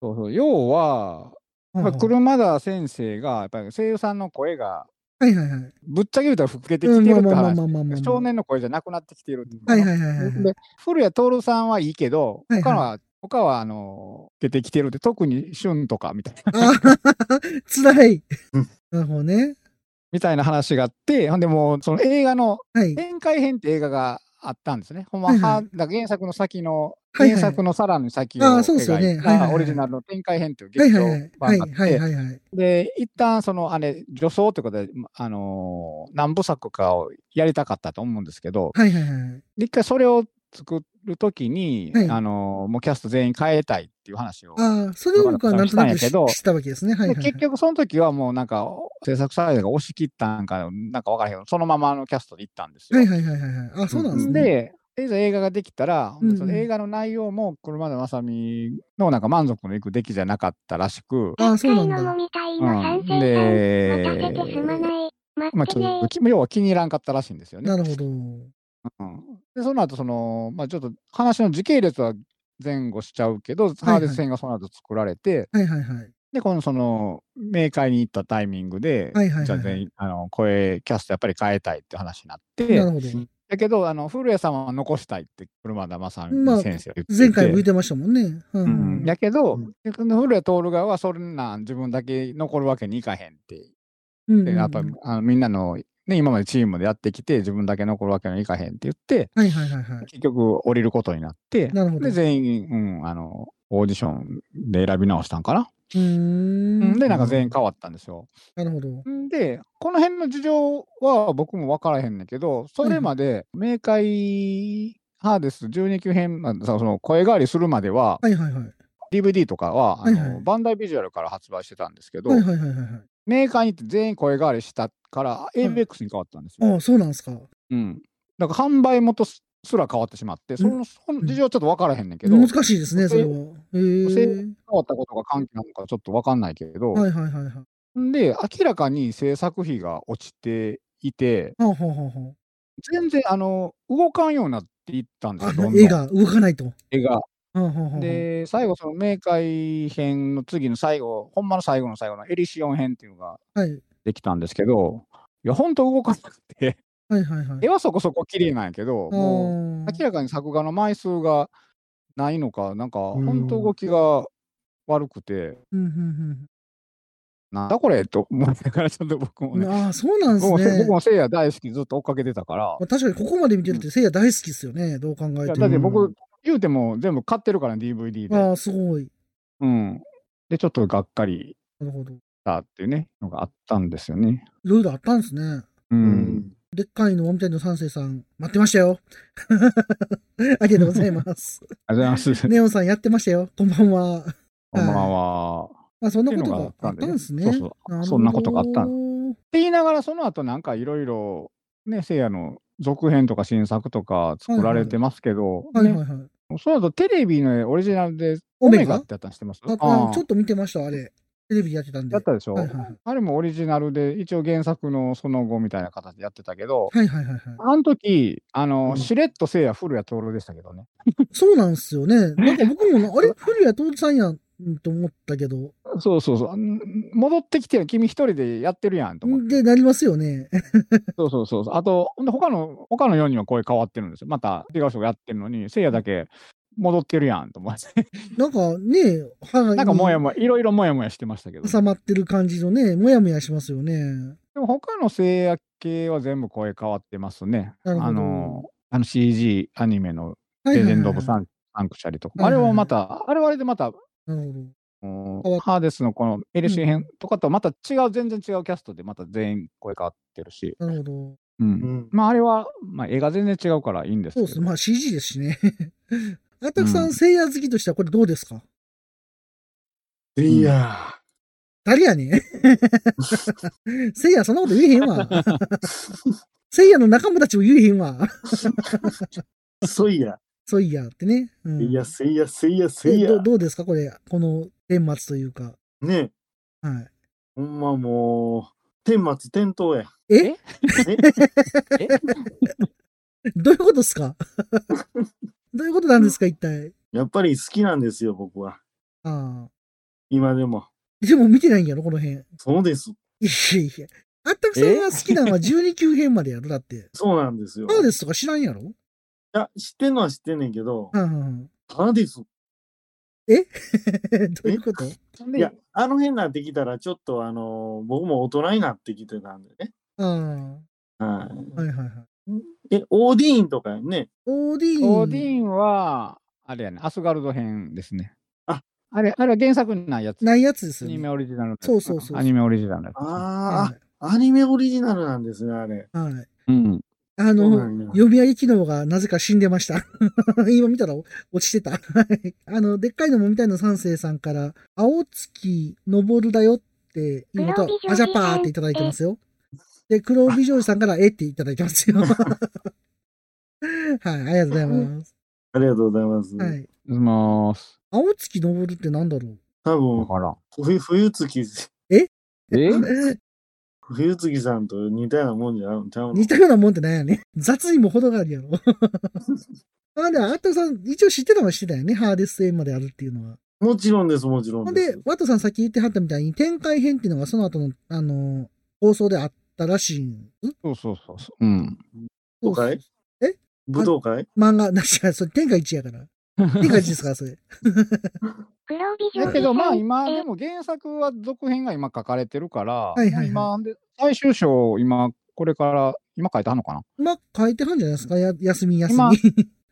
Speaker 4: そうそう要は、 [laughs] まあ、
Speaker 1: はい
Speaker 4: 車田先生が、やっぱり声優さんの声が、
Speaker 1: はいはい。
Speaker 4: ぶっちゃけ言うたら老けてき
Speaker 1: う
Speaker 4: て
Speaker 1: んま
Speaker 4: るっ
Speaker 1: あ
Speaker 4: て
Speaker 1: まあまあ
Speaker 4: 話
Speaker 1: ま。あまあまあ。
Speaker 4: 少年の声じゃなくなってきてるっていう
Speaker 1: はいはいはいはいは
Speaker 4: [laughs] で
Speaker 1: い。
Speaker 4: 古谷徹さんはいいけど、
Speaker 1: はいはい
Speaker 4: 他は、他は、あの、出てきてるって、特に旬とかみたいな、 [laughs]
Speaker 1: あ [laughs] ー辛い
Speaker 3: うん。
Speaker 1: なるほどね。
Speaker 4: みたいな話があって、ほんでもう、その映画の、
Speaker 1: はい。
Speaker 4: 宴会編って映画があったんですね。ほんま、
Speaker 1: はいはい
Speaker 4: はだから原作の先の、
Speaker 1: はいはい
Speaker 4: 原作のさらに先を
Speaker 1: あーそうですよねは
Speaker 4: 描い
Speaker 1: いはいは
Speaker 4: た
Speaker 1: い
Speaker 4: オリジナルの展開編という
Speaker 1: はい
Speaker 4: 劇
Speaker 1: は
Speaker 4: 場
Speaker 1: いはい。は
Speaker 4: 版
Speaker 1: い
Speaker 4: があっ
Speaker 1: はい
Speaker 4: て、
Speaker 1: はいはい。
Speaker 4: で、一旦その、あれ、女装ということで、あのー何部作かをやりたかったと思うんですけど、
Speaker 1: はいはいはい。
Speaker 4: で一回それを作るときに、
Speaker 1: はい
Speaker 4: あのーもうキャスト全員変えたいっていう話を。
Speaker 1: ああ、それを僕はなんとなく知
Speaker 4: だから
Speaker 1: 知ったわけですね。はいはい
Speaker 4: で
Speaker 1: はい。
Speaker 4: 結局その時はもうなんか制作サイドが押し切ったんかなんかわからへんけどそのままあのキャストで行ったんですよ。
Speaker 1: はいはいはいはいはい。あ、そうなんですね。
Speaker 4: で、いざ映画ができたら、
Speaker 1: うんうん
Speaker 4: その映画の内容も車田正美のなんか満足のいく出来じゃなかったらしく、
Speaker 1: ああ、そう
Speaker 2: 高
Speaker 1: な
Speaker 2: のも
Speaker 1: いんだ。
Speaker 2: みたいな
Speaker 4: う
Speaker 2: 賛
Speaker 4: ん、
Speaker 2: 成さん。待たせてすま
Speaker 4: で、
Speaker 2: ない。
Speaker 4: ま
Speaker 2: 待
Speaker 4: あ、
Speaker 2: って
Speaker 4: ち
Speaker 2: ね
Speaker 4: ょっとき要は気に入らんかったらしいんですよね。
Speaker 1: なるほど。
Speaker 4: うんで、その後その、まあ、ちょっと話の時系列は前後しちゃうけど、
Speaker 1: い
Speaker 4: ハーデス戦がその後作られて、
Speaker 1: はいはいはい。
Speaker 4: で、このその、明快に行ったタイミングで、
Speaker 1: はいはいはいはい
Speaker 4: じゃあ全員、あの、声、キャストやっぱり変えたいって話になって
Speaker 1: な、るほど。
Speaker 4: だけど、あの、古谷さんは残したいって、車田正美
Speaker 1: まあ
Speaker 4: 先生は言ってて、
Speaker 1: 前回も言ってましたもんね。う
Speaker 4: うんん。だけど、
Speaker 3: うん
Speaker 4: でその古谷徹側はそんなん自分だけ残るわけにいかへんって、
Speaker 1: うん
Speaker 4: でやっぱりあのみんなの、ね、今までチームでやってきて、自分だけ残るわけにはいかへんって言って、
Speaker 1: はいはいはいはい。
Speaker 4: 結局降りることになって、
Speaker 1: なるほど
Speaker 4: で、全員、うん、あの、オーディションで選び直したんかな。
Speaker 1: うーん。
Speaker 4: で、なんか全員変わったんですよ。
Speaker 1: なるほど。
Speaker 4: んで、この辺の事情は僕も分からへんねんけど、それまで、明快ハーデス12級編、まあその声変わりするまでは、
Speaker 1: はいはいはい。
Speaker 4: DVD とかは、あの
Speaker 1: はいはい
Speaker 4: バンダイビジュアルから発売してたんですけど、
Speaker 1: はいはいはいはいはい。
Speaker 4: 明快に行って全員声変わりしたから、ABX に変わったんですよ。
Speaker 1: ああ、そうなんですか。
Speaker 4: うん。だから販売元すら変わってしまって、そのその事情はちょっと分からへんねんけど、
Speaker 1: 難
Speaker 4: 変
Speaker 1: しいですね、それは。へえ。
Speaker 4: わったことが関係なのかちょっと分かんないけど、
Speaker 1: はいはいはいはい。は
Speaker 4: んで、明らかに制作費が落ちていて、
Speaker 1: あはあはあは
Speaker 4: 全然あの動かんようになっていったんです
Speaker 1: あ。あ
Speaker 4: よどんどん
Speaker 1: 絵が動かないと。は
Speaker 4: 絵が
Speaker 1: あはあはあ。
Speaker 4: で最後その明快編の次の最後ほんまの最後の最後のエリシオン編っていうのが
Speaker 1: はい。
Speaker 4: できたんですけどいやほんと動かなくて
Speaker 1: はいはいはい。
Speaker 4: 絵はそこそこ綺麗なんやけどもう
Speaker 1: あ
Speaker 4: 明らかに作画の枚数がないのかなんか
Speaker 3: うん
Speaker 4: ほんと動きが悪くて
Speaker 1: ーうんうん
Speaker 4: なんだこれと思いながらちょっと僕も
Speaker 1: うん
Speaker 4: ね
Speaker 1: ああ、そうなんです
Speaker 4: 僕もせ
Speaker 1: ね
Speaker 4: 僕。もせいや大好きずっと追っかけてたから
Speaker 1: まあ確かにここまで見てるって、せいや大好きですよね、どう考
Speaker 4: い
Speaker 1: え
Speaker 4: や
Speaker 1: て
Speaker 4: だって
Speaker 1: も。
Speaker 4: 僕言うても全部買ってるから DVD で。
Speaker 1: ああ、すごい。
Speaker 4: うん。で、ちょっとがっかり
Speaker 1: なるほど。い
Speaker 4: したっていうね、のがあったんですよね。
Speaker 1: ろいろあったんですね。
Speaker 4: うん。
Speaker 1: でっかいのみたいの三世さん、待ってましたよ。 [laughs] ありがとうござい
Speaker 4: [laughs]
Speaker 1: ます。
Speaker 4: ありがとうございます。
Speaker 1: ネオンさんやってましたよ。こんばんは。
Speaker 4: こんばんは。っ
Speaker 1: まあ、そんなこと
Speaker 4: っていう
Speaker 1: があ
Speaker 4: のがあ
Speaker 1: っ
Speaker 4: ったた
Speaker 1: ん
Speaker 4: ん
Speaker 1: で
Speaker 4: ですす
Speaker 1: ね。
Speaker 4: ねそうそうそんなことがあっ
Speaker 1: な
Speaker 4: た
Speaker 1: る
Speaker 4: て言いながら、その後なんかいろいろ、ね、せいやの続編とか新作とか作られてますけど、
Speaker 1: ほどはいはい
Speaker 4: ね
Speaker 1: はい。
Speaker 4: その後テレビのオリジナルで、
Speaker 1: オ
Speaker 4: オ
Speaker 1: メ
Speaker 4: メ
Speaker 1: ガ
Speaker 4: ガってやったの知ってます
Speaker 1: あ
Speaker 4: あ
Speaker 1: あ
Speaker 4: あ
Speaker 1: ちょっと見てました、あれ。テレビでやってたんで。
Speaker 4: やったでしょ、
Speaker 1: はいはいはい
Speaker 4: あれもオリジナルで、一応原作のその後みたいな形でやってたけど、
Speaker 1: はいはいはいはい。
Speaker 4: あの時、あの、
Speaker 3: うん
Speaker 4: しれっとせいや古谷徹でしたけどね。
Speaker 1: そうなんですよね。なんか僕
Speaker 4: [laughs]
Speaker 1: もな、あれ古谷徹さんやんと思ったけど。
Speaker 4: そうそうそう。ん戻ってきてよ、君一人でやってるやんと思って。
Speaker 1: で、なりますよね。 [laughs]
Speaker 4: そうそうそうそう。あと、ほんで他の、他の4人は声変わってるんですよ。また違う人がやってるのに、せいやだけ戻ってるやんと思って。
Speaker 1: なんかね、歯が
Speaker 4: なんかもやもや、いろいろもやもやしてましたけど。
Speaker 1: 挟まってる感じのね、もやもやしますよね。
Speaker 4: でも他の制約系は全部声変わってますね。
Speaker 1: なるほど
Speaker 4: あの、あの CG アニメの
Speaker 1: はいは
Speaker 4: レ
Speaker 1: い
Speaker 4: ジ
Speaker 1: は
Speaker 4: ェ
Speaker 1: い
Speaker 4: ンド・オブ・サンサンクシャリとか、
Speaker 1: はいはいはい
Speaker 4: あれはまた、あれはあれでまた、
Speaker 1: なるほど。
Speaker 4: うん
Speaker 1: 変わっ
Speaker 4: ハーデスのこのエリシー編とかとはまた違う、全然違うキャストで、また全員声変わってるし、
Speaker 1: なるほど。
Speaker 4: う
Speaker 3: う
Speaker 4: ん
Speaker 3: ん
Speaker 4: まああれは、まあ、映画全然違うからいいんです
Speaker 1: そ
Speaker 4: け
Speaker 1: う
Speaker 4: ど
Speaker 1: ですね。まあ CG ですしね。 [laughs] あたくさ、
Speaker 4: うんん
Speaker 1: 聖夜好きとしてはこれどうですか
Speaker 3: いや
Speaker 1: 誰や [laughs] ねん。聖夜そんなこと言えへんわ。聖夜の仲間たちも言えへんわ。
Speaker 3: ー、そういや、
Speaker 1: そういやってね。うん、
Speaker 3: いや、せいや、せいや、せい
Speaker 1: え
Speaker 3: や
Speaker 1: ど。どうですかこれ、この顛末というか。
Speaker 3: ね
Speaker 1: は
Speaker 3: ほんまもう、天末転倒や。
Speaker 1: い、え
Speaker 4: え
Speaker 1: どういうことですかどういうことなんですか一体。
Speaker 3: やっぱり好きなんですよ、僕は。
Speaker 1: ああ。
Speaker 3: 今でも。
Speaker 1: でも見てないんやろこの辺。いや
Speaker 3: そうです。
Speaker 1: いや。あったくさんが好きなのは12級編までやろだって。
Speaker 3: そうなんですよ。
Speaker 1: ハーデスとか知らんやろ
Speaker 3: いや、知ってんのは知ってんねんけど、
Speaker 1: はんはんはん
Speaker 3: ハーデス。
Speaker 1: [laughs] どういうこと
Speaker 3: いや、あの辺になってきたら、ちょっとあの、僕も大人になってきてたんでね。
Speaker 1: ああ。
Speaker 3: は
Speaker 1: はいはいはい。
Speaker 3: い。え、オーディーンとかやね。
Speaker 1: オーディーン。
Speaker 4: オーディーンは、あれやね、アスガルド編ですね。
Speaker 3: あ
Speaker 4: あれ、あれは原作にないやつ。
Speaker 1: ないやつです
Speaker 4: ア
Speaker 1: よ、
Speaker 4: ニメ
Speaker 1: ね。
Speaker 4: オリジナルのやつ
Speaker 1: そうそうそう
Speaker 4: アニメオリジナルのやつですね。
Speaker 3: あ
Speaker 1: は
Speaker 3: ーあ、アニメオリジナルなんですね、あれ。
Speaker 1: い。はい。
Speaker 4: うん。
Speaker 1: あ
Speaker 3: そう
Speaker 1: の
Speaker 3: なんや、
Speaker 1: 読み上げ機能がなぜか死んでました。 [laughs] 今見たら落ちてた。はいあの、でっかいのもみたいな三世さんから、青月登るだよっていうのと
Speaker 2: 黒帯、女
Speaker 1: あ
Speaker 2: 子
Speaker 1: じ
Speaker 2: さ
Speaker 1: ゃ
Speaker 2: ん
Speaker 1: ぱーっていただいてますよ。で、黒帯ジョージさんから、えっていただいてます
Speaker 4: [laughs]
Speaker 1: よ。はい、ありがとうございます。
Speaker 3: ありがとうございます。
Speaker 1: はい。
Speaker 4: うまーす。
Speaker 1: 青月登るってなんだろう
Speaker 3: 多
Speaker 4: わ
Speaker 3: 分
Speaker 4: からん。
Speaker 3: 冬、冬月、
Speaker 1: [laughs]
Speaker 4: え
Speaker 3: 冬月さんと似たようなもんじゃん。ちゃうの
Speaker 1: [laughs] 似たようなもんってなんやね。 [laughs] 雑にも程がある
Speaker 4: [laughs]
Speaker 1: やろ。あ、でも、アットさん、一応知ってたのは知ってたよね。ハーデス円まであるっていうのは。
Speaker 3: もちろんです、もち
Speaker 1: ほ
Speaker 3: ろん
Speaker 1: ん
Speaker 3: で。、
Speaker 1: ですワトさんさっき言ってはったみたいに、展開編っていうのがその後の、あのー放送であったらしいん。
Speaker 4: そうそうそうそう。うん。
Speaker 3: 武道会
Speaker 1: え
Speaker 3: 武道会
Speaker 1: 漫画、な [laughs] しや、それ天下一や
Speaker 4: [laughs]
Speaker 1: から。天下一ですから、それ。
Speaker 2: 黒帯女子さ
Speaker 4: だ
Speaker 2: ん。
Speaker 4: けどまあ今
Speaker 2: え
Speaker 4: でも原作は続編が今書かれてるから、
Speaker 1: いはいはい
Speaker 4: 今で最終章今これから今書いてあるのかな
Speaker 1: まあ、書いてはんじゃないですか。や休み休み。
Speaker 4: 今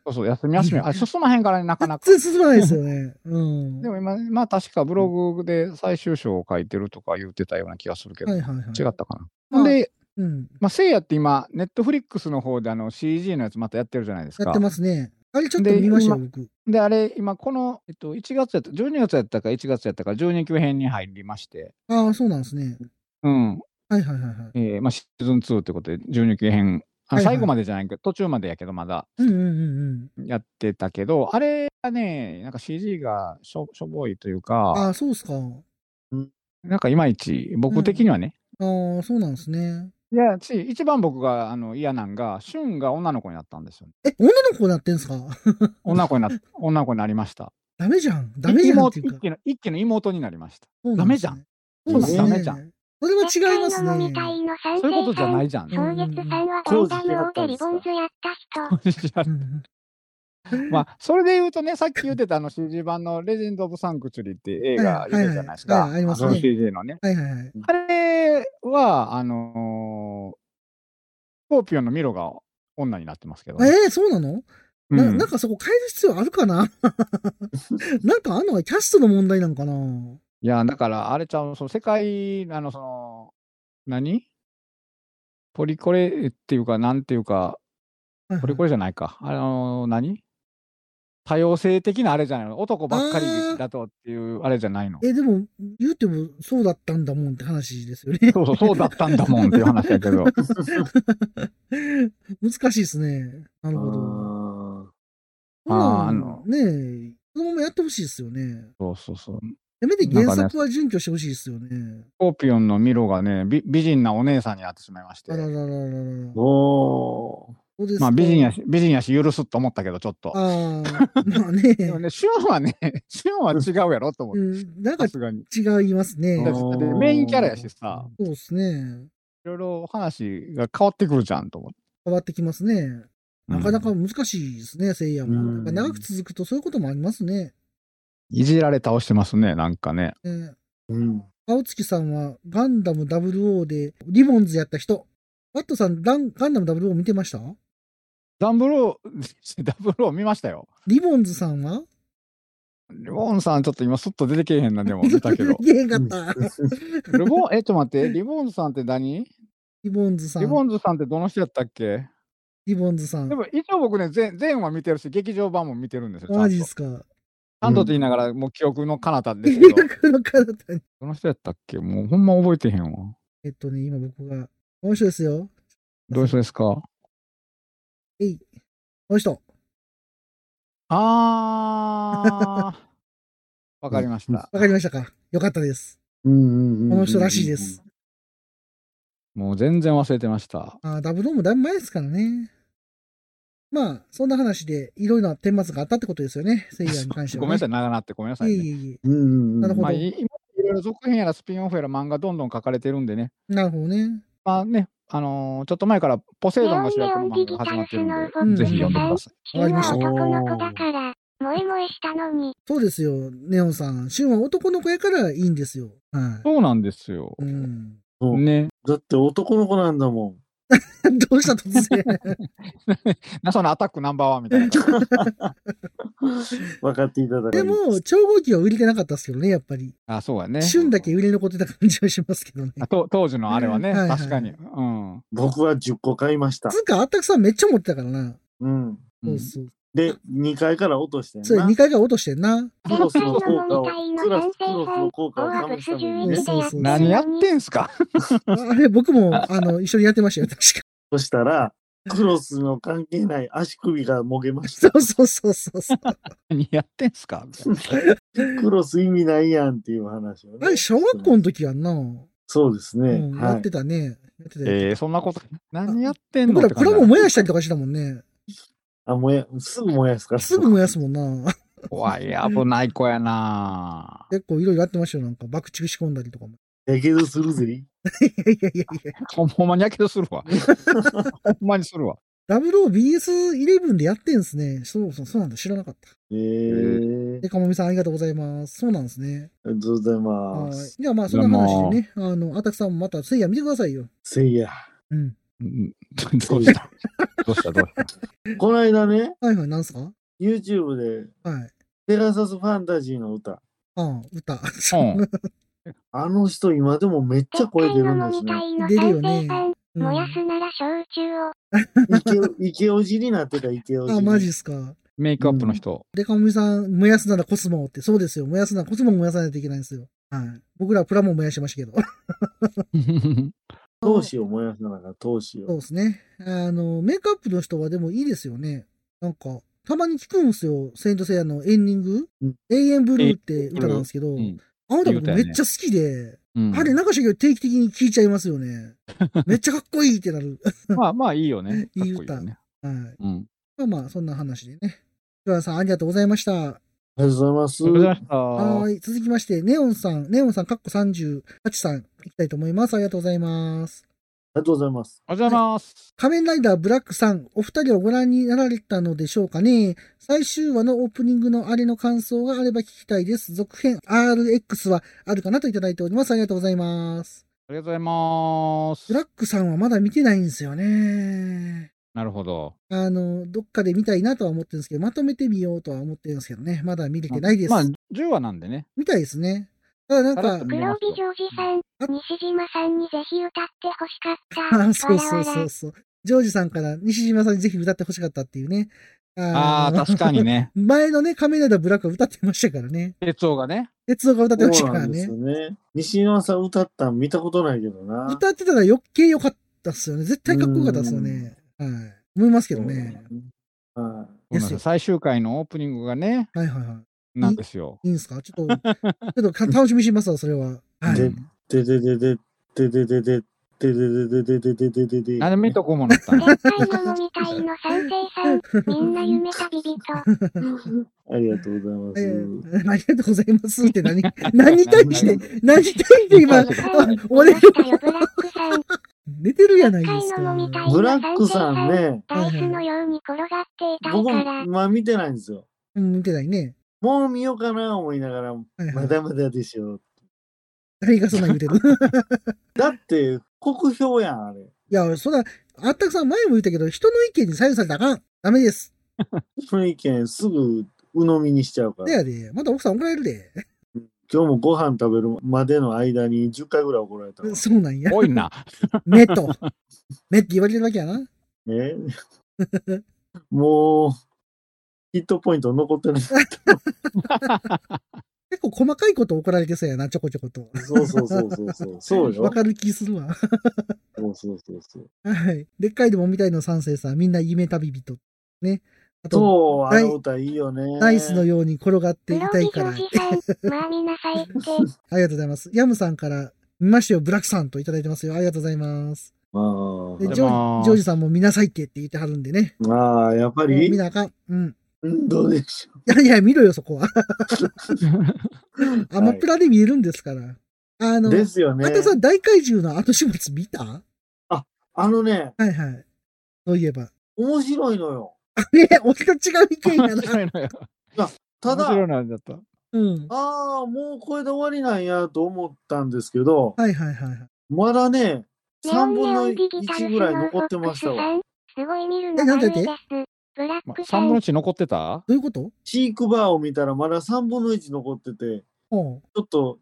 Speaker 4: そうそう休み休みあ進まへんからねなかな
Speaker 1: [laughs]
Speaker 4: か
Speaker 1: 全然進まないですよね。うん。
Speaker 4: でも今まあ確かブログで最終章を書いてるとか言ってたような気がするけど、
Speaker 1: はいはいはい。
Speaker 4: 違ったかな、
Speaker 1: まあ
Speaker 4: ほんで、
Speaker 1: うん。
Speaker 4: まあ、せいやって今ネットフリックスの方であの CG のやつまたやってるじゃないです
Speaker 1: や
Speaker 4: か
Speaker 1: ってますね。あれちょっと見ましたよ、
Speaker 4: で
Speaker 1: 僕。
Speaker 4: であれ今この、えっと、1月やった12月やったか1月やったか12級編に入りまして
Speaker 1: ああ、そうなんですね。
Speaker 4: うん、
Speaker 1: はいはいはいはい。
Speaker 4: えーまあ、シーズン2ってことで12級編あ
Speaker 1: はいはい
Speaker 4: 最後までじゃないけど、途中までやけどまだ
Speaker 1: うんうんうんうん。
Speaker 4: やってたけどあれがねなんか CG がしょしょぼいという
Speaker 1: あ
Speaker 4: か
Speaker 1: あ、そうっすか。あ
Speaker 4: なんかいまいち僕的にはね、
Speaker 1: あ、そうなんですね。
Speaker 4: いやち一番僕があの嫌なんがシュンが女の子になったんですよ、
Speaker 1: え、女の子になってんすか [laughs]
Speaker 4: 女の子にな女の子になりました
Speaker 1: ダメじゃん。ダメじゃんっていうか
Speaker 4: 一。気の一気の妹になりました
Speaker 1: そうなん
Speaker 4: ダ
Speaker 1: で
Speaker 4: メ
Speaker 1: す
Speaker 4: じ
Speaker 1: ね
Speaker 4: ゃん
Speaker 1: そうですね。
Speaker 4: ダメじゃん
Speaker 1: それは
Speaker 2: でっか
Speaker 1: 違います
Speaker 2: のもみた
Speaker 1: ね。
Speaker 2: いの三
Speaker 4: そういうこと
Speaker 2: 世
Speaker 4: じゃ
Speaker 2: さ。
Speaker 4: なん
Speaker 1: う
Speaker 4: いじゃん
Speaker 2: 蒼月さんはガンダム王でリボンズやった人。
Speaker 1: うん
Speaker 4: [laughs] まあそれで言うとねさっき言ってたあの CG 版の「レジェンド・オブ・サンクチュリー」って映画
Speaker 1: はい
Speaker 4: 言ってたじゃないですか、
Speaker 1: はいはいありますね
Speaker 4: の CG のね
Speaker 1: はいはいはい。
Speaker 4: あれは、あのースコーピオンのミロが女になってますけどね、
Speaker 1: えー、そうなの、
Speaker 4: うん
Speaker 1: ななんかそこ変える必要あるかな [laughs] なんかあんのはキャストの問題なんかない
Speaker 4: や、だから、あれちゃう、その世界、あの、その、何ポリコレっていうか、なんていうか、ポリコレじゃないか。あのー何多様性的なあれじゃないの。男ばっかりだとっていうあれじゃないの。
Speaker 1: え、でも、言うてもそうだったんだもんって話ですよね。 [laughs]
Speaker 4: [laughs] そうそう、そうだったんだもんっていう話だけど。
Speaker 1: 難しいですね。なるほど。
Speaker 3: あ
Speaker 4: あーあ
Speaker 1: うん
Speaker 4: の
Speaker 1: ねえ、そのままやってほしいですよね。
Speaker 4: そうそうそう。
Speaker 1: やめて
Speaker 4: なんか
Speaker 1: 原
Speaker 4: ね
Speaker 1: 作は準拠してほしいですよね。
Speaker 4: スコーピオンのミロがね、美美人なお姉さんになってしまいまして
Speaker 1: あ。らららららら。
Speaker 3: ーおー。
Speaker 1: そうですか
Speaker 4: まあ美人やし、美人やし許すと思ったけど、ちょっと。
Speaker 1: ああ、 [laughs] まあね。
Speaker 4: でもね、シュンはね、 [laughs] シュンは違うやろと思っ
Speaker 1: う
Speaker 4: て、
Speaker 1: ん、なんか
Speaker 4: さすがに。
Speaker 1: 違います
Speaker 4: だ
Speaker 1: ね
Speaker 4: っ。
Speaker 3: うん
Speaker 4: てメインキャラやしさ、
Speaker 1: そうですね。
Speaker 4: いろいろ話が変わってくるじゃんと思って。
Speaker 1: 変わってきますね。なかなか
Speaker 4: うん
Speaker 1: 難しいですね、聖夜
Speaker 3: う
Speaker 1: も。
Speaker 3: ん
Speaker 1: やっぱ長く続くとそういうこともありますね。
Speaker 4: いじられ倒してますね、なんかね。
Speaker 1: ね
Speaker 3: うん。
Speaker 1: 青月さんはガンダム00でリボンズやった人。ワットさん、ダンガンダム00見てました
Speaker 4: ダンブロー、 [laughs] ダンブロー見ましたよ。
Speaker 1: リボンズさんは。
Speaker 4: ルボンさん、ちょっと今、すっと出てけえへんな、でも、見たけど
Speaker 1: [laughs] 言えへんかった。
Speaker 4: ルボン、え、ちょっと待って、リボンズさんって何
Speaker 1: リボンズさん。
Speaker 4: リボンズさんってどの人やったっけ
Speaker 1: リボンズさん
Speaker 4: で。も、一応僕ね、全全話見てるし、劇場版も見てるんですよ。ちゃ
Speaker 1: マ
Speaker 4: んと
Speaker 1: ジ
Speaker 4: ち
Speaker 1: っすか。
Speaker 4: ゃんとって言いながら、もう記憶の彼方です
Speaker 1: 記
Speaker 4: け
Speaker 1: [laughs]
Speaker 4: ど、
Speaker 1: 憶の彼方に。
Speaker 4: どの人やったっけもう、ほんま覚えてへんわ。
Speaker 1: えっとね、今僕が。この人ですよ。
Speaker 4: どういう人ですか
Speaker 1: えい。この人。
Speaker 4: あー。 [laughs] わかりました。
Speaker 1: わかりましたかよかったです。
Speaker 3: うん
Speaker 1: この人らしいで。す。
Speaker 4: もう全然忘れてました。
Speaker 1: あーダブドームだいぶ前ですからね。まあ、そんな話で、いろいろな顛末があったってことですよね。セイヤに関しては、ね。
Speaker 4: ごめんなさ
Speaker 1: い。
Speaker 4: い、長なってごめんなさ
Speaker 1: い
Speaker 4: い
Speaker 1: えい
Speaker 4: ね。
Speaker 1: えいえ。
Speaker 3: うんうんうん
Speaker 1: なるほど
Speaker 4: まあ、い今いろいろ続編やらスピンオフやら漫画どんどん書かれてるんでね。
Speaker 1: なるほどね。
Speaker 4: まあね、あのーちょっと前からポセイドンが主役の漫画が始まってるんで、
Speaker 1: うん
Speaker 4: ぜひ読んでください。
Speaker 2: シュンは男の子だから、萌え萌えしたのに、
Speaker 1: そうですよ、ネオンさん。シュンは男の子やからいいんですよ。はい。
Speaker 4: そうなんですよ。
Speaker 1: うん、 [laughs]
Speaker 3: そう
Speaker 4: ね。
Speaker 3: だって男の子なんだもん。
Speaker 1: どうした突然。
Speaker 4: な、そのアタックナンバーワンみたいな感じ。
Speaker 3: 分かっていただけ
Speaker 1: でも、超合金は売れてなかったですけどね、やっぱり。
Speaker 4: あ、そうやね。
Speaker 1: シュンだけ売れ残ってた感じはしますけどね。
Speaker 4: あと当時のあれはね、
Speaker 1: はいはい
Speaker 4: 確かに。うん。
Speaker 3: 僕は10個買いました
Speaker 1: つ。うか、あったくさんめっちゃ持ってたからな。
Speaker 3: うん。
Speaker 1: そうそう。
Speaker 3: で、2階から落としてん
Speaker 1: それ
Speaker 3: な
Speaker 1: 2。回が落としてんな。
Speaker 3: クロスの効果を、クロス
Speaker 2: 全体の飲み
Speaker 3: クロ
Speaker 2: 会の
Speaker 3: スの効果
Speaker 2: オア
Speaker 3: を
Speaker 2: ブ
Speaker 3: 試
Speaker 2: ス
Speaker 3: すため
Speaker 2: 11
Speaker 3: にね
Speaker 2: で。
Speaker 1: そう
Speaker 2: やって
Speaker 1: そうそう
Speaker 2: る
Speaker 4: 何やっ
Speaker 2: のに、
Speaker 4: てんすか [laughs]
Speaker 1: あれ、僕も、あの、一緒にやってました [laughs] よ、確か。
Speaker 3: そしたら、クロスの関係ない足首がもげまし
Speaker 1: そ
Speaker 3: た。
Speaker 1: うそうそうそうそう。
Speaker 4: 何やってんすか
Speaker 3: クロス意味ないやんっていう話を
Speaker 1: あれ、
Speaker 3: ね。
Speaker 1: 小学校の時やんな。
Speaker 3: そうですね。
Speaker 1: うん、や
Speaker 3: は
Speaker 1: っ
Speaker 3: い
Speaker 1: て。たね。やってたよ
Speaker 4: えー、そんなこと。何やってんの
Speaker 1: 僕ら
Speaker 4: って感
Speaker 1: プ
Speaker 4: じ
Speaker 1: ラ
Speaker 4: だ
Speaker 1: モ燃やしたりとかしてたもんね。
Speaker 3: あ、燃や、すぐ燃やすから。
Speaker 1: すぐ燃やすもんな。 [laughs]
Speaker 4: 怖い、危ない子やな
Speaker 1: 結構いろいろやってましたよ。なんか爆竹仕込んだりとかも。 [laughs]
Speaker 3: やけどするぜ。
Speaker 1: いやいやいやいや。
Speaker 4: ほんほんまにやけどする
Speaker 1: [laughs]
Speaker 4: わ。ほんまにするわ。
Speaker 1: WBS11 でやってんすね。そうそう、そうなんだ。知らなかった。
Speaker 3: えー、
Speaker 1: で、かもみさんありがとうございます。そうなんですね。
Speaker 3: ありがとうござい
Speaker 1: は
Speaker 3: ます。
Speaker 1: い。ではまあ、そんな話でね、あの、あたくさんもまた、せいや見てくださいよ。
Speaker 3: せいや。
Speaker 1: うん。
Speaker 4: うんどうしたどうしたどうした
Speaker 3: この間ね、
Speaker 1: はいはい、なんすかはい。
Speaker 3: YouTube で、
Speaker 1: あ
Speaker 3: ペガサスファンタジーの歌。
Speaker 1: あ、歌。
Speaker 4: うん。
Speaker 3: あの人、今でもめっちゃ
Speaker 2: 絶
Speaker 3: 声
Speaker 2: 対
Speaker 3: 出る
Speaker 2: の
Speaker 3: ん
Speaker 2: 飲み
Speaker 3: ですね。
Speaker 2: 会の
Speaker 1: 出るよ
Speaker 2: 再
Speaker 1: ね
Speaker 2: 生版、
Speaker 1: [laughs] うん
Speaker 2: 燃やすなら焼酎を、
Speaker 3: 池池おじになってた、池おじ。
Speaker 1: あ、マジっすか。
Speaker 4: メイクアップの人。
Speaker 1: で、かもみさん、燃やすならコスモをって、そうですよ。燃やすならコスモを燃やさないといけないんですよ。はい。僕らはプラモ燃やしてましたけど。
Speaker 3: 闘志を燃やすなら、闘志
Speaker 1: そうで
Speaker 3: を。
Speaker 1: すね。あの、メイクアップの人はでもいいですよね。なんか、たまに聞くんですよ。セイントセイヤのエンディング、
Speaker 3: うん
Speaker 1: 永遠ブルーって歌なんですけど、
Speaker 4: うん
Speaker 1: あの歌
Speaker 4: いい
Speaker 1: 僕
Speaker 4: 歌
Speaker 1: め
Speaker 4: やね
Speaker 1: っちゃ好きで、
Speaker 4: うん
Speaker 1: あれ流したけど定期的に聴いちゃいますよね。めっちゃかっこいいってなる。
Speaker 4: まあまあいいよね。
Speaker 1: いい
Speaker 4: かっこよね。
Speaker 1: はい。
Speaker 4: うん。
Speaker 1: まあまあ、そんな話でね。岩田さん、ありがとうございました。
Speaker 3: ありがとうござ
Speaker 4: それ
Speaker 3: い
Speaker 4: じ
Speaker 3: ま
Speaker 4: ゃ
Speaker 3: す。
Speaker 4: あ
Speaker 1: は、い。続きまして、ネオンさん、ネオンさん、かっこ38さん、いきたいと思います。ありがとうございます。
Speaker 3: ありがとうございます。
Speaker 4: おはようございます。
Speaker 1: 仮面ライダーブラックさん、お二人をご覧になられたのでしょうかね最終話のオープニングのあれの感想があれば聞きたいです。続編 RX はあるかなといただいております。ありがとうございます。
Speaker 4: ありがとうございます
Speaker 1: ブ。ラックさんはまだ見てないんですよね。
Speaker 4: なるほど。
Speaker 1: あの、どっかで見たいなとは思ってるんですけど、まとめてみようとは思ってるんですけどね。まだ見れてないです。
Speaker 4: まあ、10話なんでね。
Speaker 1: 見たいですね。ただなん
Speaker 4: さらっ
Speaker 1: か
Speaker 4: と、見れ
Speaker 2: 黒
Speaker 4: ます
Speaker 2: 帯ジョージさん、西島さんにぜひ歌ってほしか
Speaker 1: [laughs]
Speaker 2: った。
Speaker 1: あそうそう
Speaker 2: わらわ
Speaker 1: そ
Speaker 2: ら
Speaker 1: うそう。ジョージさんから西島さんにぜひ歌ってほしかったっていうね。
Speaker 4: ああー、確かに。ね。
Speaker 1: [laughs] 前のね、仮面ライダーブラックは歌ってましたからね。
Speaker 4: [laughs] 鉄王がね。
Speaker 1: 鉄道が歌ってまし
Speaker 3: そ
Speaker 1: た
Speaker 3: う
Speaker 1: か
Speaker 3: な
Speaker 1: ら
Speaker 3: んで
Speaker 1: ね
Speaker 3: すよ。ね。西山さん歌ったん見たことないけどな。
Speaker 1: 歌ってたら余計良かったっすよね。絶対かっこよかったっすよね。はい。思いますけどね。
Speaker 3: そうなんです。はい
Speaker 4: そうなんですよ
Speaker 1: です
Speaker 4: 最終回のオープニングがね、
Speaker 1: はいはいはい。
Speaker 4: なんですよ。
Speaker 1: いいんすかちょっと、ちょっと
Speaker 4: [laughs]
Speaker 1: か楽しみにしますわ、それは。はい。
Speaker 3: でででででででででででででででででで
Speaker 4: なんで見とこうもなった
Speaker 1: [laughs]
Speaker 4: の
Speaker 2: 絶対の飲み会の賛成さん、みんな夢旅人。
Speaker 3: ありがとうご
Speaker 1: え
Speaker 3: ざいます。
Speaker 1: ー、ありがとうございますって
Speaker 4: [laughs]
Speaker 1: 何、何に対して、何に対して
Speaker 2: [laughs]
Speaker 1: 今、あ
Speaker 4: 何
Speaker 1: 俺
Speaker 2: いましたよブラックさん、
Speaker 1: 寝てるやないです
Speaker 2: 絶対の飲み
Speaker 1: か
Speaker 2: 会。
Speaker 3: ブラックさんね、
Speaker 2: ダイスのように転がっていたい
Speaker 3: 僕も
Speaker 2: から、
Speaker 3: まあ見てないんですよ。
Speaker 1: うん、見てないね。
Speaker 3: もう見ようかな思いながら、
Speaker 1: はいは
Speaker 3: ま
Speaker 1: い。
Speaker 3: だまだでしょ。
Speaker 1: 誰がそんなん言うてる
Speaker 3: だって、国評やん、あれ。
Speaker 1: いや、そんな、あったくさん前も言ったけど、人の意見に左右されたらあかん。ダメです。
Speaker 3: その意見すぐ鵜呑みにしちゃうか
Speaker 1: で
Speaker 3: ら。
Speaker 1: やで、また奥さん怒られるで。
Speaker 3: 今日もご飯食べるまでの間に10回ぐらい怒られたわ。
Speaker 1: [laughs] そうなんや。
Speaker 4: 多いな。
Speaker 1: 目と。目って言われてるわけやな。
Speaker 3: ね、 [laughs] もう、ヒットポイント残
Speaker 1: [laughs]
Speaker 3: ってない。
Speaker 1: 結構細かいこと怒られてそうやな、ちょこちょこと。
Speaker 3: そうそうそうそうそう。そうよ
Speaker 1: わ。かる気するわ。 [laughs]
Speaker 3: そうそうそうそう。
Speaker 1: はい。でっかいでもみたいの三世さん、みんな夢旅人。ね。あと、
Speaker 3: そう、
Speaker 1: ダ
Speaker 3: あ
Speaker 1: イ
Speaker 3: の歌いいよね。
Speaker 1: ダイスのように転がってい
Speaker 2: 黒
Speaker 1: たい
Speaker 2: 木
Speaker 1: から。あ
Speaker 2: 上
Speaker 1: り
Speaker 2: 司さん、まあ見なさいって。
Speaker 1: がとうございます。ヤムさんから、見ましたよ、ブラックさんといただいてますよ。ありがとうございます。
Speaker 3: あ
Speaker 1: で、ジ
Speaker 4: ありがとう
Speaker 1: ョー
Speaker 4: ございま
Speaker 1: ジ
Speaker 4: す
Speaker 1: ジョージさんも見なさいってって言ってはるんでね。
Speaker 3: あ、まあ、やっぱ
Speaker 1: もう見
Speaker 3: り、
Speaker 1: なあかん。うん。
Speaker 3: うんどうでしょ
Speaker 1: いやいや、見ろよ、そこは。アマプラで見えるんですから。あ
Speaker 3: う。
Speaker 1: の、
Speaker 3: ですよね
Speaker 1: あ。たさん、大怪獣の後始末見たは
Speaker 3: あのね、
Speaker 1: いはい。そういえば。 [laughs]
Speaker 3: 面白いのよ。
Speaker 1: ね俺と違う意見や
Speaker 4: 面
Speaker 1: な。
Speaker 4: 白いのよ。
Speaker 3: ただ、
Speaker 4: 面白いのだった。
Speaker 1: うん。
Speaker 3: ああ、もうこれで終わりなんやと思ったんですけど、
Speaker 1: はいはいはいはい。
Speaker 3: まだね、
Speaker 2: ネオ
Speaker 3: 3
Speaker 2: ンネ
Speaker 3: 分
Speaker 2: オ
Speaker 3: の
Speaker 2: ンディギタルス
Speaker 3: 1ぐ
Speaker 2: ノ
Speaker 3: ら
Speaker 2: ー
Speaker 3: い
Speaker 2: フ
Speaker 3: 残
Speaker 2: ォ
Speaker 3: って
Speaker 2: ッ
Speaker 3: ま
Speaker 2: クス
Speaker 3: した
Speaker 2: さ
Speaker 3: わ。
Speaker 2: ん、すごい見る
Speaker 1: え
Speaker 2: の
Speaker 1: なん
Speaker 2: ダ
Speaker 1: だ
Speaker 2: メ
Speaker 1: っ
Speaker 2: で
Speaker 1: て
Speaker 2: す。ブラッ
Speaker 4: ま
Speaker 2: クさ
Speaker 4: 3分の
Speaker 2: ん、
Speaker 4: 1残ってた
Speaker 1: どういうこと
Speaker 3: シークバーを見たらまだ3分の1残ってて、
Speaker 1: おう
Speaker 3: ちょっと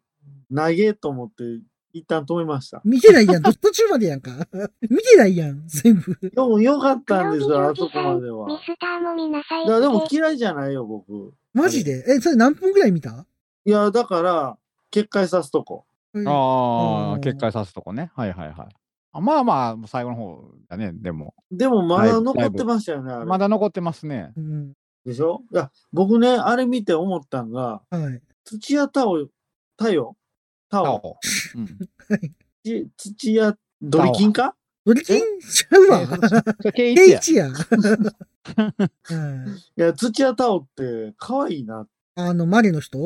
Speaker 3: 投げと思って一旦止めました。
Speaker 1: 見てないやん。途中までやんか。 [laughs] 見てないやん。全部。
Speaker 3: でも良かったんですよ、
Speaker 2: 黒
Speaker 3: あ
Speaker 2: 木上
Speaker 3: そ
Speaker 2: 司さ
Speaker 3: こ
Speaker 2: ん
Speaker 3: までは。
Speaker 2: ミスターも見なさいっ
Speaker 3: い
Speaker 2: て。
Speaker 3: や、でも嫌いじゃないよ、僕。
Speaker 1: マジで。え、それ何分ぐらい見た
Speaker 3: いや、だから、決壊さすとこ。
Speaker 1: あ
Speaker 4: あ
Speaker 1: うん
Speaker 4: あ、決壊さすとこね。はいはいはい。あまあまあ、最後の方だね、でも。
Speaker 3: でもま
Speaker 4: だい
Speaker 3: だ
Speaker 4: ぶ
Speaker 3: 残ってましたよね、あれ。
Speaker 4: まだ残ってますね。
Speaker 1: うん。
Speaker 3: でしょいや、僕ね、あれ見て思ったのが、
Speaker 1: はい。
Speaker 3: 土屋太鳳、太陽太
Speaker 4: タ
Speaker 3: 陽
Speaker 4: オ。
Speaker 1: [laughs]
Speaker 4: うん。
Speaker 3: 土土屋、ドリキンか
Speaker 1: ドリキンちゃう
Speaker 4: え
Speaker 1: わ。
Speaker 4: それ圭一
Speaker 1: ケイ
Speaker 4: や
Speaker 1: チや。はい
Speaker 3: いや、土屋太鳳って可愛いな。
Speaker 1: あの、マリの人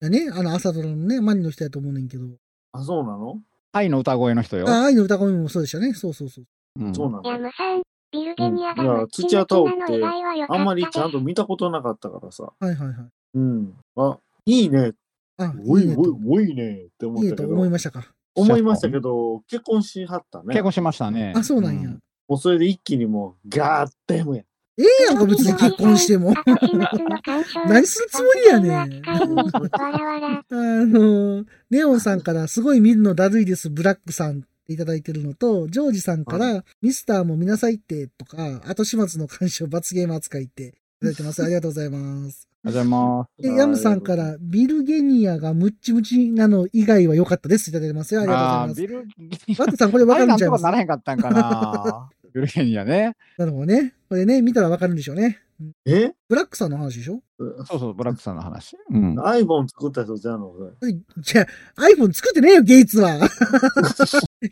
Speaker 1: だね。あの、朝ドラのね、マリの人やと思うねんけど。
Speaker 3: あ、そうなの
Speaker 4: 愛の歌声の人よ。
Speaker 1: あ、愛の歌声もそうでしたね。そうそうそう。
Speaker 4: うん
Speaker 3: そうなの
Speaker 2: ヤムさん、ビルゲニアが
Speaker 3: うんいや
Speaker 2: マッチ
Speaker 3: 土屋
Speaker 2: 向きな
Speaker 3: 太鳳っ
Speaker 2: の
Speaker 3: て
Speaker 2: 以外は良か
Speaker 3: あんまり
Speaker 2: っ
Speaker 3: ちゃ
Speaker 2: た
Speaker 3: ん
Speaker 2: です。
Speaker 3: と見たことなかったからさ。
Speaker 1: はいはいはい。
Speaker 3: うん。あ、いいね。
Speaker 1: あ、
Speaker 3: お
Speaker 1: いい
Speaker 3: い
Speaker 1: ね
Speaker 3: おい
Speaker 1: と。
Speaker 3: おいねって思
Speaker 1: いい
Speaker 3: っ
Speaker 1: ね
Speaker 3: たけ
Speaker 1: と
Speaker 3: ど。
Speaker 1: 思いましたか。
Speaker 3: 思いましたけど、結婚しはったね。
Speaker 4: 結婚しましたね。
Speaker 1: あ、そうなんや。
Speaker 4: ん
Speaker 3: もうそれで一気にもう、ガーッてもや。
Speaker 1: ええやんか、別に結婚しても。
Speaker 2: 後始末の鑑賞
Speaker 1: 何するつもりやね
Speaker 2: 罰
Speaker 1: ん
Speaker 2: ゲーム扱いにわらわら。
Speaker 1: あの、ネオンさんから、すごい見るのだるいです、ブラックさんっていただいてるのと、ジョージさんから、ミスターも見なさいって、とか、後始末の干渉罰ゲーム扱いっていただいてます。ありがとうございます。
Speaker 4: ありがとうございます。
Speaker 1: で、ヤムさんから、ビルゲニアがムッチムチなの以外は良かったです。いただいてますよ。ありがとう
Speaker 4: [laughs] ああ
Speaker 1: ご
Speaker 4: ー、
Speaker 1: ざい
Speaker 4: ビル、
Speaker 1: ます。 [laughs] バットさん、こ
Speaker 4: [laughs]
Speaker 1: れわ
Speaker 4: あ
Speaker 1: か
Speaker 4: れ
Speaker 1: る
Speaker 4: なんん
Speaker 1: ちゃい
Speaker 4: と
Speaker 1: ま
Speaker 4: か
Speaker 1: す
Speaker 4: ならへんかったん
Speaker 1: [laughs]
Speaker 4: かな。ビルゲニアね。
Speaker 1: なるほどね。これね、見たらわかるんでしょうね。
Speaker 3: え
Speaker 1: ブラックさんの話でしょ
Speaker 4: そうそう、ブラックさんの話。うん。
Speaker 3: ?iPhone 作った人じゃんの [laughs] それ
Speaker 1: じゃあ、iPhone 作ってねえよ、ゲイツ
Speaker 3: [laughs]
Speaker 1: は。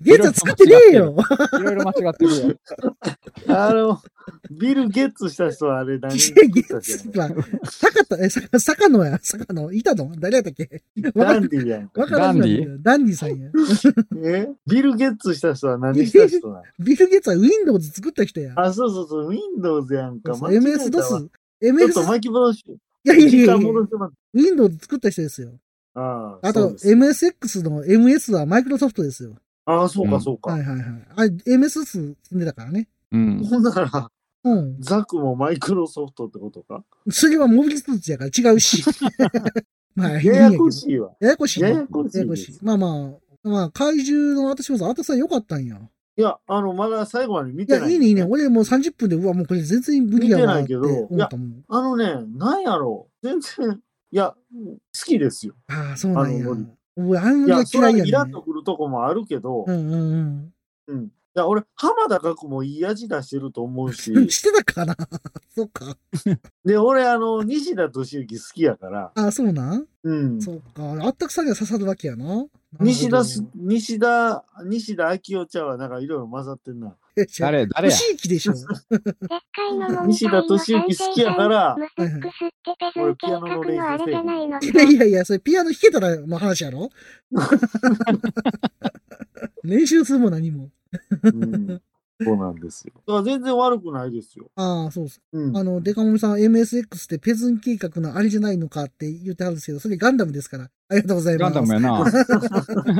Speaker 1: ゲイツは作ってねえよ。
Speaker 4: いろいろ間違ってるよ。
Speaker 3: あの、ビル・ゲッツした人はあれ何
Speaker 1: [laughs] ゲ
Speaker 3: 作った
Speaker 1: イ
Speaker 3: 人
Speaker 1: ツ
Speaker 3: や
Speaker 1: は、坂田、え、坂坂野や、坂野、いたの誰やったっけ
Speaker 3: の
Speaker 1: わか
Speaker 3: ダン
Speaker 1: る
Speaker 3: ディやんか。
Speaker 1: わからんようになって
Speaker 4: ダ
Speaker 1: るダンディさんや。
Speaker 3: えビル・ゲッツした人は何した人
Speaker 1: [laughs]
Speaker 3: なの
Speaker 1: ビル・ゲイツは Windows 作った人や。
Speaker 3: あ、そうそうそう、Windows やんか。
Speaker 1: そう
Speaker 3: 間違えたわ
Speaker 1: MS-DOS。
Speaker 3: ちょっと
Speaker 1: MS、
Speaker 3: 巻き戻し。
Speaker 1: いやいやい
Speaker 3: 時
Speaker 1: や
Speaker 3: 間
Speaker 1: いや、
Speaker 3: 戻してもらって。
Speaker 1: Windows 作った人ですよ。
Speaker 3: ああ、
Speaker 1: あ
Speaker 3: そう
Speaker 1: と、
Speaker 3: です
Speaker 1: MSX の MS はマイクロソフトですよ。
Speaker 3: ああ、そう
Speaker 4: う
Speaker 3: か、
Speaker 4: ん
Speaker 3: そう
Speaker 1: はい
Speaker 3: か。
Speaker 1: はいはい。あれ、MS 住んでたからね。
Speaker 4: [laughs]
Speaker 1: [laughs]
Speaker 4: うん。
Speaker 3: ほんなら、
Speaker 1: うん。
Speaker 3: ザクもマイクロソフトってことか。
Speaker 1: それはモビルスーツやから違う
Speaker 3: [laughs]
Speaker 1: し。まあ、いいん
Speaker 3: や
Speaker 1: や
Speaker 3: や
Speaker 1: けど
Speaker 3: こしいわ。
Speaker 1: ややこしいね。
Speaker 3: ややこしいです
Speaker 1: ややこしいまあまあ、まあ、怪獣の私もさ、あたさん良かったんや。
Speaker 3: いや、あの、まだ最後まで見
Speaker 1: い
Speaker 3: て
Speaker 1: や、
Speaker 3: ない。
Speaker 1: いいね、いいね。俺もう30分で、うわ、もうこれ全然無理やわ。
Speaker 3: 見
Speaker 1: って
Speaker 3: てないけど
Speaker 1: 思ったもん。
Speaker 3: あのね、なんやろう。全然、いや、好きですよ。
Speaker 1: ああ、そうなんや。
Speaker 3: あの
Speaker 1: 俺、あん
Speaker 3: い
Speaker 1: な
Speaker 3: や、そ
Speaker 1: 嫌
Speaker 3: れはい
Speaker 1: やね
Speaker 3: イラッとくるとこもあるけど、
Speaker 1: うんうん
Speaker 3: うん。いや、俺、浜田岳もいい味出してると思うし
Speaker 1: うん。、 [laughs] してたかなそっか。
Speaker 3: で、俺、あの、西田敏行好きやから、
Speaker 1: ああ、そうなん
Speaker 3: うん。
Speaker 1: そっか。あったくさんには刺さるわけやな。なるほど
Speaker 3: 西田す、西田、西田昭夫ちゃんはなんかいろいろ混ざってんな。
Speaker 1: え違う
Speaker 4: 誰、誰や。
Speaker 1: 牛行でし
Speaker 3: [laughs]
Speaker 1: ょ。
Speaker 2: でっかいのも
Speaker 3: 西田敏行好きやから、
Speaker 2: ム
Speaker 3: [laughs]
Speaker 2: スックスってペズン計画のあれじゃないのか。
Speaker 1: いやいやいや、それピアノ弾けたらの話や
Speaker 3: [laughs]
Speaker 1: ろ練習するも何も。
Speaker 3: うん、そうなんですよ。だから全然悪くないですよ。
Speaker 1: ああ、そうそう。
Speaker 3: うん。
Speaker 1: あの、デカモミさん、MSX ってペズン計画のあれじゃないのかって言ってはるんですけど、それガンダムですから、ありがとうござい
Speaker 4: ガ
Speaker 1: ま
Speaker 4: ン
Speaker 1: す。
Speaker 4: ダ
Speaker 1: [laughs]
Speaker 4: ムやな。
Speaker 1: は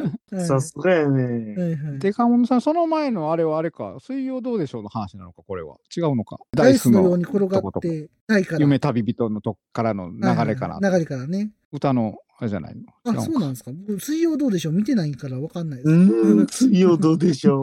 Speaker 1: い
Speaker 3: さすがや
Speaker 1: は
Speaker 3: ね。
Speaker 1: いはい
Speaker 4: デカモンさん、その前のあれはあれか、水曜どうでしょうの話なのか、これは。違うのか。
Speaker 1: ダイスのように
Speaker 4: に
Speaker 1: 転がって、ないから。
Speaker 4: 夢旅人のとこからの流れか
Speaker 1: は
Speaker 4: な。
Speaker 1: いはい流れからね。
Speaker 4: 歌の、あれじゃないの。違う
Speaker 1: あ、
Speaker 4: の
Speaker 1: そうなんですか。僕水曜どうでしょう見てないからわかんないです。
Speaker 3: うーん、次をどうでしょう。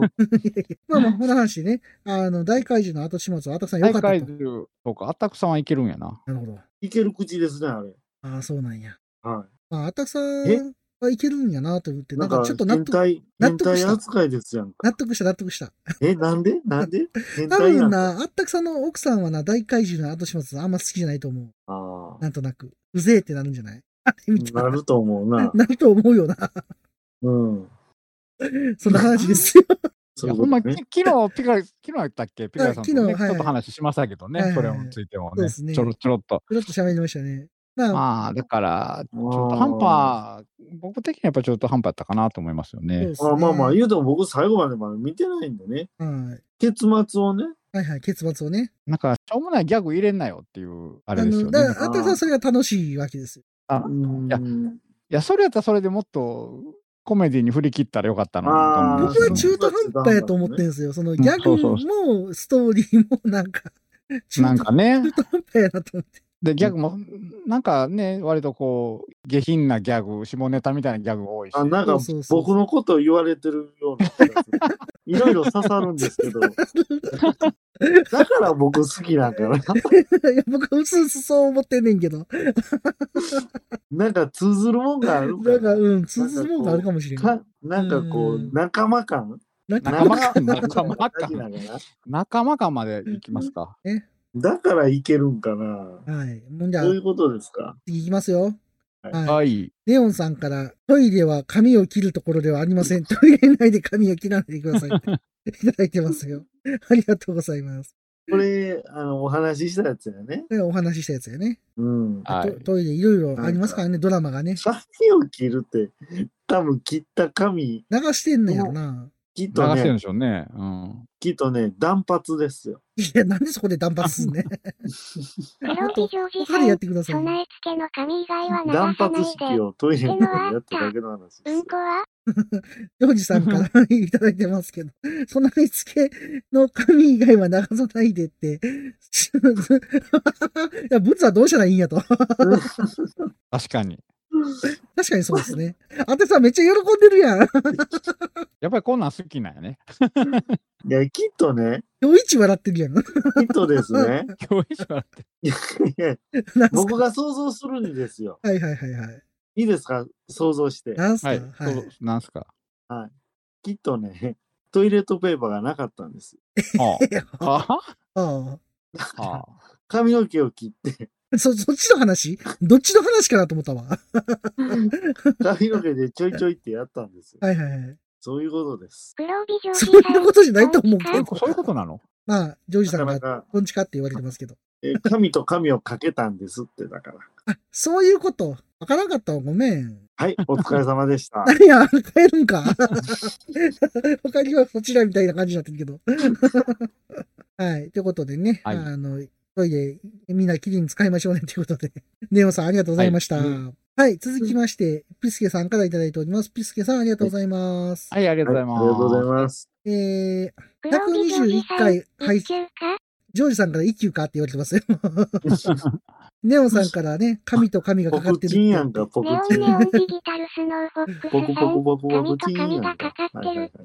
Speaker 1: まあまあ、この話ね。あの、大怪獣の後始末は、あたくさん良か
Speaker 4: 大
Speaker 1: ったと。
Speaker 4: 怪獣とか、アタックさんはいけるんやな。
Speaker 1: なるほど。
Speaker 3: いける口ですね、あれ。
Speaker 1: ああ、そうなんや。
Speaker 3: は
Speaker 1: まあ、あたくさ
Speaker 3: え
Speaker 1: んはいけるんやなと思って、
Speaker 3: い。
Speaker 1: な
Speaker 3: なん
Speaker 1: か
Speaker 3: んか、
Speaker 1: ちょっと納
Speaker 3: 変
Speaker 1: 得、
Speaker 3: 態、
Speaker 1: 納
Speaker 3: 変
Speaker 1: 得した
Speaker 3: 態扱いですやんか。
Speaker 1: 納得した、納得した。
Speaker 3: え、なんでなんで変
Speaker 1: 多
Speaker 3: 態や
Speaker 1: 分
Speaker 3: んか。
Speaker 1: な、あったくさんの奥さんはな、大怪獣の後始末あんま好きじゃないと思う。
Speaker 3: ああ
Speaker 1: なんとなく。うぜえってなるんじゃない [laughs] あれ見た
Speaker 3: な
Speaker 1: ら。
Speaker 3: ると思うな。
Speaker 1: [laughs] なると思うよな。
Speaker 3: うん。
Speaker 1: そんな話ですよ。
Speaker 4: い
Speaker 3: そうい
Speaker 4: や、
Speaker 3: う
Speaker 4: ほ
Speaker 3: こ
Speaker 4: ん
Speaker 3: と
Speaker 4: ま、
Speaker 3: ね
Speaker 4: き。昨日、ピカ、昨日やったっけピカさんとね、
Speaker 1: はい昨日
Speaker 4: ちょっ
Speaker 1: はい
Speaker 4: と話しましたけどね、
Speaker 1: はいはい
Speaker 4: それについても
Speaker 1: そう
Speaker 4: ね、
Speaker 1: ですね
Speaker 4: ちょろちょろっと。
Speaker 1: ちょっと喋りましたね。まあ、
Speaker 4: まあ、だから、ち
Speaker 3: ち
Speaker 4: ょっと半端、僕的にはやっぱちょっと半端やったかなと思いますよ
Speaker 1: そう
Speaker 4: ね
Speaker 1: で。すね
Speaker 3: あまあまあ、言うと僕最後までまだ見てないんでね。
Speaker 1: はい
Speaker 3: 結末をね。
Speaker 1: はいはい、結末をね。
Speaker 4: なんか、しょうもないギャグ入れんなよっていう、あ
Speaker 1: あ
Speaker 4: れですよ
Speaker 1: の、
Speaker 4: ね。
Speaker 1: だから、あったくさんはそれが楽しいわけですよ。
Speaker 4: あ
Speaker 3: うん
Speaker 4: いやいや、それやったらそれでもっとコメディに振り切ったらよかったのにと思
Speaker 3: あ
Speaker 4: い
Speaker 3: ー
Speaker 4: ま
Speaker 1: 僕
Speaker 4: すよ
Speaker 1: は
Speaker 4: ね
Speaker 1: 中途半端やと思ってるんですよ。そのギャグも、ストーリーも、なんか、中
Speaker 4: なん
Speaker 1: 途
Speaker 4: かね
Speaker 1: 中、途半端やなと思って。 [laughs]
Speaker 4: で、ギャグも、なんかね、割とこう、下品なギャグ、下ネタみたいなギャグが多いし。
Speaker 3: あなんか
Speaker 1: そうそうそう
Speaker 3: 僕のことを言われてるような気がする。
Speaker 1: [laughs]
Speaker 3: いろいろ刺さるんですけど。だから僕好きなんかな。
Speaker 1: いや、僕はうすうすそう思ってんねんけど。
Speaker 3: なんか通ずるもんがあるか
Speaker 1: な
Speaker 3: ら
Speaker 1: んか、うん、通ずるもんがあるかもしれない。
Speaker 3: かなんかこ
Speaker 1: うん
Speaker 3: う、仲間感
Speaker 1: なんか、
Speaker 4: 仲間感、
Speaker 3: 仲
Speaker 4: 仲
Speaker 3: 間
Speaker 4: 間
Speaker 3: 感
Speaker 4: 感、仲間感までいきますか。
Speaker 3: だからいけるんかな。
Speaker 1: はい。もんじゃあ
Speaker 3: そうい、うことですか。
Speaker 1: 次いきますよ。
Speaker 3: はい
Speaker 1: はい。
Speaker 4: はい。
Speaker 1: レオンさんから、トイレは髪を切るところではありません。トイレ内で髪を切らないでください。いただいて [laughs] ますよ。ありがとうございます。
Speaker 3: これ、あの、お話ししたやつやね。
Speaker 1: これお話ししたやつやね。
Speaker 3: うん。
Speaker 4: はい
Speaker 1: ト。トイレいろいろありますからね、ドラマがね。
Speaker 3: 髪を切るって、多分切った髪、
Speaker 1: 流してんのやろな。
Speaker 3: きっ
Speaker 4: 流
Speaker 3: と
Speaker 4: してるん
Speaker 3: ね、
Speaker 4: でしょうね。うん。
Speaker 3: きっとね、断髪ですよ。
Speaker 1: いや、なんでそこで断髪すんね。
Speaker 2: 黒木ジョージ
Speaker 1: 他
Speaker 2: さ
Speaker 1: でやっ
Speaker 2: ん、
Speaker 1: てく
Speaker 2: [laughs]
Speaker 1: ださい。
Speaker 2: 備え付けの紙以外
Speaker 3: [laughs]
Speaker 2: は流
Speaker 3: 断
Speaker 2: さな
Speaker 3: 髪
Speaker 2: い
Speaker 3: 式
Speaker 2: で。
Speaker 3: をトイレの中でやっただけの話で
Speaker 2: うん
Speaker 3: す。
Speaker 2: こは
Speaker 1: ジョージさんから [laughs] いただいてますけど、そのり付けの紙以外は流さないでって、 [laughs] いや、ブツはどうしたらいいんやと。
Speaker 4: 確かに。
Speaker 1: 確かにそうですね。あてさんめっちゃ喜んでるやん。
Speaker 4: やっぱりこんなん好きなん
Speaker 3: [laughs]
Speaker 4: やね。
Speaker 3: いや、きっとね、
Speaker 1: 今日一笑ってるやん。なんす
Speaker 3: きっとですね。
Speaker 4: 今日以上って。
Speaker 3: いや
Speaker 1: か
Speaker 3: 僕が想像するんですよ。
Speaker 1: はいはいはいはい。
Speaker 3: いいですか想像して。
Speaker 1: なんすか、
Speaker 4: は
Speaker 1: はいい。。
Speaker 4: そうなん
Speaker 3: [laughs]
Speaker 4: すか。
Speaker 3: きっとね、トイレットペーパーがなかったんです。
Speaker 4: はあ。
Speaker 1: あ
Speaker 4: は
Speaker 1: あ
Speaker 4: あ。はあ。
Speaker 3: 髪の毛を切って、
Speaker 1: そ、 [laughs] そっちの話どっちの話かなと思ったわ。は
Speaker 3: 髪の毛でちょいちょいってやったんですよ。
Speaker 1: いはいはい。
Speaker 3: そういうことです。
Speaker 2: 黒木ジョージ
Speaker 1: そ
Speaker 2: さ
Speaker 1: ういうことじゃないと思う
Speaker 4: そうい
Speaker 1: け
Speaker 4: う
Speaker 1: ど。
Speaker 4: こそういうことなの
Speaker 1: まあ、ジョージさ
Speaker 3: なか
Speaker 1: ん
Speaker 3: な
Speaker 1: が、
Speaker 3: か、
Speaker 1: こんちかって言われてますけど。
Speaker 3: え神と神をかけたんですって、だから。
Speaker 1: あ、そういうこと。わからんかったわ。ごめん。
Speaker 3: はい、お疲れ様で [laughs] した。
Speaker 1: 何や、帰るん
Speaker 4: [laughs]
Speaker 1: か。他にはそちらみたいな感じになってるけ
Speaker 4: [laughs]
Speaker 1: ど。はい。ということでね、
Speaker 4: はい
Speaker 1: あの、トイレ、みんなきれいに使いましょうねということで。ネオさん、ありがとうございました。は、
Speaker 4: はいいう
Speaker 1: 続きまして、ピスケさんからいただいております。ピスケさん、ありがとうございます。
Speaker 4: はい、ありがとうござい
Speaker 3: は
Speaker 4: ま
Speaker 3: い
Speaker 4: す。
Speaker 3: ありがとうございます。
Speaker 1: えー、
Speaker 2: ん、黒木ジョージ
Speaker 1: 121
Speaker 2: さん、
Speaker 1: 回配
Speaker 2: 一
Speaker 1: 信、
Speaker 2: 級か
Speaker 1: ジョージさんから一級かって言われて
Speaker 4: [laughs]
Speaker 1: ますよ。
Speaker 3: [laughs]
Speaker 1: ネオさんからね、神と神が
Speaker 3: ポ
Speaker 1: かかっ
Speaker 3: ク
Speaker 1: てるっ
Speaker 3: チ
Speaker 1: て
Speaker 3: ン
Speaker 1: 言
Speaker 3: や
Speaker 1: っ
Speaker 3: ん
Speaker 1: て
Speaker 3: か、。ポ
Speaker 2: ネオン
Speaker 3: クチ
Speaker 2: ネ
Speaker 3: ン。
Speaker 2: オンディジタルスノーフォックスさ
Speaker 3: ポ
Speaker 2: ん
Speaker 3: クポクポクポ
Speaker 2: 紙
Speaker 3: ク
Speaker 2: と
Speaker 3: チンや
Speaker 2: 紙
Speaker 3: ん
Speaker 2: が
Speaker 3: か
Speaker 2: か。かってるって、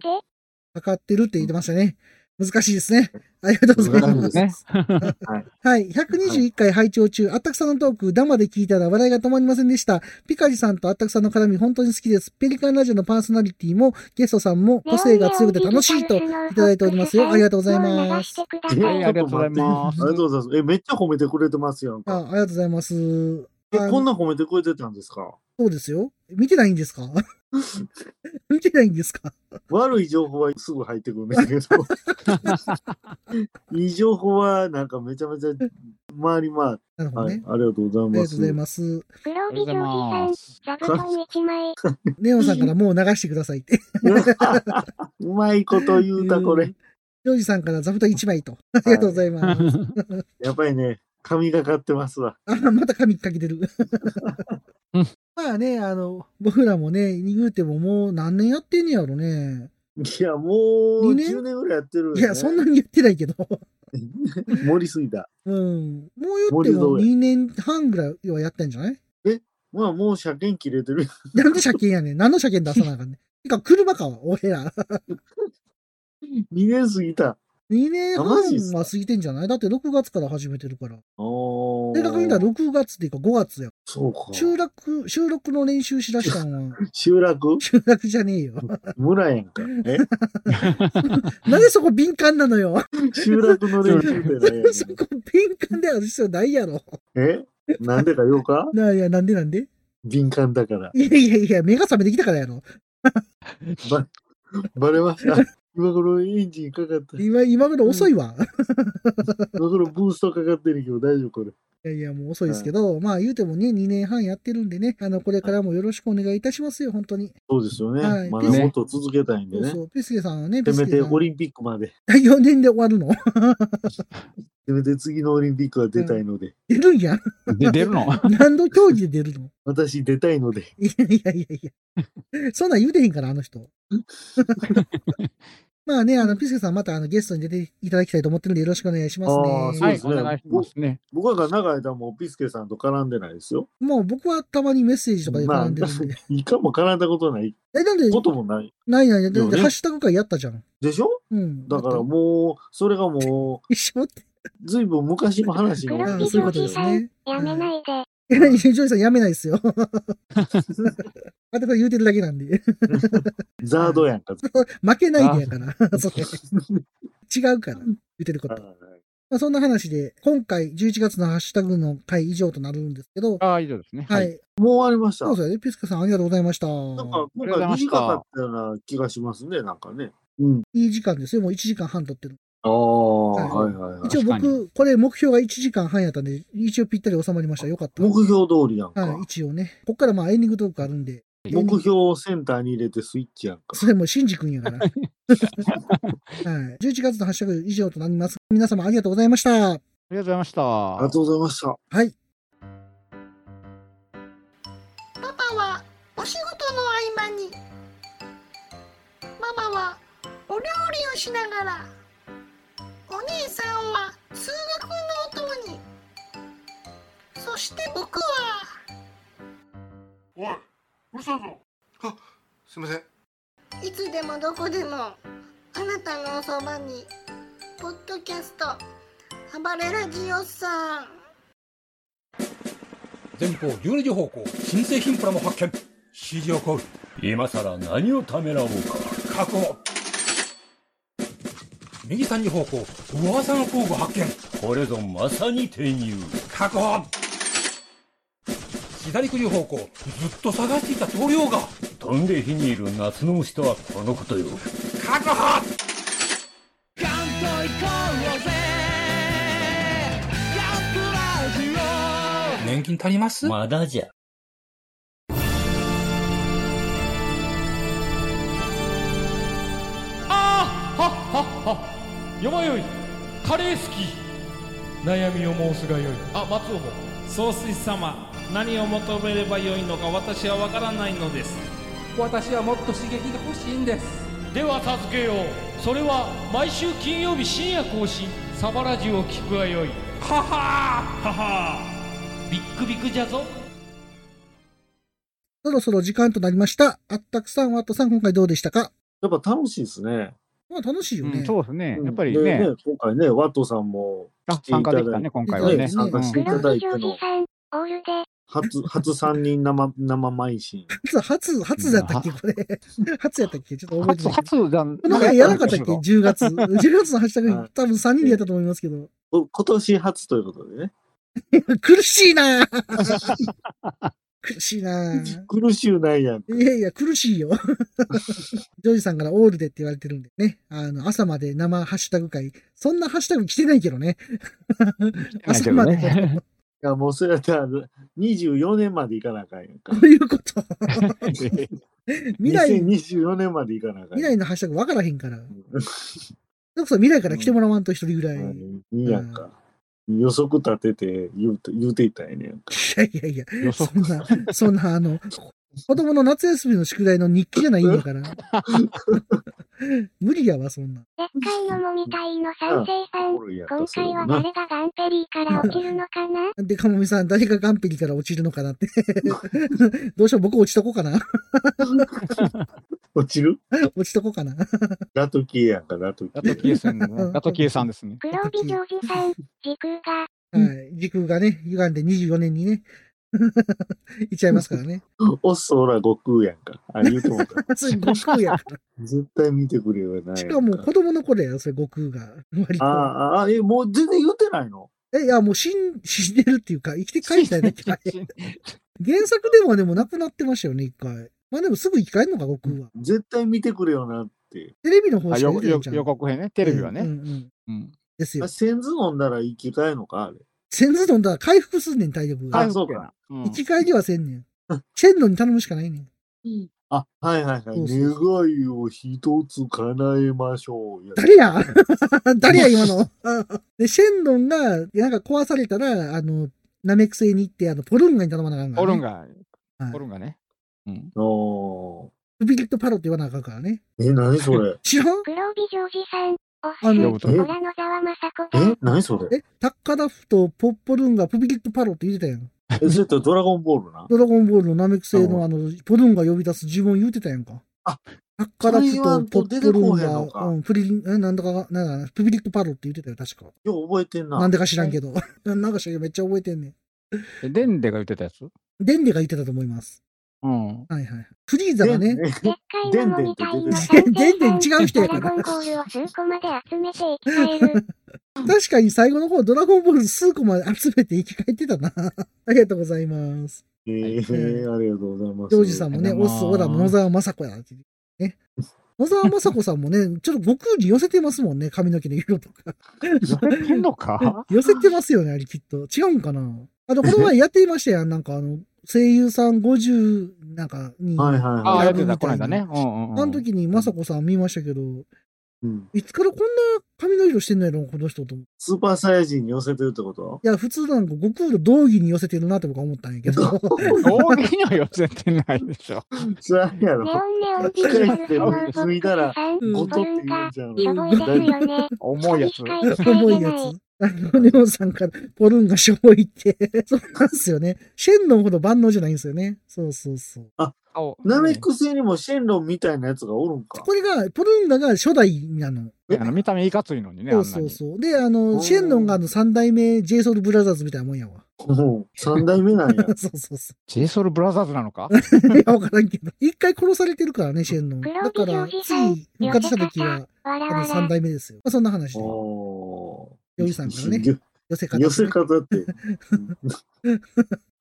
Speaker 1: かかってるって言ってましたね。難しいですね。ありがとうござい
Speaker 3: 難
Speaker 1: ま
Speaker 3: しい
Speaker 1: す。
Speaker 4: です
Speaker 1: [laughs] はい。121回拝聴中、あったくさんのトーク、生で聞いたら笑いが止まりませんでした。ピカリさんとあったくさんの絡み、本当に好きです。ペリカンラジオのパーソナリティも、ゲストさんも、個性が強くて楽しいと。いただいておりますよありがとうございます
Speaker 2: もう流してくだ
Speaker 3: は
Speaker 2: さ
Speaker 3: い
Speaker 2: い
Speaker 4: はいありがとうございます
Speaker 3: えちょっと待ってありがとうございます。え、めっちゃ褒めてくれてますやん
Speaker 1: ああ
Speaker 3: か。
Speaker 1: りがとうございます。
Speaker 3: え、
Speaker 1: あ
Speaker 3: こんな褒めてくれてたんですか
Speaker 1: そうですよ。見てないんです [laughs] か見てないんですか
Speaker 3: 悪い情報はすぐ入ってくるんだけど、いい情報はなんかめちゃめちゃ回り回る。
Speaker 1: なるほど
Speaker 3: はい、あ
Speaker 1: ね
Speaker 3: り。がとうござい
Speaker 1: あり
Speaker 3: ま
Speaker 1: がとうござい
Speaker 3: す。
Speaker 1: ます。
Speaker 2: 黒
Speaker 4: あり
Speaker 2: 木ジ
Speaker 4: がと
Speaker 2: ョ
Speaker 4: うござ
Speaker 2: ー
Speaker 4: いま
Speaker 2: ジ
Speaker 4: す。
Speaker 2: さん、座布団一枚。
Speaker 1: ネオンさんからもう流してくださいって。
Speaker 3: うまいこと言うた、これ。
Speaker 1: ジョージさんから座布団1枚と。ありがとうございます。
Speaker 3: やっぱりね、神がかってますわ。
Speaker 1: あ、また髪かけてる。
Speaker 4: うん
Speaker 1: まあね、あの、僕らもね、言うてももう何年やってんねやろね。
Speaker 3: いや、もう
Speaker 1: 二年
Speaker 3: 10年ぐらいやってるよ、ね。
Speaker 1: いや、そんなにやってないけど。 [laughs]
Speaker 3: 盛りすぎた。
Speaker 1: うん。もう言っても
Speaker 3: 森蔵
Speaker 1: 2年半ぐらいはやったんじゃない
Speaker 3: まあ、もう車検切れてる。
Speaker 1: なんで車検やねん。何の車検出さなあかんねん。てか、車か、俺ら。 [laughs]
Speaker 3: 2年過ぎた。
Speaker 1: 2年半
Speaker 3: あマジっすか
Speaker 1: は過ぎてんじゃないだって6月から始めてるから。
Speaker 3: おー
Speaker 1: 正確に言ったら6月っていうか5月や。
Speaker 3: そうか。
Speaker 1: 収録、収録の練習しだしたの
Speaker 3: [laughs]
Speaker 1: は、
Speaker 3: 集落
Speaker 1: 収録じゃねえよ。
Speaker 3: 村やんか。 [laughs] え
Speaker 1: なんでそこ敏感なのよ。
Speaker 3: 集落の練習ってないや
Speaker 1: [laughs] そこ敏感である必要ないやろ。
Speaker 3: んか。えなんでかようか
Speaker 1: ないや、なんでなんで
Speaker 3: 敏感だから。
Speaker 1: いやいやいや、目が覚めてきたからやろ。
Speaker 3: ば、ばれ
Speaker 1: [laughs]
Speaker 3: ました。今頃エンジンかかった。
Speaker 1: 今、今頃遅いわ。
Speaker 3: 今頃ブーストかかってるけど大丈夫これ。
Speaker 1: いやいや、もう遅いですけど、まあ言うてもね、2年半やってるんでね、あの、これからもよろしくお願いいたしますよ、本当に。
Speaker 3: そうですよね。
Speaker 1: はい
Speaker 3: まだもっと続けたいんで
Speaker 1: そう
Speaker 3: ね。
Speaker 1: そう、ピスケさんはね、
Speaker 3: せ
Speaker 1: ピス
Speaker 3: め
Speaker 1: ケ
Speaker 3: て
Speaker 1: さん。
Speaker 3: オリンピックまで。
Speaker 1: 4年で終わるの [laughs]
Speaker 3: せめて次のオリンピックは出たいので。
Speaker 1: 出るんや。
Speaker 4: で、出るの
Speaker 1: 何の競技で出るの
Speaker 3: 私出たいので。
Speaker 1: いやいやいやいや。そんなん言うてへんから、あの
Speaker 3: [laughs]
Speaker 1: 人。まあね、あの、ピスケさんまたあのゲストに出ていただきたいと思ってるんで、よろしくお願いします
Speaker 3: あー
Speaker 1: ね。
Speaker 3: そう
Speaker 4: は
Speaker 3: で
Speaker 4: い、
Speaker 3: す
Speaker 4: お
Speaker 3: ね
Speaker 4: 願いしますね。
Speaker 3: 僕は長い間もうピスケさんと絡んでないですよ。
Speaker 1: もう僕はたまにメッセージとかで
Speaker 3: ま
Speaker 1: 絡
Speaker 3: あ [laughs]
Speaker 1: んでるんで。、
Speaker 3: いかも絡んだことない
Speaker 1: え、なんで、
Speaker 3: こともない。
Speaker 1: ないない、だっ
Speaker 3: でも
Speaker 1: て
Speaker 3: ね
Speaker 1: ハッシュタグ会やったじゃん。
Speaker 3: でしょ
Speaker 1: うん。
Speaker 3: だから
Speaker 1: って
Speaker 3: もう、それがも
Speaker 1: 一緒って。
Speaker 3: う、ずいぶん昔の話に
Speaker 1: あ
Speaker 3: な
Speaker 1: あ
Speaker 3: っ
Speaker 1: そう
Speaker 3: て
Speaker 1: いうことですね。
Speaker 2: やめないで。
Speaker 1: いや、ジョージさんやめないですよ。あとこれ言うてるだけなんで。
Speaker 3: ザードやんか。
Speaker 1: 負けないでやから。そう違うから、言うてること。まあ、そんな話で、今回11月のハッシュタグの回以上となるんですけど、
Speaker 4: ああ、以上ですね。
Speaker 1: は。
Speaker 4: はいい。
Speaker 3: もう終わりました。
Speaker 1: そうですよね。ピスケさんありがとうございました。
Speaker 3: なんか今
Speaker 4: ありがとうござい
Speaker 3: 回
Speaker 4: まし
Speaker 3: 短
Speaker 4: た
Speaker 3: かったような気がしますね、なんかね。うん。
Speaker 1: いい時間ですよ。もう1時間半撮ってる。
Speaker 3: ああ、
Speaker 1: は
Speaker 3: はいはいはい
Speaker 1: 一。応
Speaker 4: 確か
Speaker 1: 僕、これ目標が1時間半やったんで、一応ぴったり収まりました。よかった。
Speaker 3: 目標通りやんか。
Speaker 1: はい、一応ね。こっからまあエンディングトークあるんで、
Speaker 3: 目標をセンターに入れてスイッチやんか。
Speaker 1: それもシンジ君やから。はい。11月のハッシュタグ以上となります。皆様ありがとうございました。
Speaker 4: ありがとうございました。
Speaker 3: ありがとうございました。
Speaker 1: はい。
Speaker 8: パパはお仕事の合間にママはお料理をしながらお姉さんは通学のお供にそして僕は
Speaker 5: おい、うるさいぞ。あ、すいません。
Speaker 8: いつでもどこでもあなたのおそばにポッドキャスト暴れラジオさん
Speaker 9: 前方12時方向新製品プラも発見指示を行う
Speaker 10: 今さら何をためらおうか
Speaker 9: 確保右3時方向噂の工具発見
Speaker 10: これぞまさに転入
Speaker 9: 確保左9時方向ずっと探していた棟梁が
Speaker 10: 飛んで火にいる夏の虫とはこのことよ
Speaker 9: 確保年金足ります
Speaker 10: まだじゃ
Speaker 11: あーはっはっはよまよいカレー好き悩みを申すがよいあ松尾も総帥様何を求めればよいのか私はわからないのです
Speaker 9: 私はもっと刺激が欲しいんです
Speaker 11: では助けようそれは毎週金曜日深夜更新サバラジュを聞くがよいははははビックビックじゃぞ
Speaker 1: そろそろ時間となりました。あったくさん、ワットさん、今回どうでしたか
Speaker 3: やっぱ楽しいですね。
Speaker 1: まあ楽しいよ
Speaker 4: う
Speaker 1: ね。
Speaker 4: んそうですね。やっぱり
Speaker 3: で
Speaker 4: ね、
Speaker 3: 今回ね、ワットさんも
Speaker 4: あ
Speaker 3: 来てい
Speaker 4: 参
Speaker 3: た
Speaker 4: 加
Speaker 3: だ
Speaker 4: で
Speaker 3: い
Speaker 4: きたね、
Speaker 3: て、
Speaker 4: 今回はね。
Speaker 1: ね参加
Speaker 4: うん
Speaker 1: し
Speaker 3: いただいての
Speaker 2: 黒木ジョージさん、オールで。
Speaker 3: 初、初3人生、 [laughs] 生配信。
Speaker 1: 初、初、初だったっけこれ。 [laughs] 初やったっけちょっと覚えて
Speaker 4: 初、
Speaker 1: ない。
Speaker 4: 初じゃん
Speaker 1: この回やらなかったっけ
Speaker 4: なん
Speaker 1: ?10 月。10月
Speaker 4: [laughs]
Speaker 1: のハッシュタ
Speaker 3: は
Speaker 1: グ、
Speaker 3: い
Speaker 1: 多分3人でやったと思いますけど。
Speaker 3: こ今年初ということでね。
Speaker 1: 苦しいな
Speaker 4: [laughs]
Speaker 1: ぁ苦しいなぁ
Speaker 3: 苦しゅうないやん。
Speaker 1: いやいや、苦しい
Speaker 4: [laughs]
Speaker 1: よ。ジョージさんからオールでって言われてるんでね。あの、朝まで生ハッシュタグ会。そんなハッシュタグ来てないけどね。
Speaker 4: ないけ
Speaker 1: 朝
Speaker 4: ど
Speaker 1: まで。
Speaker 4: [laughs] ね
Speaker 3: いや、もうそれやったら、24年までいかなあかんやんか
Speaker 1: こ。ういうこと。
Speaker 3: [laughs]
Speaker 1: 未来、
Speaker 3: 2024年までいかなあかん
Speaker 1: 未
Speaker 3: やん。
Speaker 1: 来のハッシュタグ
Speaker 3: [laughs]
Speaker 1: 分からへんから。
Speaker 3: うん
Speaker 1: それこそ未来から来てもらわんと一人ぐらい。
Speaker 3: いいやんか。予測立てて言うと言うていたんやねん。
Speaker 1: いやいやいや、 [laughs] そんな、そんな、あの、子供の夏休みの宿題の日記じゃないんだから。 [laughs] 無理やわ、そんな。
Speaker 2: でっかいのもみたいの賛成さん。
Speaker 3: おるや
Speaker 2: 今回は誰がガンペリーから落ちるのかな
Speaker 1: で、かもみさん、誰がガンペリから落ちるのかなって。 [laughs] どうしよう、僕落ちとこうかな。
Speaker 3: [laughs]
Speaker 1: [laughs]
Speaker 3: 落ちる
Speaker 1: 落ちとこうかな。
Speaker 3: ラトキエやんか、ラトキエ。
Speaker 4: ラトキエさんね。ラトキエさんですね。
Speaker 2: 黒帯ジョージさん、時空が。
Speaker 1: はい。時空がね、歪んで24年にね、 [laughs] いっちゃいますから
Speaker 4: [laughs]
Speaker 1: ね。
Speaker 3: おっそら悟空やんか。あ、言うと思った。
Speaker 1: それ悟空やから。
Speaker 3: 絶対見てくれよな。
Speaker 1: しかも子供の頃や、それ悟空が。割
Speaker 3: あ
Speaker 1: と。
Speaker 3: あ、あえ、もう全然言ってないの
Speaker 1: え、いや、もう死ん、死んでるっていうか、生きて帰っただ
Speaker 4: [laughs]
Speaker 1: け。原作でもでもなくなってましたよね、一回。まあでもすぐ生き返るのか、悟空は。
Speaker 3: 絶対見てくれよなって。
Speaker 1: テレビの方
Speaker 4: あ
Speaker 1: しか出
Speaker 4: よ
Speaker 1: てない
Speaker 4: よ
Speaker 1: じゃん。
Speaker 4: 予告編ね。テレビは
Speaker 1: うんう
Speaker 4: ね。
Speaker 1: ん
Speaker 4: うん。
Speaker 1: ですよ
Speaker 3: あ、。センズ飲んだら生き返るのかあれ。
Speaker 1: 先頭飲んだら回復すんねん、体力が。
Speaker 3: あ、そうか。
Speaker 4: うん
Speaker 1: 生き返りはせん
Speaker 4: [laughs]
Speaker 1: ねん。チェンノに頼むしかないねん。
Speaker 3: あ、はいはいはい。
Speaker 1: そうそう
Speaker 3: 願いを一つ叶えましょ
Speaker 1: [laughs]
Speaker 3: う。いや
Speaker 1: 誰や誰や今の [laughs] で、シェンロンが、なんか壊されたら、あの、ナメック星に行って、あの、ポルンガに頼まなあかんから、
Speaker 4: オ
Speaker 1: ね。
Speaker 4: ルンが
Speaker 1: はい、
Speaker 4: オルンがね。うん。
Speaker 3: おー
Speaker 1: スピリットパロって言わなあかんからね。
Speaker 3: え、何そ
Speaker 1: [laughs]
Speaker 3: れ
Speaker 1: 知らん
Speaker 2: 黒帯ジョージさん、おっ
Speaker 1: あの
Speaker 2: す、虎野沢雅子が。
Speaker 3: え、何それ
Speaker 1: え、タッカダフとポッポルンガ、プビリットパロって言ってたやん。
Speaker 3: え、それとドラゴンボー
Speaker 1: [laughs]
Speaker 3: ルな。
Speaker 1: ドラゴンボールのナメック星
Speaker 3: うん
Speaker 1: のあの、ポルンガ呼び出す呪文言ってたやんか。
Speaker 3: あ
Speaker 1: タッカダ
Speaker 3: それ言わん
Speaker 1: フ
Speaker 3: と
Speaker 1: とポッポル
Speaker 3: 出てこうへんの
Speaker 1: ン
Speaker 3: か
Speaker 1: ガ、うん、プリリン、え、なんだかが、なんだかな、プビリットパロって言ってたよ、確か。
Speaker 3: よう覚えてんな。
Speaker 1: なんでか知らんけど。 [laughs] なんか知らんけど、めっちゃ覚えてんねん。
Speaker 4: えデンデが言ってたやつ
Speaker 1: デンデが言ってたと思います。 [laughs]
Speaker 4: うん。
Speaker 1: はいはい。フリーザがね、
Speaker 2: でっかいのもみたいの賛成
Speaker 1: で
Speaker 2: さ
Speaker 1: ん
Speaker 2: ん。
Speaker 1: でんでん違う人やから
Speaker 2: ドラゴンボールを数個まで集めて生き返る。
Speaker 1: 確かに最後の方、ドラゴンボール数個まで集めて生き返ってたな。 [laughs] ありがとうございます。
Speaker 3: えー、ありがとうございま
Speaker 1: ジ
Speaker 3: す。
Speaker 1: ョージさんもね、
Speaker 4: あり
Speaker 1: オ
Speaker 4: がとう
Speaker 1: ッ
Speaker 4: ご
Speaker 1: ソ、オ
Speaker 4: ざいます
Speaker 1: ラム、野沢雅子やなって。ね。野沢雅子さんもね、ちょっと悟空に寄せてますもんね、髪の毛の色とか。
Speaker 4: それてん
Speaker 1: [laughs]
Speaker 4: のか
Speaker 1: 寄せてますよね、あれきっと。違うんかなあの、この前やっていましたやん。なんかあの、声優さん50なんかに、
Speaker 3: はいはい
Speaker 4: あ
Speaker 3: は
Speaker 4: あ、
Speaker 1: や
Speaker 4: や
Speaker 1: る
Speaker 4: っ
Speaker 1: みたい
Speaker 4: て
Speaker 1: な
Speaker 4: た、この間ね。うんうんうん。
Speaker 1: あの時に雅子さん見ましたけど、
Speaker 3: い。うん
Speaker 1: いつからこんな髪の色してんのやろ、この人と思って。
Speaker 3: スーパーサイヤ人に寄せてるってこと
Speaker 1: いや、普通なんか悟空の道義に寄せてるなって僕は思ったんやけ
Speaker 3: [laughs]
Speaker 1: ど。
Speaker 4: 大喜利には寄せてないでしょ。
Speaker 3: そうや
Speaker 2: ネ
Speaker 3: ろ。
Speaker 2: オンネオンビジュアルフォームボックスさん。
Speaker 1: うん
Speaker 3: ごと
Speaker 2: ボ
Speaker 3: っ
Speaker 2: ル
Speaker 3: て
Speaker 2: ン
Speaker 3: 言う
Speaker 2: が、
Speaker 3: じゃん。
Speaker 2: しょぼいですよね。
Speaker 4: 重いやつ。
Speaker 2: 二人しか生き
Speaker 1: 重い
Speaker 2: 返
Speaker 1: や
Speaker 2: れない
Speaker 1: つ。あの、ネオンさんから、ポルンがしょぼいって。 [laughs] そうなんですよね。シェンロンほど万能じゃないんですよね。そうそうそう。
Speaker 4: 青
Speaker 3: ナメック星にもシェンロンみたいなやつがおるんか。
Speaker 1: これが、ポルンガが初代なの。
Speaker 4: あの見た目いかついのにね、あん
Speaker 1: そ
Speaker 4: な
Speaker 1: う
Speaker 4: に。
Speaker 1: そうそう。で、あ
Speaker 3: おー
Speaker 1: の、シェンロンがあの、三代目 j ソ o ルブラザーズみたいなもんやわ。
Speaker 3: もう3代目なんや。
Speaker 1: [laughs] そうそうそ
Speaker 4: j ソ o ブラザーズなの
Speaker 1: [laughs]
Speaker 4: か
Speaker 1: う。いや、わからんけど。一回殺されてるからね、シェンロン。
Speaker 2: 黒
Speaker 1: だ
Speaker 2: 帯
Speaker 1: から、
Speaker 2: ジョージ
Speaker 1: つ
Speaker 2: さん
Speaker 1: い復活した時は、
Speaker 2: わら
Speaker 1: あ
Speaker 2: わ
Speaker 1: の、
Speaker 2: ら。
Speaker 1: 三代目ですよ。まあ、そんな話で。
Speaker 3: お
Speaker 1: ヨギさんからね。
Speaker 3: 寄
Speaker 1: 寄せ方、
Speaker 3: 寄せ方
Speaker 1: [laughs]
Speaker 3: って。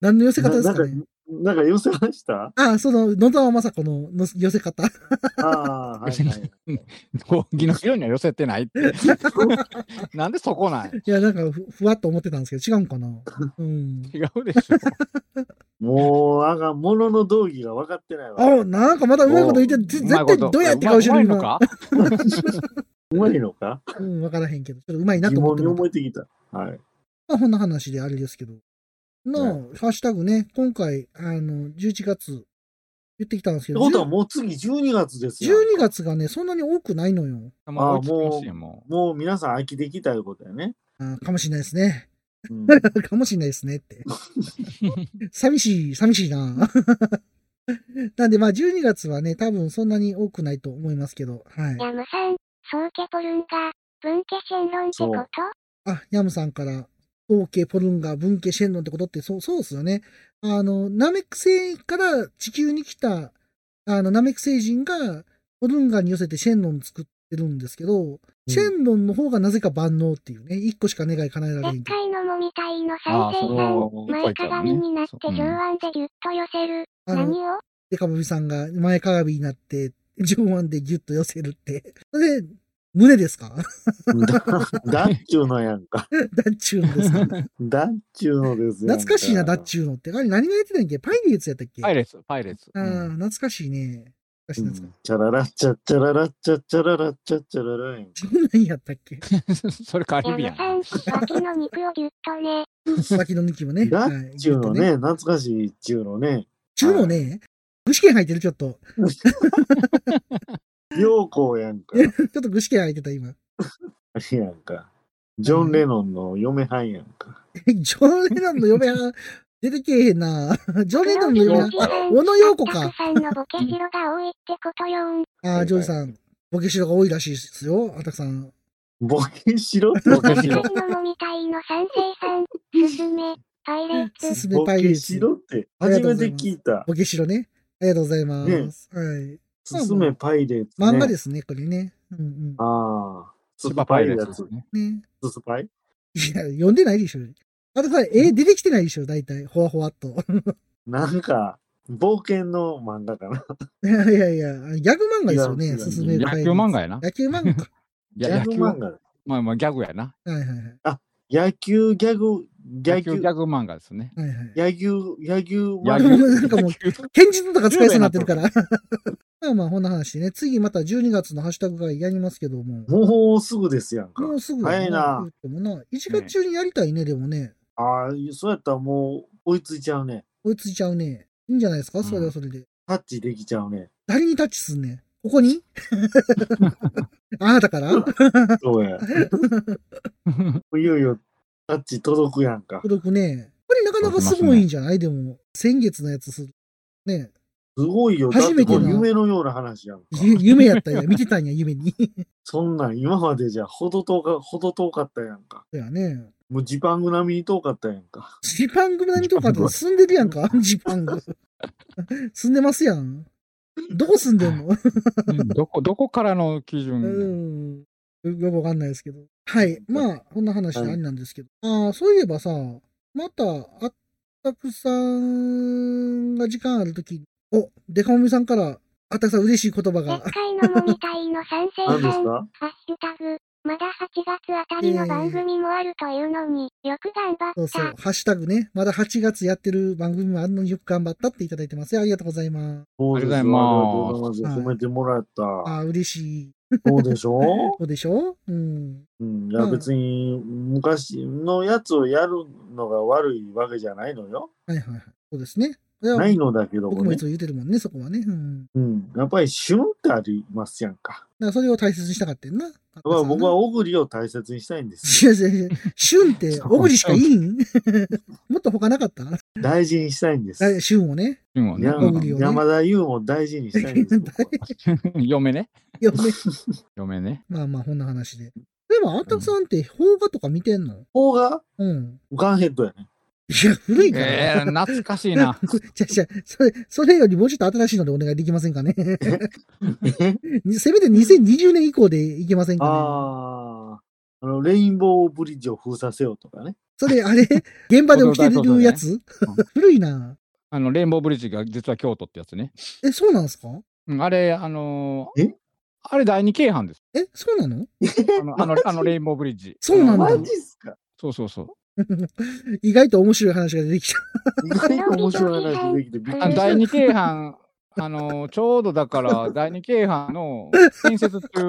Speaker 1: 何の寄せ方で
Speaker 3: な
Speaker 1: す
Speaker 3: なんか
Speaker 1: かね。、
Speaker 3: なんか寄せました
Speaker 1: ああ、その、野沢雅子のの寄せ方。 [laughs]
Speaker 3: ああ、はいはい。
Speaker 4: 大喜利の色には寄せてないって。 [laughs] なんでそこない
Speaker 1: いや、なんかふ、ふわっと思ってたんですけど、違うんかな。うん。
Speaker 4: 違うでしょ。
Speaker 3: もう、あがん、ものの道義が分かってないわ。
Speaker 1: あ、なんかまだうまいこと言って、ぜ
Speaker 4: うまい
Speaker 1: 絶
Speaker 4: こ
Speaker 1: 対
Speaker 4: と
Speaker 1: どうやって顔してる
Speaker 4: うまいうまいの
Speaker 1: 今。
Speaker 4: か
Speaker 3: うまいのか
Speaker 1: うん、わからへんけど、ちょっとうまいな
Speaker 3: 疑
Speaker 1: と思
Speaker 3: 問
Speaker 1: って
Speaker 3: に
Speaker 1: ま
Speaker 3: 思えてきた。はい。
Speaker 1: あ、こんな話であれですけど。の、ハッシュタグね、今回、あの、11月、言ってきたんですけ
Speaker 3: って
Speaker 1: ど、
Speaker 3: ことは
Speaker 1: 10
Speaker 3: もう次12月ですよ。
Speaker 1: 12月がね、そんなに多くないのよ。
Speaker 4: もう追いつき
Speaker 3: もう
Speaker 4: ますよ、も
Speaker 3: もう皆さん飽きてきたいうことやね。
Speaker 1: あかもしれないですね。 [laughs]
Speaker 3: うん、
Speaker 1: かもしれないですねって。 [laughs] 寂しい、寂しいな。 [laughs] なんで、まあ、12月はね、多分そんなに多くないと思いますけど、はい。
Speaker 2: ヤムさん、宗家ポルンガ、文家シェンロンってこ
Speaker 3: そ
Speaker 2: と
Speaker 3: う
Speaker 1: あ、ヤムさんから、東家、ポルンガ、文家、シェンロンってことって、そう、そうですよね。あの、ナメック星から地球に来た、あの、ナメック星人が、ポルンガに寄せてシェンロン作ってるんですけど、シェンロンの方がなぜか万能っていうね、一個しか願い叶えられへ
Speaker 2: でっ
Speaker 1: んけ
Speaker 2: か
Speaker 1: ど。
Speaker 2: いのもみたいの賛成
Speaker 4: あーそれ
Speaker 2: さ
Speaker 4: は
Speaker 2: ん。前かがみになって
Speaker 4: うん
Speaker 2: 上腕でぎゅっと寄せる。
Speaker 1: あ
Speaker 2: 何
Speaker 1: の、
Speaker 2: を
Speaker 1: デカボビさんが前かがみになって、上腕でギュッと寄せるって。それで、胸ですか [laughs]
Speaker 3: だだっちゅうのやんか。
Speaker 1: ダッチュー [laughs] のですか
Speaker 3: だっちゅうのですよ。
Speaker 1: 懐かしいな、ダッチューのって。あれ何がやってたんやっけパイレーツやったっけ
Speaker 4: う。パイレーツ、パイレーツ。
Speaker 1: ああ、懐かしいね。昔のやつか。
Speaker 3: チャララッチャッチャララッチャッチャララッチャッチャララン。
Speaker 1: [laughs] 何やったっけ
Speaker 4: [laughs] それカリビアン。
Speaker 2: さん、脇の肉をぎゅっとね。
Speaker 1: 脇の抜きもね。
Speaker 3: だ
Speaker 1: は
Speaker 3: っ
Speaker 1: い
Speaker 3: ちゅうの
Speaker 1: ギュッ
Speaker 3: ね、
Speaker 1: と
Speaker 3: 懐かしいっちゅうのね。
Speaker 1: 中のね、具志堅入ってる、ちょっと。 [laughs]
Speaker 3: 良子やんか。
Speaker 1: ちょっと具志堅入ってた、今。 [laughs]
Speaker 3: あれやんか。ジョン・レノンの嫁はんやんか。
Speaker 1: えジョン・レノンの嫁はん、出てけえへん [laughs] な。ジョン・レノンの嫁はん、あ小野洋子
Speaker 2: た
Speaker 1: か
Speaker 2: く。さんのボケしろが多いってことよん。
Speaker 1: あージョージさん、ボケしろが多いらしいですよ、あたくさん。
Speaker 3: ボケしろ
Speaker 1: [laughs] ボ
Speaker 2: ボケのもみた [laughs] いの賛成さん、すすめ、パイレーツ。
Speaker 1: すすめパイレーツ。
Speaker 3: ボケしろって、初めて聞いた。
Speaker 1: ボケしろね。ありがとうございます。はい。
Speaker 3: すすめパイレーツ、ね。
Speaker 1: 漫画ですね、これね。うん
Speaker 3: ああ。ス
Speaker 4: スパパイレーツ
Speaker 3: スパ
Speaker 1: うん。ね。
Speaker 3: イ。スパイ
Speaker 1: いや、読んでないでしょ。あたくさん、え出てきてないでしょ、大体。ほわほわっと。 [laughs]
Speaker 3: なんか、冒険の漫画かな。
Speaker 1: いやいやいや、ギャグ漫画ですよ
Speaker 3: いや
Speaker 1: ね、
Speaker 3: いや
Speaker 1: すすめ
Speaker 4: 野
Speaker 1: パイレーツ
Speaker 4: 球漫画やな。
Speaker 1: 野球漫画か。
Speaker 4: いや
Speaker 3: ギャ
Speaker 4: 野
Speaker 3: グ
Speaker 4: 球
Speaker 3: 漫画。
Speaker 4: まあまあギャグやな。
Speaker 1: はいはいはい。
Speaker 3: 野球ギャグ、ギ
Speaker 4: 野
Speaker 3: ャ
Speaker 4: 球
Speaker 3: グ
Speaker 4: ギ、ャグ漫画ですね。
Speaker 1: はいはい。
Speaker 3: 野球、野球
Speaker 4: 野
Speaker 3: 漫
Speaker 4: 球
Speaker 3: 画。
Speaker 1: なんかもう、
Speaker 4: [laughs]
Speaker 1: 剣術とか使いそうになってるから。 [laughs] まあまあ、こんな話ね。次また12月のハッシュタグがやりますけども。
Speaker 3: もうすぐですやんか。
Speaker 1: もうすぐやな、
Speaker 3: 早いな
Speaker 1: 言。ってもな。1月中にやりたいね、でもね。
Speaker 3: ああ、そうやったらもう追いついちゃうね。
Speaker 1: 追いついちゃうね。いいんじゃないですかそれはそれで。
Speaker 3: タッチできちゃうね。
Speaker 1: 誰にタッチすんねんここに [laughs] あなたから
Speaker 3: そう [laughs] や。いよいよタッチ届くやんか。
Speaker 1: 届くね。これなかなかすごいんじゃない、でも、先月のやつする。ね
Speaker 3: すごいよ。だっ
Speaker 1: 初
Speaker 3: て
Speaker 1: めて
Speaker 3: も
Speaker 1: の
Speaker 3: う夢のような話やんか。
Speaker 1: ゆ夢やったんや。見てたんや、夢に。 [laughs]
Speaker 3: そんなん今までじゃほど遠か、ほど遠かったやんか。
Speaker 1: だよね。
Speaker 3: もうジパング並みに遠かったやんか。
Speaker 1: ジパング何とかって住んでるやんか、 [laughs] ジパング。住んでますやん。どこ住んでんの
Speaker 4: うんどこ、どこからの基
Speaker 1: [laughs]
Speaker 4: 準
Speaker 1: う
Speaker 4: うん
Speaker 1: ん。よくわかんないですけど。はい。まあ、こんな話でありなんですけど。ああ、そういえばさ、また、あったくさんが時間あるとき、お、デカモミさんから、あったくさん嬉しい言葉
Speaker 2: でっ
Speaker 1: が。
Speaker 2: かいのもみたいの賛成さ
Speaker 3: 何
Speaker 2: ん、
Speaker 3: で
Speaker 2: ハ
Speaker 3: すか
Speaker 2: ッシュタグ。まだ8月あたりの番組もあるというのによく頑張
Speaker 1: そう
Speaker 2: っ
Speaker 1: そ
Speaker 2: た
Speaker 1: う。。ハッシュタグね。まだ8月やってる番組もあるのによく頑張ったっていただいてますよ。ありがとうございます。
Speaker 3: そうですよ
Speaker 4: ありがとう
Speaker 3: ありがとうございます
Speaker 1: はい
Speaker 3: 褒めてもらった。
Speaker 1: [laughs] ああ、嬉しい。
Speaker 3: そうでしょ
Speaker 1: そうでしょうん。
Speaker 3: うん。いや
Speaker 1: うん
Speaker 3: 別に昔のやつをやるのが悪いわけじゃないのよ。
Speaker 1: はいはいはい。そうですね。これは
Speaker 3: ないのだけど
Speaker 1: 僕
Speaker 3: も
Speaker 1: もい
Speaker 3: ね
Speaker 1: つ。も言ってるもんね、そこはね。うん。
Speaker 3: うん。やっぱり旬ってありますやんか。
Speaker 1: だからそれを大切にしたかってんな。
Speaker 3: やっぱ僕は
Speaker 1: お
Speaker 3: 小栗を大切にしたいんです
Speaker 1: いやいやいや、旬って、小栗しかいいん [laughs] もっと他なかった
Speaker 3: よ。大事にしたいんです。
Speaker 1: あ旬をね。
Speaker 4: をね
Speaker 3: や
Speaker 1: 小栗をね
Speaker 3: 山田優も大事にしたいん
Speaker 1: [laughs]
Speaker 3: です。僕は
Speaker 4: [laughs] 嫁ね。
Speaker 1: いや、ね、
Speaker 4: 嫁ね。
Speaker 1: まあまあ、こんな話で。でも、あんたくさんって邦画とか見てんの
Speaker 3: ここが
Speaker 1: うん。
Speaker 3: ガンヘッド
Speaker 1: [laughs]
Speaker 3: やね。
Speaker 1: いや、古いから。
Speaker 4: えー、懐かし
Speaker 1: [laughs]
Speaker 4: いな。
Speaker 1: じゃじゃそれ、それよりもうちょっと新しいのでお願いできませんかね。 [laughs] せめて2020年以降でいけませんかね。
Speaker 3: ああ。あの、レインボーブリッジを封鎖せよとかね。
Speaker 1: それ、あれ、現場で起きてるやつ、
Speaker 4: そうそう
Speaker 1: [laughs] 古いな。
Speaker 4: あの、レインボーブリッジが実は京都ってやつね。
Speaker 1: え、そうなんですか
Speaker 4: うん、あれ、あのー
Speaker 3: え
Speaker 4: あれ第二京阪です。
Speaker 1: え、そうなの
Speaker 4: あの、あの、あのレインボーブリッジ。
Speaker 1: そうなんだ
Speaker 4: あ
Speaker 3: マ
Speaker 4: の
Speaker 3: ジっすか
Speaker 4: そうそうそう。
Speaker 1: 意外と面白い話が出てきた。
Speaker 3: 意外と面白い話できてびっく
Speaker 4: あの
Speaker 3: りした。
Speaker 4: 第二京
Speaker 1: [laughs]
Speaker 4: 阪、あの、ちょうどだから、第二京阪の建設中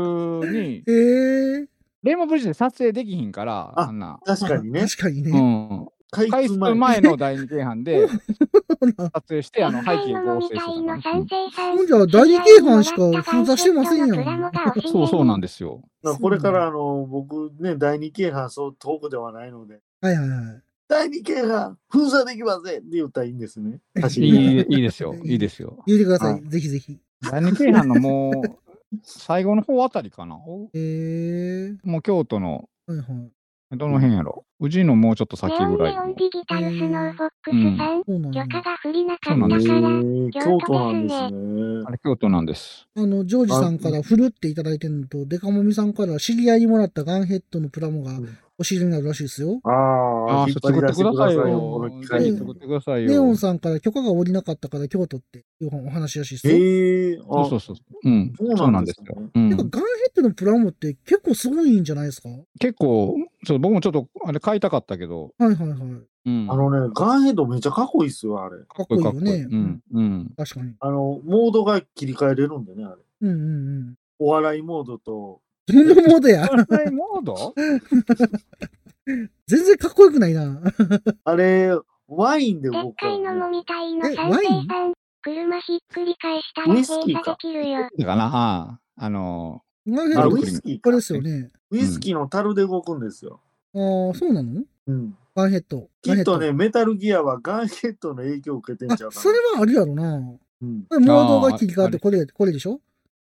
Speaker 1: [laughs]
Speaker 4: に、
Speaker 1: えー、
Speaker 4: レインボーブリッジで撮影できひんから、
Speaker 3: あ
Speaker 4: あんな。
Speaker 3: 確かにね。
Speaker 1: 確かに
Speaker 4: う
Speaker 1: ね。
Speaker 4: ん。
Speaker 3: 開
Speaker 4: 開
Speaker 3: 通
Speaker 4: 通
Speaker 3: 前
Speaker 4: 前の第二京
Speaker 1: [laughs]
Speaker 4: 阪で
Speaker 1: ほな
Speaker 4: 撮影して、あ
Speaker 2: [laughs] でっ
Speaker 4: の、背
Speaker 2: かい
Speaker 4: 景
Speaker 2: のも
Speaker 4: 合
Speaker 2: み
Speaker 4: 成して
Speaker 2: た
Speaker 4: た
Speaker 2: い
Speaker 4: から
Speaker 2: の賛
Speaker 4: ね
Speaker 2: 成さ
Speaker 1: ほ
Speaker 2: ん
Speaker 1: んじゃ、第二京阪しか封鎖してませんや
Speaker 2: プラモ
Speaker 1: ん。
Speaker 2: が惜
Speaker 4: うん。
Speaker 2: し
Speaker 4: そうそうなん
Speaker 2: で
Speaker 4: ですよ。
Speaker 3: まあこれから、あの、僕ね、第二京阪そう遠くではないので、
Speaker 1: はいはいはい。
Speaker 3: 第二京阪封鎖できませんって言ったらいいんですね。走り
Speaker 4: い
Speaker 3: ながら
Speaker 4: い、いいですよ。いいです
Speaker 1: [laughs]
Speaker 4: よ。
Speaker 1: 言ってくださ。
Speaker 3: はい
Speaker 1: ぜひぜひ。
Speaker 4: 第二京阪のもう、最後の方あたりかな。お
Speaker 1: えー、
Speaker 4: もう京都の、
Speaker 1: はいはい。
Speaker 4: どの辺やろ。宇治のもうちょっと
Speaker 2: す。
Speaker 4: 先
Speaker 2: ネオン
Speaker 4: ぐら
Speaker 2: ネ
Speaker 4: い
Speaker 2: オ
Speaker 4: の
Speaker 2: ン。ディギタルスノーフォック
Speaker 4: う
Speaker 2: ス
Speaker 4: ん
Speaker 2: さん、
Speaker 1: そうなん
Speaker 2: 許
Speaker 1: や。
Speaker 2: 可が降りなか
Speaker 4: そう
Speaker 2: っ
Speaker 4: なん
Speaker 2: た
Speaker 4: です
Speaker 2: から、
Speaker 3: えー京都なんですね
Speaker 4: あ。れ、京都なんです。
Speaker 1: あの、ジョージさんから振るっていただいてるのと、デカモミさんから知り合いにもらったガンヘッドのプラモが
Speaker 3: うん
Speaker 1: お知りになるらしいですよ。
Speaker 3: ああ、
Speaker 4: ー
Speaker 3: 引っ張り出してくださいよ、この機
Speaker 4: 作っ
Speaker 3: 会
Speaker 4: て
Speaker 1: ぜ
Speaker 4: く
Speaker 1: ひ
Speaker 3: に。
Speaker 4: ださいよ作ってくださいよ。
Speaker 1: レオンさんから許可が下りなかったから京都っていうお話らしいですよ。
Speaker 3: ええー、
Speaker 4: そう
Speaker 3: あ
Speaker 4: そうそう。うん。
Speaker 3: そうなんですね
Speaker 4: そうなんです
Speaker 1: て
Speaker 4: よ。う
Speaker 1: かガンヘッ
Speaker 4: ん、
Speaker 1: ドのプラモって結構すごいんじゃないですかは
Speaker 4: 結構、ちょっと僕もちょっと、あれ、買いたかったけど、
Speaker 1: いはいはい。
Speaker 4: うん
Speaker 3: あのね、ガンヘッドめっちゃかっこいいっすよ、あれ。
Speaker 1: かっこいいよね
Speaker 4: かっこいいうん。うん。
Speaker 1: 確かに。
Speaker 3: あの、モードが切り替えれるんでね、あれ。
Speaker 1: うんうんうん。
Speaker 3: お笑いモードと、
Speaker 1: どんなモードや。
Speaker 4: 笑いモード
Speaker 1: 全然かっこよくないな。
Speaker 3: あれ、ワイン
Speaker 2: で
Speaker 3: で動
Speaker 2: っ
Speaker 3: く
Speaker 2: か
Speaker 3: か
Speaker 2: らいのもみたいの
Speaker 1: え
Speaker 2: 三
Speaker 1: ワイ
Speaker 2: 平
Speaker 1: ン
Speaker 2: さん。車ひっくり返したら
Speaker 3: ウイスキ
Speaker 2: 閉
Speaker 3: ー
Speaker 2: 鎖
Speaker 3: か
Speaker 2: できるよ。
Speaker 4: だかなあああの、
Speaker 1: ガンヘッ
Speaker 3: あ、
Speaker 1: ド
Speaker 3: ウ
Speaker 1: こ
Speaker 3: イスキー
Speaker 1: れ
Speaker 3: か。
Speaker 1: ですよね。
Speaker 3: ウイスキーの樽で動くんですよ。
Speaker 1: ああ、そうなの
Speaker 3: うん。
Speaker 1: ガンヘッド。
Speaker 3: きっとね、メタルギアはガンヘッドの影響を受けてん
Speaker 1: あ
Speaker 3: ちゃう、か
Speaker 1: それ
Speaker 3: な。
Speaker 1: はあるやろな。
Speaker 3: うん。
Speaker 1: これモードが切り替わって、これ、これでしょ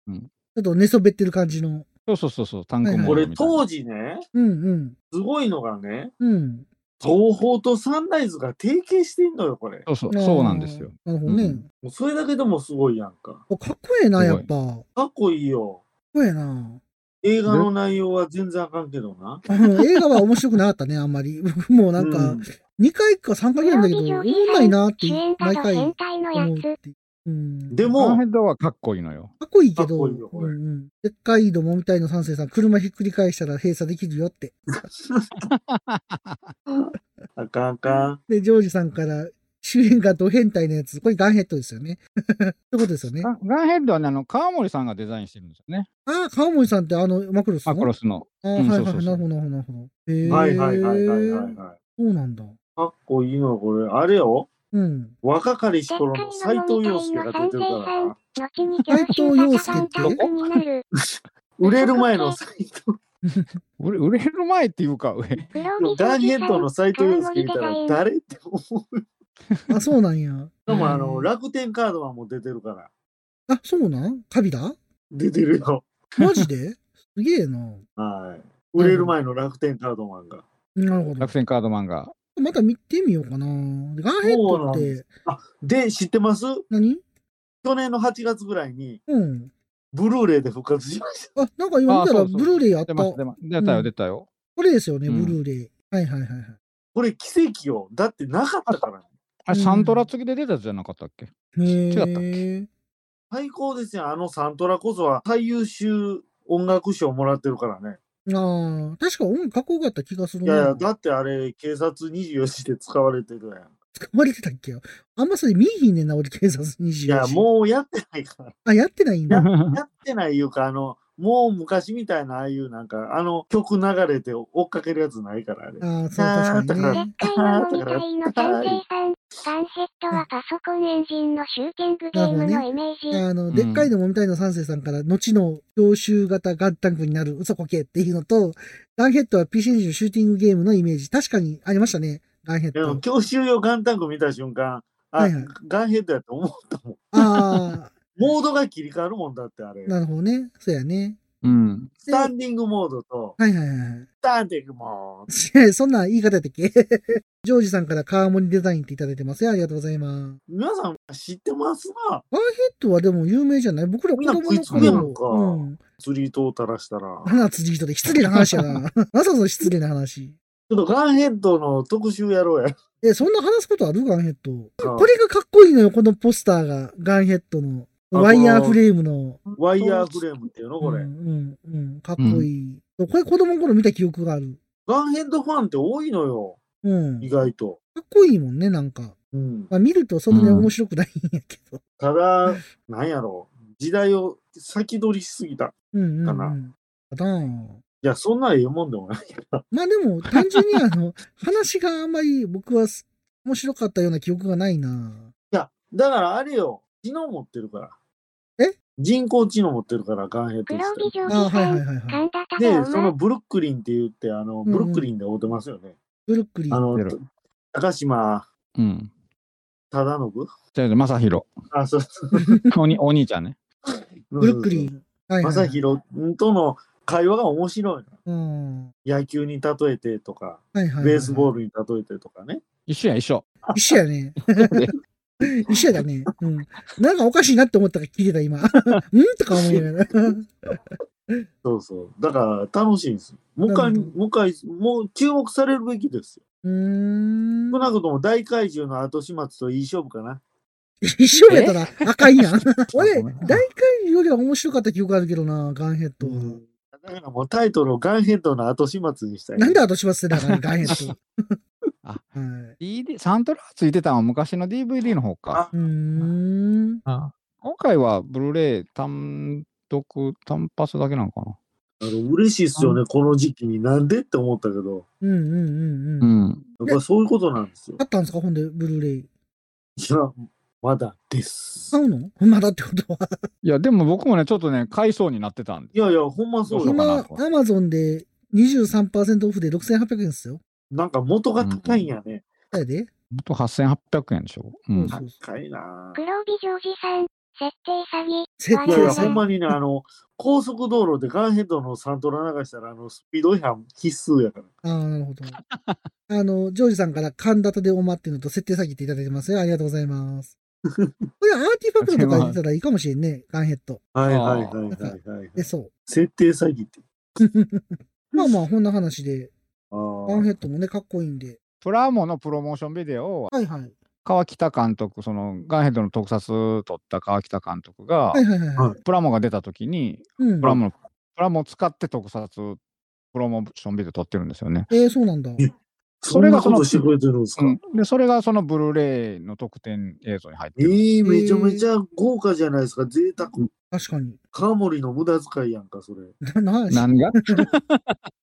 Speaker 4: うん
Speaker 1: ちょっと寝そべってる感じの。
Speaker 4: そうそうそうそう、単行
Speaker 1: はいはい
Speaker 4: モ
Speaker 3: こ
Speaker 4: ード
Speaker 3: れ
Speaker 4: みたいな。
Speaker 3: 当時ね、
Speaker 1: うん
Speaker 3: すごいのがね、
Speaker 1: うん。うん。
Speaker 3: 東宝とサンライズが提携してんのよ、これ。
Speaker 4: そうそう、そうなんですよ。。
Speaker 1: なるほどね。
Speaker 4: うん
Speaker 3: もうそれだけでもすごいやんか。
Speaker 1: おかっこええな、
Speaker 4: す
Speaker 1: や
Speaker 4: ごい
Speaker 1: っぱ。かっ
Speaker 3: かっこいいよ。
Speaker 1: こええな。
Speaker 3: 映画の内容は全然あかんけどな。
Speaker 1: あの映画は面白くなかったね、あんまり。 [laughs] 僕もなん
Speaker 3: う
Speaker 1: か
Speaker 3: ん、
Speaker 1: 2回か3回ぐらい見たけど、おもんないなって
Speaker 2: 主、演だ
Speaker 1: 毎
Speaker 2: と
Speaker 1: 回
Speaker 2: 変
Speaker 1: 思
Speaker 2: 態のや
Speaker 1: うっ
Speaker 2: つ。
Speaker 1: ていう。うん、
Speaker 3: で
Speaker 4: ガン
Speaker 3: も
Speaker 4: ヘ、ッドはかっこいいのよ。
Speaker 1: かっこいいけ
Speaker 3: かっ
Speaker 1: ど、
Speaker 3: こ
Speaker 1: う
Speaker 3: いいよこれ
Speaker 1: んうんでっかいどもみたいの三世さん、車ひっくり返したら閉鎖できるよって。
Speaker 3: あかんあかん。
Speaker 1: で、ジョージさんから、主演がド変態のやつ、これガンヘッドですよね。 [laughs] ってことですよね
Speaker 4: ガ。ンガンヘッドはね、あの、川森さんがデザインしてるんですよね。
Speaker 1: ああ、川森さんってあの、マクロスの
Speaker 4: マクロスの。
Speaker 1: ああ、は
Speaker 4: う
Speaker 1: い
Speaker 4: ん
Speaker 1: はい
Speaker 4: そうそうそう
Speaker 1: なるほど、なるほど、なるほど。へえ。
Speaker 3: はいはいはいはいはい。はい
Speaker 1: そうなんだ。
Speaker 3: かっこいいのこれ。あれよ。
Speaker 1: うん。
Speaker 3: 若かりし頃の斎藤洋介が出てるからな。
Speaker 2: 後に常習型がタイプになる。
Speaker 3: 売れる前の斎藤。
Speaker 4: 売れ売れる前っていうか、 [laughs] 上
Speaker 2: プロミ
Speaker 3: ガンヘッドの
Speaker 2: の
Speaker 3: 斎藤洋介見たら誰って思う。
Speaker 1: あ、そうなんや。
Speaker 3: でもあの、楽天カードはもう出てるから。
Speaker 1: あ、そうなんカビだ
Speaker 3: 出てるよ。
Speaker 1: マジですげえな。
Speaker 3: はい。売れる前の楽天カードマンが。
Speaker 1: なるほど
Speaker 4: 楽。天カードマンが。
Speaker 1: また見てみようかな。でガンヘッドっ
Speaker 3: そうなんで
Speaker 1: て
Speaker 3: で、知ってます
Speaker 1: 何、
Speaker 3: 去年の8月ぐらいに、
Speaker 1: うん。
Speaker 3: ブルーレイで復活しました。
Speaker 1: あ、なんか今見た
Speaker 4: あ
Speaker 1: ら
Speaker 4: そうそう
Speaker 1: ブルーレイあった。
Speaker 4: 出ました、出ま出た
Speaker 1: う
Speaker 4: よ、
Speaker 1: ん
Speaker 4: 出たよ。
Speaker 1: これですよね、
Speaker 4: う
Speaker 1: ブ
Speaker 4: ん
Speaker 1: ルーレイ。はいはいはいはい。
Speaker 3: これ奇跡よ。だってなかったから。
Speaker 4: あれ、
Speaker 1: うん
Speaker 4: サントラ付きで出たやつじゃなかったっけ
Speaker 1: へ
Speaker 4: 違ったっけ
Speaker 1: え。
Speaker 3: 最高ですよ。あのサントラこそは最優秀音楽賞もらってるからね。
Speaker 1: ああ、確か音かっこよかった気がする
Speaker 3: い
Speaker 1: な。
Speaker 3: やいや、だってあれ、警察24時で使われてるやん。
Speaker 1: 使われてたっけよ。あんまそれ見えひんねんな、俺警察24時。
Speaker 3: いや、もうやってない [laughs] から。
Speaker 1: あ、やってないんだ。
Speaker 3: やってないいうか、あの、もう昔みたいな、ああいうなんか、あの曲流れて追っかけるやつないから、あれ。
Speaker 1: ああ、そう、確かに
Speaker 3: あーだ
Speaker 1: ね
Speaker 3: か。
Speaker 2: でっかいのもみたいの三平さん。ガンヘッドはパソコンエンジンのシューティングゲームのイメージ。
Speaker 1: あの、
Speaker 4: ん
Speaker 1: でっかいのもみたいの三世さんから、後の教習型ガンタンクになる嘘こけっていうのと、ガンヘッドは PC エンジンシューティングゲームのイメージ、確かにありましたね、ガンヘッ
Speaker 3: で
Speaker 1: ド。
Speaker 3: も、教習用ガンタンク見た瞬間、あ、
Speaker 1: はいはい
Speaker 3: ガンヘッドやと思ったもん。
Speaker 1: ああ、
Speaker 3: モードが切り替わるもんだって、あれ。
Speaker 1: なるほどね。そうやね。
Speaker 4: うん。
Speaker 3: スタンディングモードと、
Speaker 1: はいはいはい
Speaker 3: スタンディングモー
Speaker 1: はい。 [laughs] そんな言い方やったっけジョージさんからカーモニデザインっていただいてますよ。ありがとうございます。
Speaker 3: ド。皆さん知ってますな。
Speaker 1: ガンヘッドはでも有名じゃない僕ら子供
Speaker 3: みん
Speaker 1: の
Speaker 3: な食いつくやんか
Speaker 1: 頃。うん。
Speaker 3: 釣り糸を垂らしたら。ちょっ
Speaker 1: 花辻人で失礼な話やな。
Speaker 3: [laughs]
Speaker 1: わざわざ失礼な話。
Speaker 3: とガンヘッドの特集やろうや。
Speaker 1: え、そんな話すことあるガンヘッド。
Speaker 3: あ
Speaker 1: これがかっこいいのよ、このポスターが。ガンヘッドの。
Speaker 3: あ
Speaker 1: ワイヤーフレームの。
Speaker 3: ワイヤーフレームっていうのこれ。
Speaker 1: うん、うん、うん。かっこいい。これ子供の頃見た記憶がある。
Speaker 3: ガンヘッドファンって多いのよ。
Speaker 1: うん。
Speaker 3: 意
Speaker 1: か
Speaker 3: 外と。
Speaker 1: っこいいもんね、なんか。
Speaker 3: うん。
Speaker 1: まあ、見るとそんなに
Speaker 4: うん
Speaker 1: 面白くないんやけど。
Speaker 3: ただ、なんやろう。時代を先取りしすぎた。
Speaker 1: うん、うん、うん。
Speaker 3: かな
Speaker 1: かない
Speaker 3: や、そんなんええもんでもない。
Speaker 1: まあでも、単純にあの、 [laughs] 話があんまり僕はす面白かったような記憶がないな。
Speaker 3: いや、だからあれよ。知能持ってるから。
Speaker 1: え
Speaker 3: 人工知能持ってるから、ガンヘッド
Speaker 2: 黒
Speaker 3: っ
Speaker 2: 帯
Speaker 3: て。
Speaker 2: 定
Speaker 1: あ
Speaker 2: 規
Speaker 1: はい
Speaker 2: さ
Speaker 1: はい
Speaker 2: ん。
Speaker 1: はいはい。
Speaker 2: 神田太
Speaker 3: で、
Speaker 2: 郎
Speaker 3: その
Speaker 2: は
Speaker 3: ブルックリンって言って、あの、
Speaker 1: んうん
Speaker 3: ブルックリンで会うてますよね。
Speaker 1: ブルックリン。
Speaker 3: あの
Speaker 4: 出る、
Speaker 3: 高島
Speaker 4: うん。
Speaker 3: 忠信
Speaker 4: じゃあ、
Speaker 1: [laughs]
Speaker 4: 正弘。
Speaker 3: あ、そうそう。
Speaker 4: おにお兄ちゃんね。
Speaker 1: ブルックリン。はいはいはい
Speaker 3: 正宏との会話が面白い
Speaker 1: う
Speaker 3: な。
Speaker 1: ん。は
Speaker 3: 野球に例えてとか、
Speaker 1: いはいはいはい。
Speaker 3: ベースボールに例えてとかね。
Speaker 4: 一緒や、一緒。
Speaker 1: 一緒やね。 [laughs] 一緒やね。うん。なんかおかしいなって思ったから聞いてた、今。 [laughs] んとか思い
Speaker 3: [laughs]
Speaker 1: ながら。
Speaker 3: そうそう。だから楽しいんですよ。もう一回、
Speaker 1: なるほ
Speaker 3: もう一回、もう注目されるべきですよ。
Speaker 1: うーん
Speaker 3: 少。なくとも大怪獣の後始末といい勝負かな。
Speaker 1: 一緒やったら赤いや
Speaker 3: [laughs]
Speaker 1: ん。俺、
Speaker 3: ごめ
Speaker 1: 大
Speaker 3: ん
Speaker 1: 怪獣よりは面白かった記憶あるけどな、ガンヘッドは。
Speaker 3: だからもうタイトルをガンヘッドの後始末にしたい。
Speaker 1: なんで後始末せなあかんねんガンヘッド。
Speaker 3: [laughs]
Speaker 1: [laughs]
Speaker 4: あ、 DD サントラついてたのは昔の DVD の方か。
Speaker 1: うん。
Speaker 4: あ今回はブルーレイ単独、単発だけなのかな。
Speaker 3: あの嬉しいっすよね、この時期に。なんでって思ったけど、
Speaker 1: うんうんうんう
Speaker 4: う
Speaker 1: ん。
Speaker 4: ん。
Speaker 3: やっぱそういうことなんですよ。
Speaker 1: あったんですかほんで、ブルーレイ。
Speaker 3: いや、まだです。
Speaker 1: 買うのまだってことは。
Speaker 4: いや、でも僕もね、ちょっとね、買いそうになってたんで。
Speaker 3: いやいや、ほんまそうよ。
Speaker 1: 今、アマゾンで23%オフで6800円ですよ。
Speaker 3: なんか元が高いんやね。
Speaker 1: だよで。
Speaker 4: ほんと8800円でしょ。うん。
Speaker 1: そうそう
Speaker 3: 高いなぁ。
Speaker 2: 黒帯ジョージさん、設定詐欺。
Speaker 1: 設
Speaker 3: い
Speaker 1: 定
Speaker 3: やい
Speaker 1: 詐
Speaker 3: や、
Speaker 1: 欺
Speaker 3: ほんまにね、あの、高速道路でガンヘッドのサントラ流したら、あの、スピード違反必須やから。
Speaker 1: ああ、なるほど。あの、ジョージさんから、神田とでおまっていうのと設定詐欺っていただいてますよ。ありがとうございます。これ、アーティファクトとか入れたらいいかもしれんね。ガンヘッド。
Speaker 3: はい
Speaker 4: あー
Speaker 3: はいはいはいはい。
Speaker 1: で、そう。
Speaker 3: 設定詐欺って。
Speaker 1: まあまあ、こんな話で、
Speaker 3: あ
Speaker 1: ガンヘ
Speaker 3: ー
Speaker 1: ッドもね、かっこいいんで。
Speaker 4: プラモのプロモーションビデオを、
Speaker 1: はいはい。
Speaker 4: 川北監督、そのガンヘッドの特撮撮った川北監督が
Speaker 1: は、いはいはい
Speaker 3: は
Speaker 1: はいい。
Speaker 4: プラモが出た時に、
Speaker 1: うん
Speaker 4: プ。ラモの、プラモを使って特撮プロモーションビデオ撮ってるんですよね。
Speaker 1: えー、そうなんだ。
Speaker 3: えそ
Speaker 4: そ
Speaker 3: れ
Speaker 4: れ
Speaker 3: がそ
Speaker 4: がそ
Speaker 3: んなこ
Speaker 4: の
Speaker 3: としてくれてるんですか、
Speaker 4: で、それがそのブルーレイの特典映像に入ってる。
Speaker 3: ええめちゃめちゃ豪華じゃないですか、贅沢。
Speaker 1: 確かに。
Speaker 3: カモリの無駄遣いやんか、それ。
Speaker 1: な、な、[laughs]
Speaker 4: 何が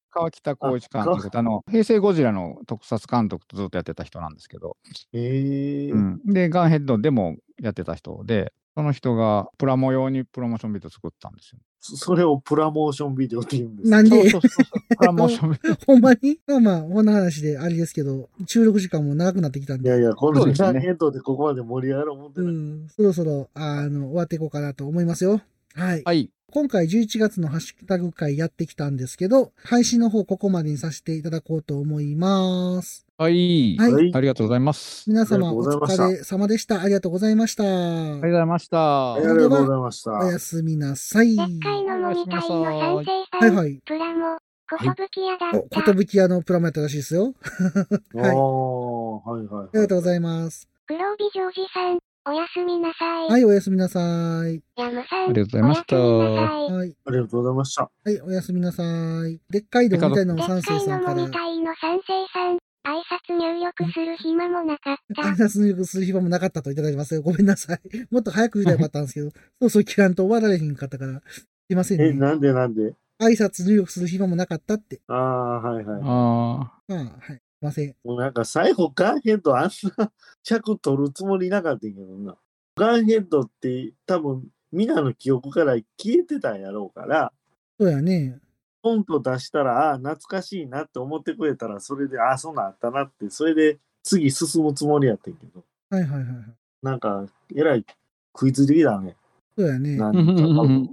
Speaker 4: 川北浩一監督ってあの平成ゴジラの特撮監督とずっとやってた人なんですけど、
Speaker 3: ええ
Speaker 4: うんでガンヘッドでもやってた人でその人がプラモ用にプロモーションビデオ作ったんですよ。
Speaker 3: そそれをプラモーションビデオって言うんです。
Speaker 1: なんで
Speaker 4: そうそうそうそうプラモーションビデオ
Speaker 1: [laughs] ほんまにまあまあ、こんな話であれですけど、収録時間も長くなってきたん
Speaker 3: い
Speaker 1: で、
Speaker 3: やいや、こ
Speaker 4: そ
Speaker 3: の
Speaker 4: うで
Speaker 3: 時
Speaker 4: すね
Speaker 3: 間ヘッドでここまで盛り上がる思って
Speaker 1: う
Speaker 3: ない。
Speaker 1: ん、そろそろ、あの、終わっていこうかなと思いますよ。 [laughs] はい。
Speaker 4: はい
Speaker 1: 今回11月のハッシュタグ会やってきたんですけど、配信の方ここまでにさせていただこうと思います。
Speaker 4: はい、
Speaker 1: はい
Speaker 3: はい
Speaker 4: ありがとうございます。
Speaker 1: 皆
Speaker 3: あ
Speaker 1: 様
Speaker 3: りが
Speaker 1: お
Speaker 3: とうございま
Speaker 1: 疲れ様でした。ありがとうございました。
Speaker 4: ありがとうございました。
Speaker 3: ありがとうございました。
Speaker 1: おやすみなさ
Speaker 2: で
Speaker 1: い。
Speaker 2: っかい
Speaker 1: は
Speaker 2: の飲みたいの賛成さん。
Speaker 1: いはい。
Speaker 2: プラモ、ことぶき屋だ
Speaker 1: お、
Speaker 2: った。
Speaker 1: こと屋のプラモやったらしいですよ。はいあり
Speaker 3: ああ、はいはい。あ
Speaker 1: がとうご
Speaker 3: い
Speaker 1: ざいます。
Speaker 2: 黒帯ジョージさん、おやすみなさい。
Speaker 1: はい、おやすみなさい。
Speaker 2: ヤムさん、
Speaker 4: ありがとうございました
Speaker 2: おやすみなさい。
Speaker 1: はい。
Speaker 3: ます。ありがとうございました。
Speaker 1: はい、おやすみなさい。でっかいのみたいなの三世さんから。
Speaker 2: でっかいのもみたいの三世さん、挨拶入力する暇もなかっ
Speaker 1: 挨 [laughs]
Speaker 2: た。
Speaker 1: 拶入力する暇もなかったといただきますよ。ごめんなさい。 [laughs] もっと早く言えばよかったんですけど、そうそう聞かんと終わられへんかったから、すいませんね。
Speaker 3: え、なんでなんで
Speaker 1: 挨拶入力する暇もなかったって。
Speaker 3: ああ、はいはい。
Speaker 4: ああ、
Speaker 1: まあ、はい。すいません。
Speaker 3: もうなんか最後ガンヘッドあんな尺取るつもりなかったんやけどな。ガンヘッドって多分皆の記憶から消えてたんやろうから、
Speaker 1: そうやね。
Speaker 3: ポンと出したら、ああ、懐かしいなって思ってくれたら、それで、ああ、そんなんあったなって、それで次進むつもりやったんやけど、
Speaker 1: はいはいはいはい。
Speaker 3: なんか、えらい食いついてきたね。
Speaker 1: そうやね。
Speaker 3: なん
Speaker 4: うんうんう
Speaker 3: か
Speaker 4: ん、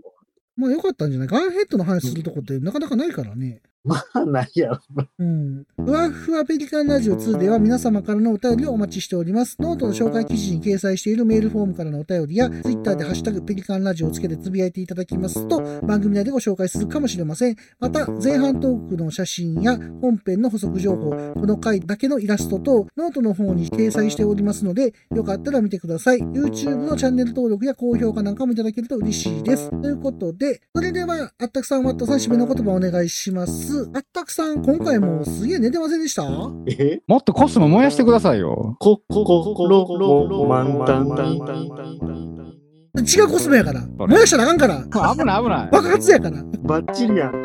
Speaker 1: まあよかったんじゃないガンヘッドの話するとこってなかなかないからね。
Speaker 3: まあ、ないやろな。
Speaker 1: うん。ふわふわペリカンラジオ2では皆様からのお便りをお待ちしております。ノートの紹介記事に掲載しているメールフォームからのお便りや、ツイッターでハッシュタグペリカンラジオをつけてつぶやいていただきますと、番組内でご紹介するかもしれません。また、前半トークの写真や本編の補足情報、この回だけのイラストとノートの方に掲載しておりますので、よかったら見てください。YouTube のチャンネル登録や高評価なんかもいただけると嬉しいです。ということで、それでは、あったくさん、ワットさん、締めの言葉お願いします。あったくさん、今回もすげえ寝てませんでした
Speaker 3: え
Speaker 4: もっとコスモ燃やしてください [laughs] よ。
Speaker 3: こ、こ、こ、こ、ろ、ろ、満タンタンタンタン
Speaker 1: 違うコスメやから。燃やしたらあかんから。
Speaker 4: 危ない危ない。
Speaker 1: 爆発やから。 [laughs]
Speaker 3: バッチリやんか。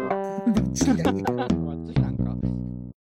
Speaker 1: バッチリだね
Speaker 4: [laughs]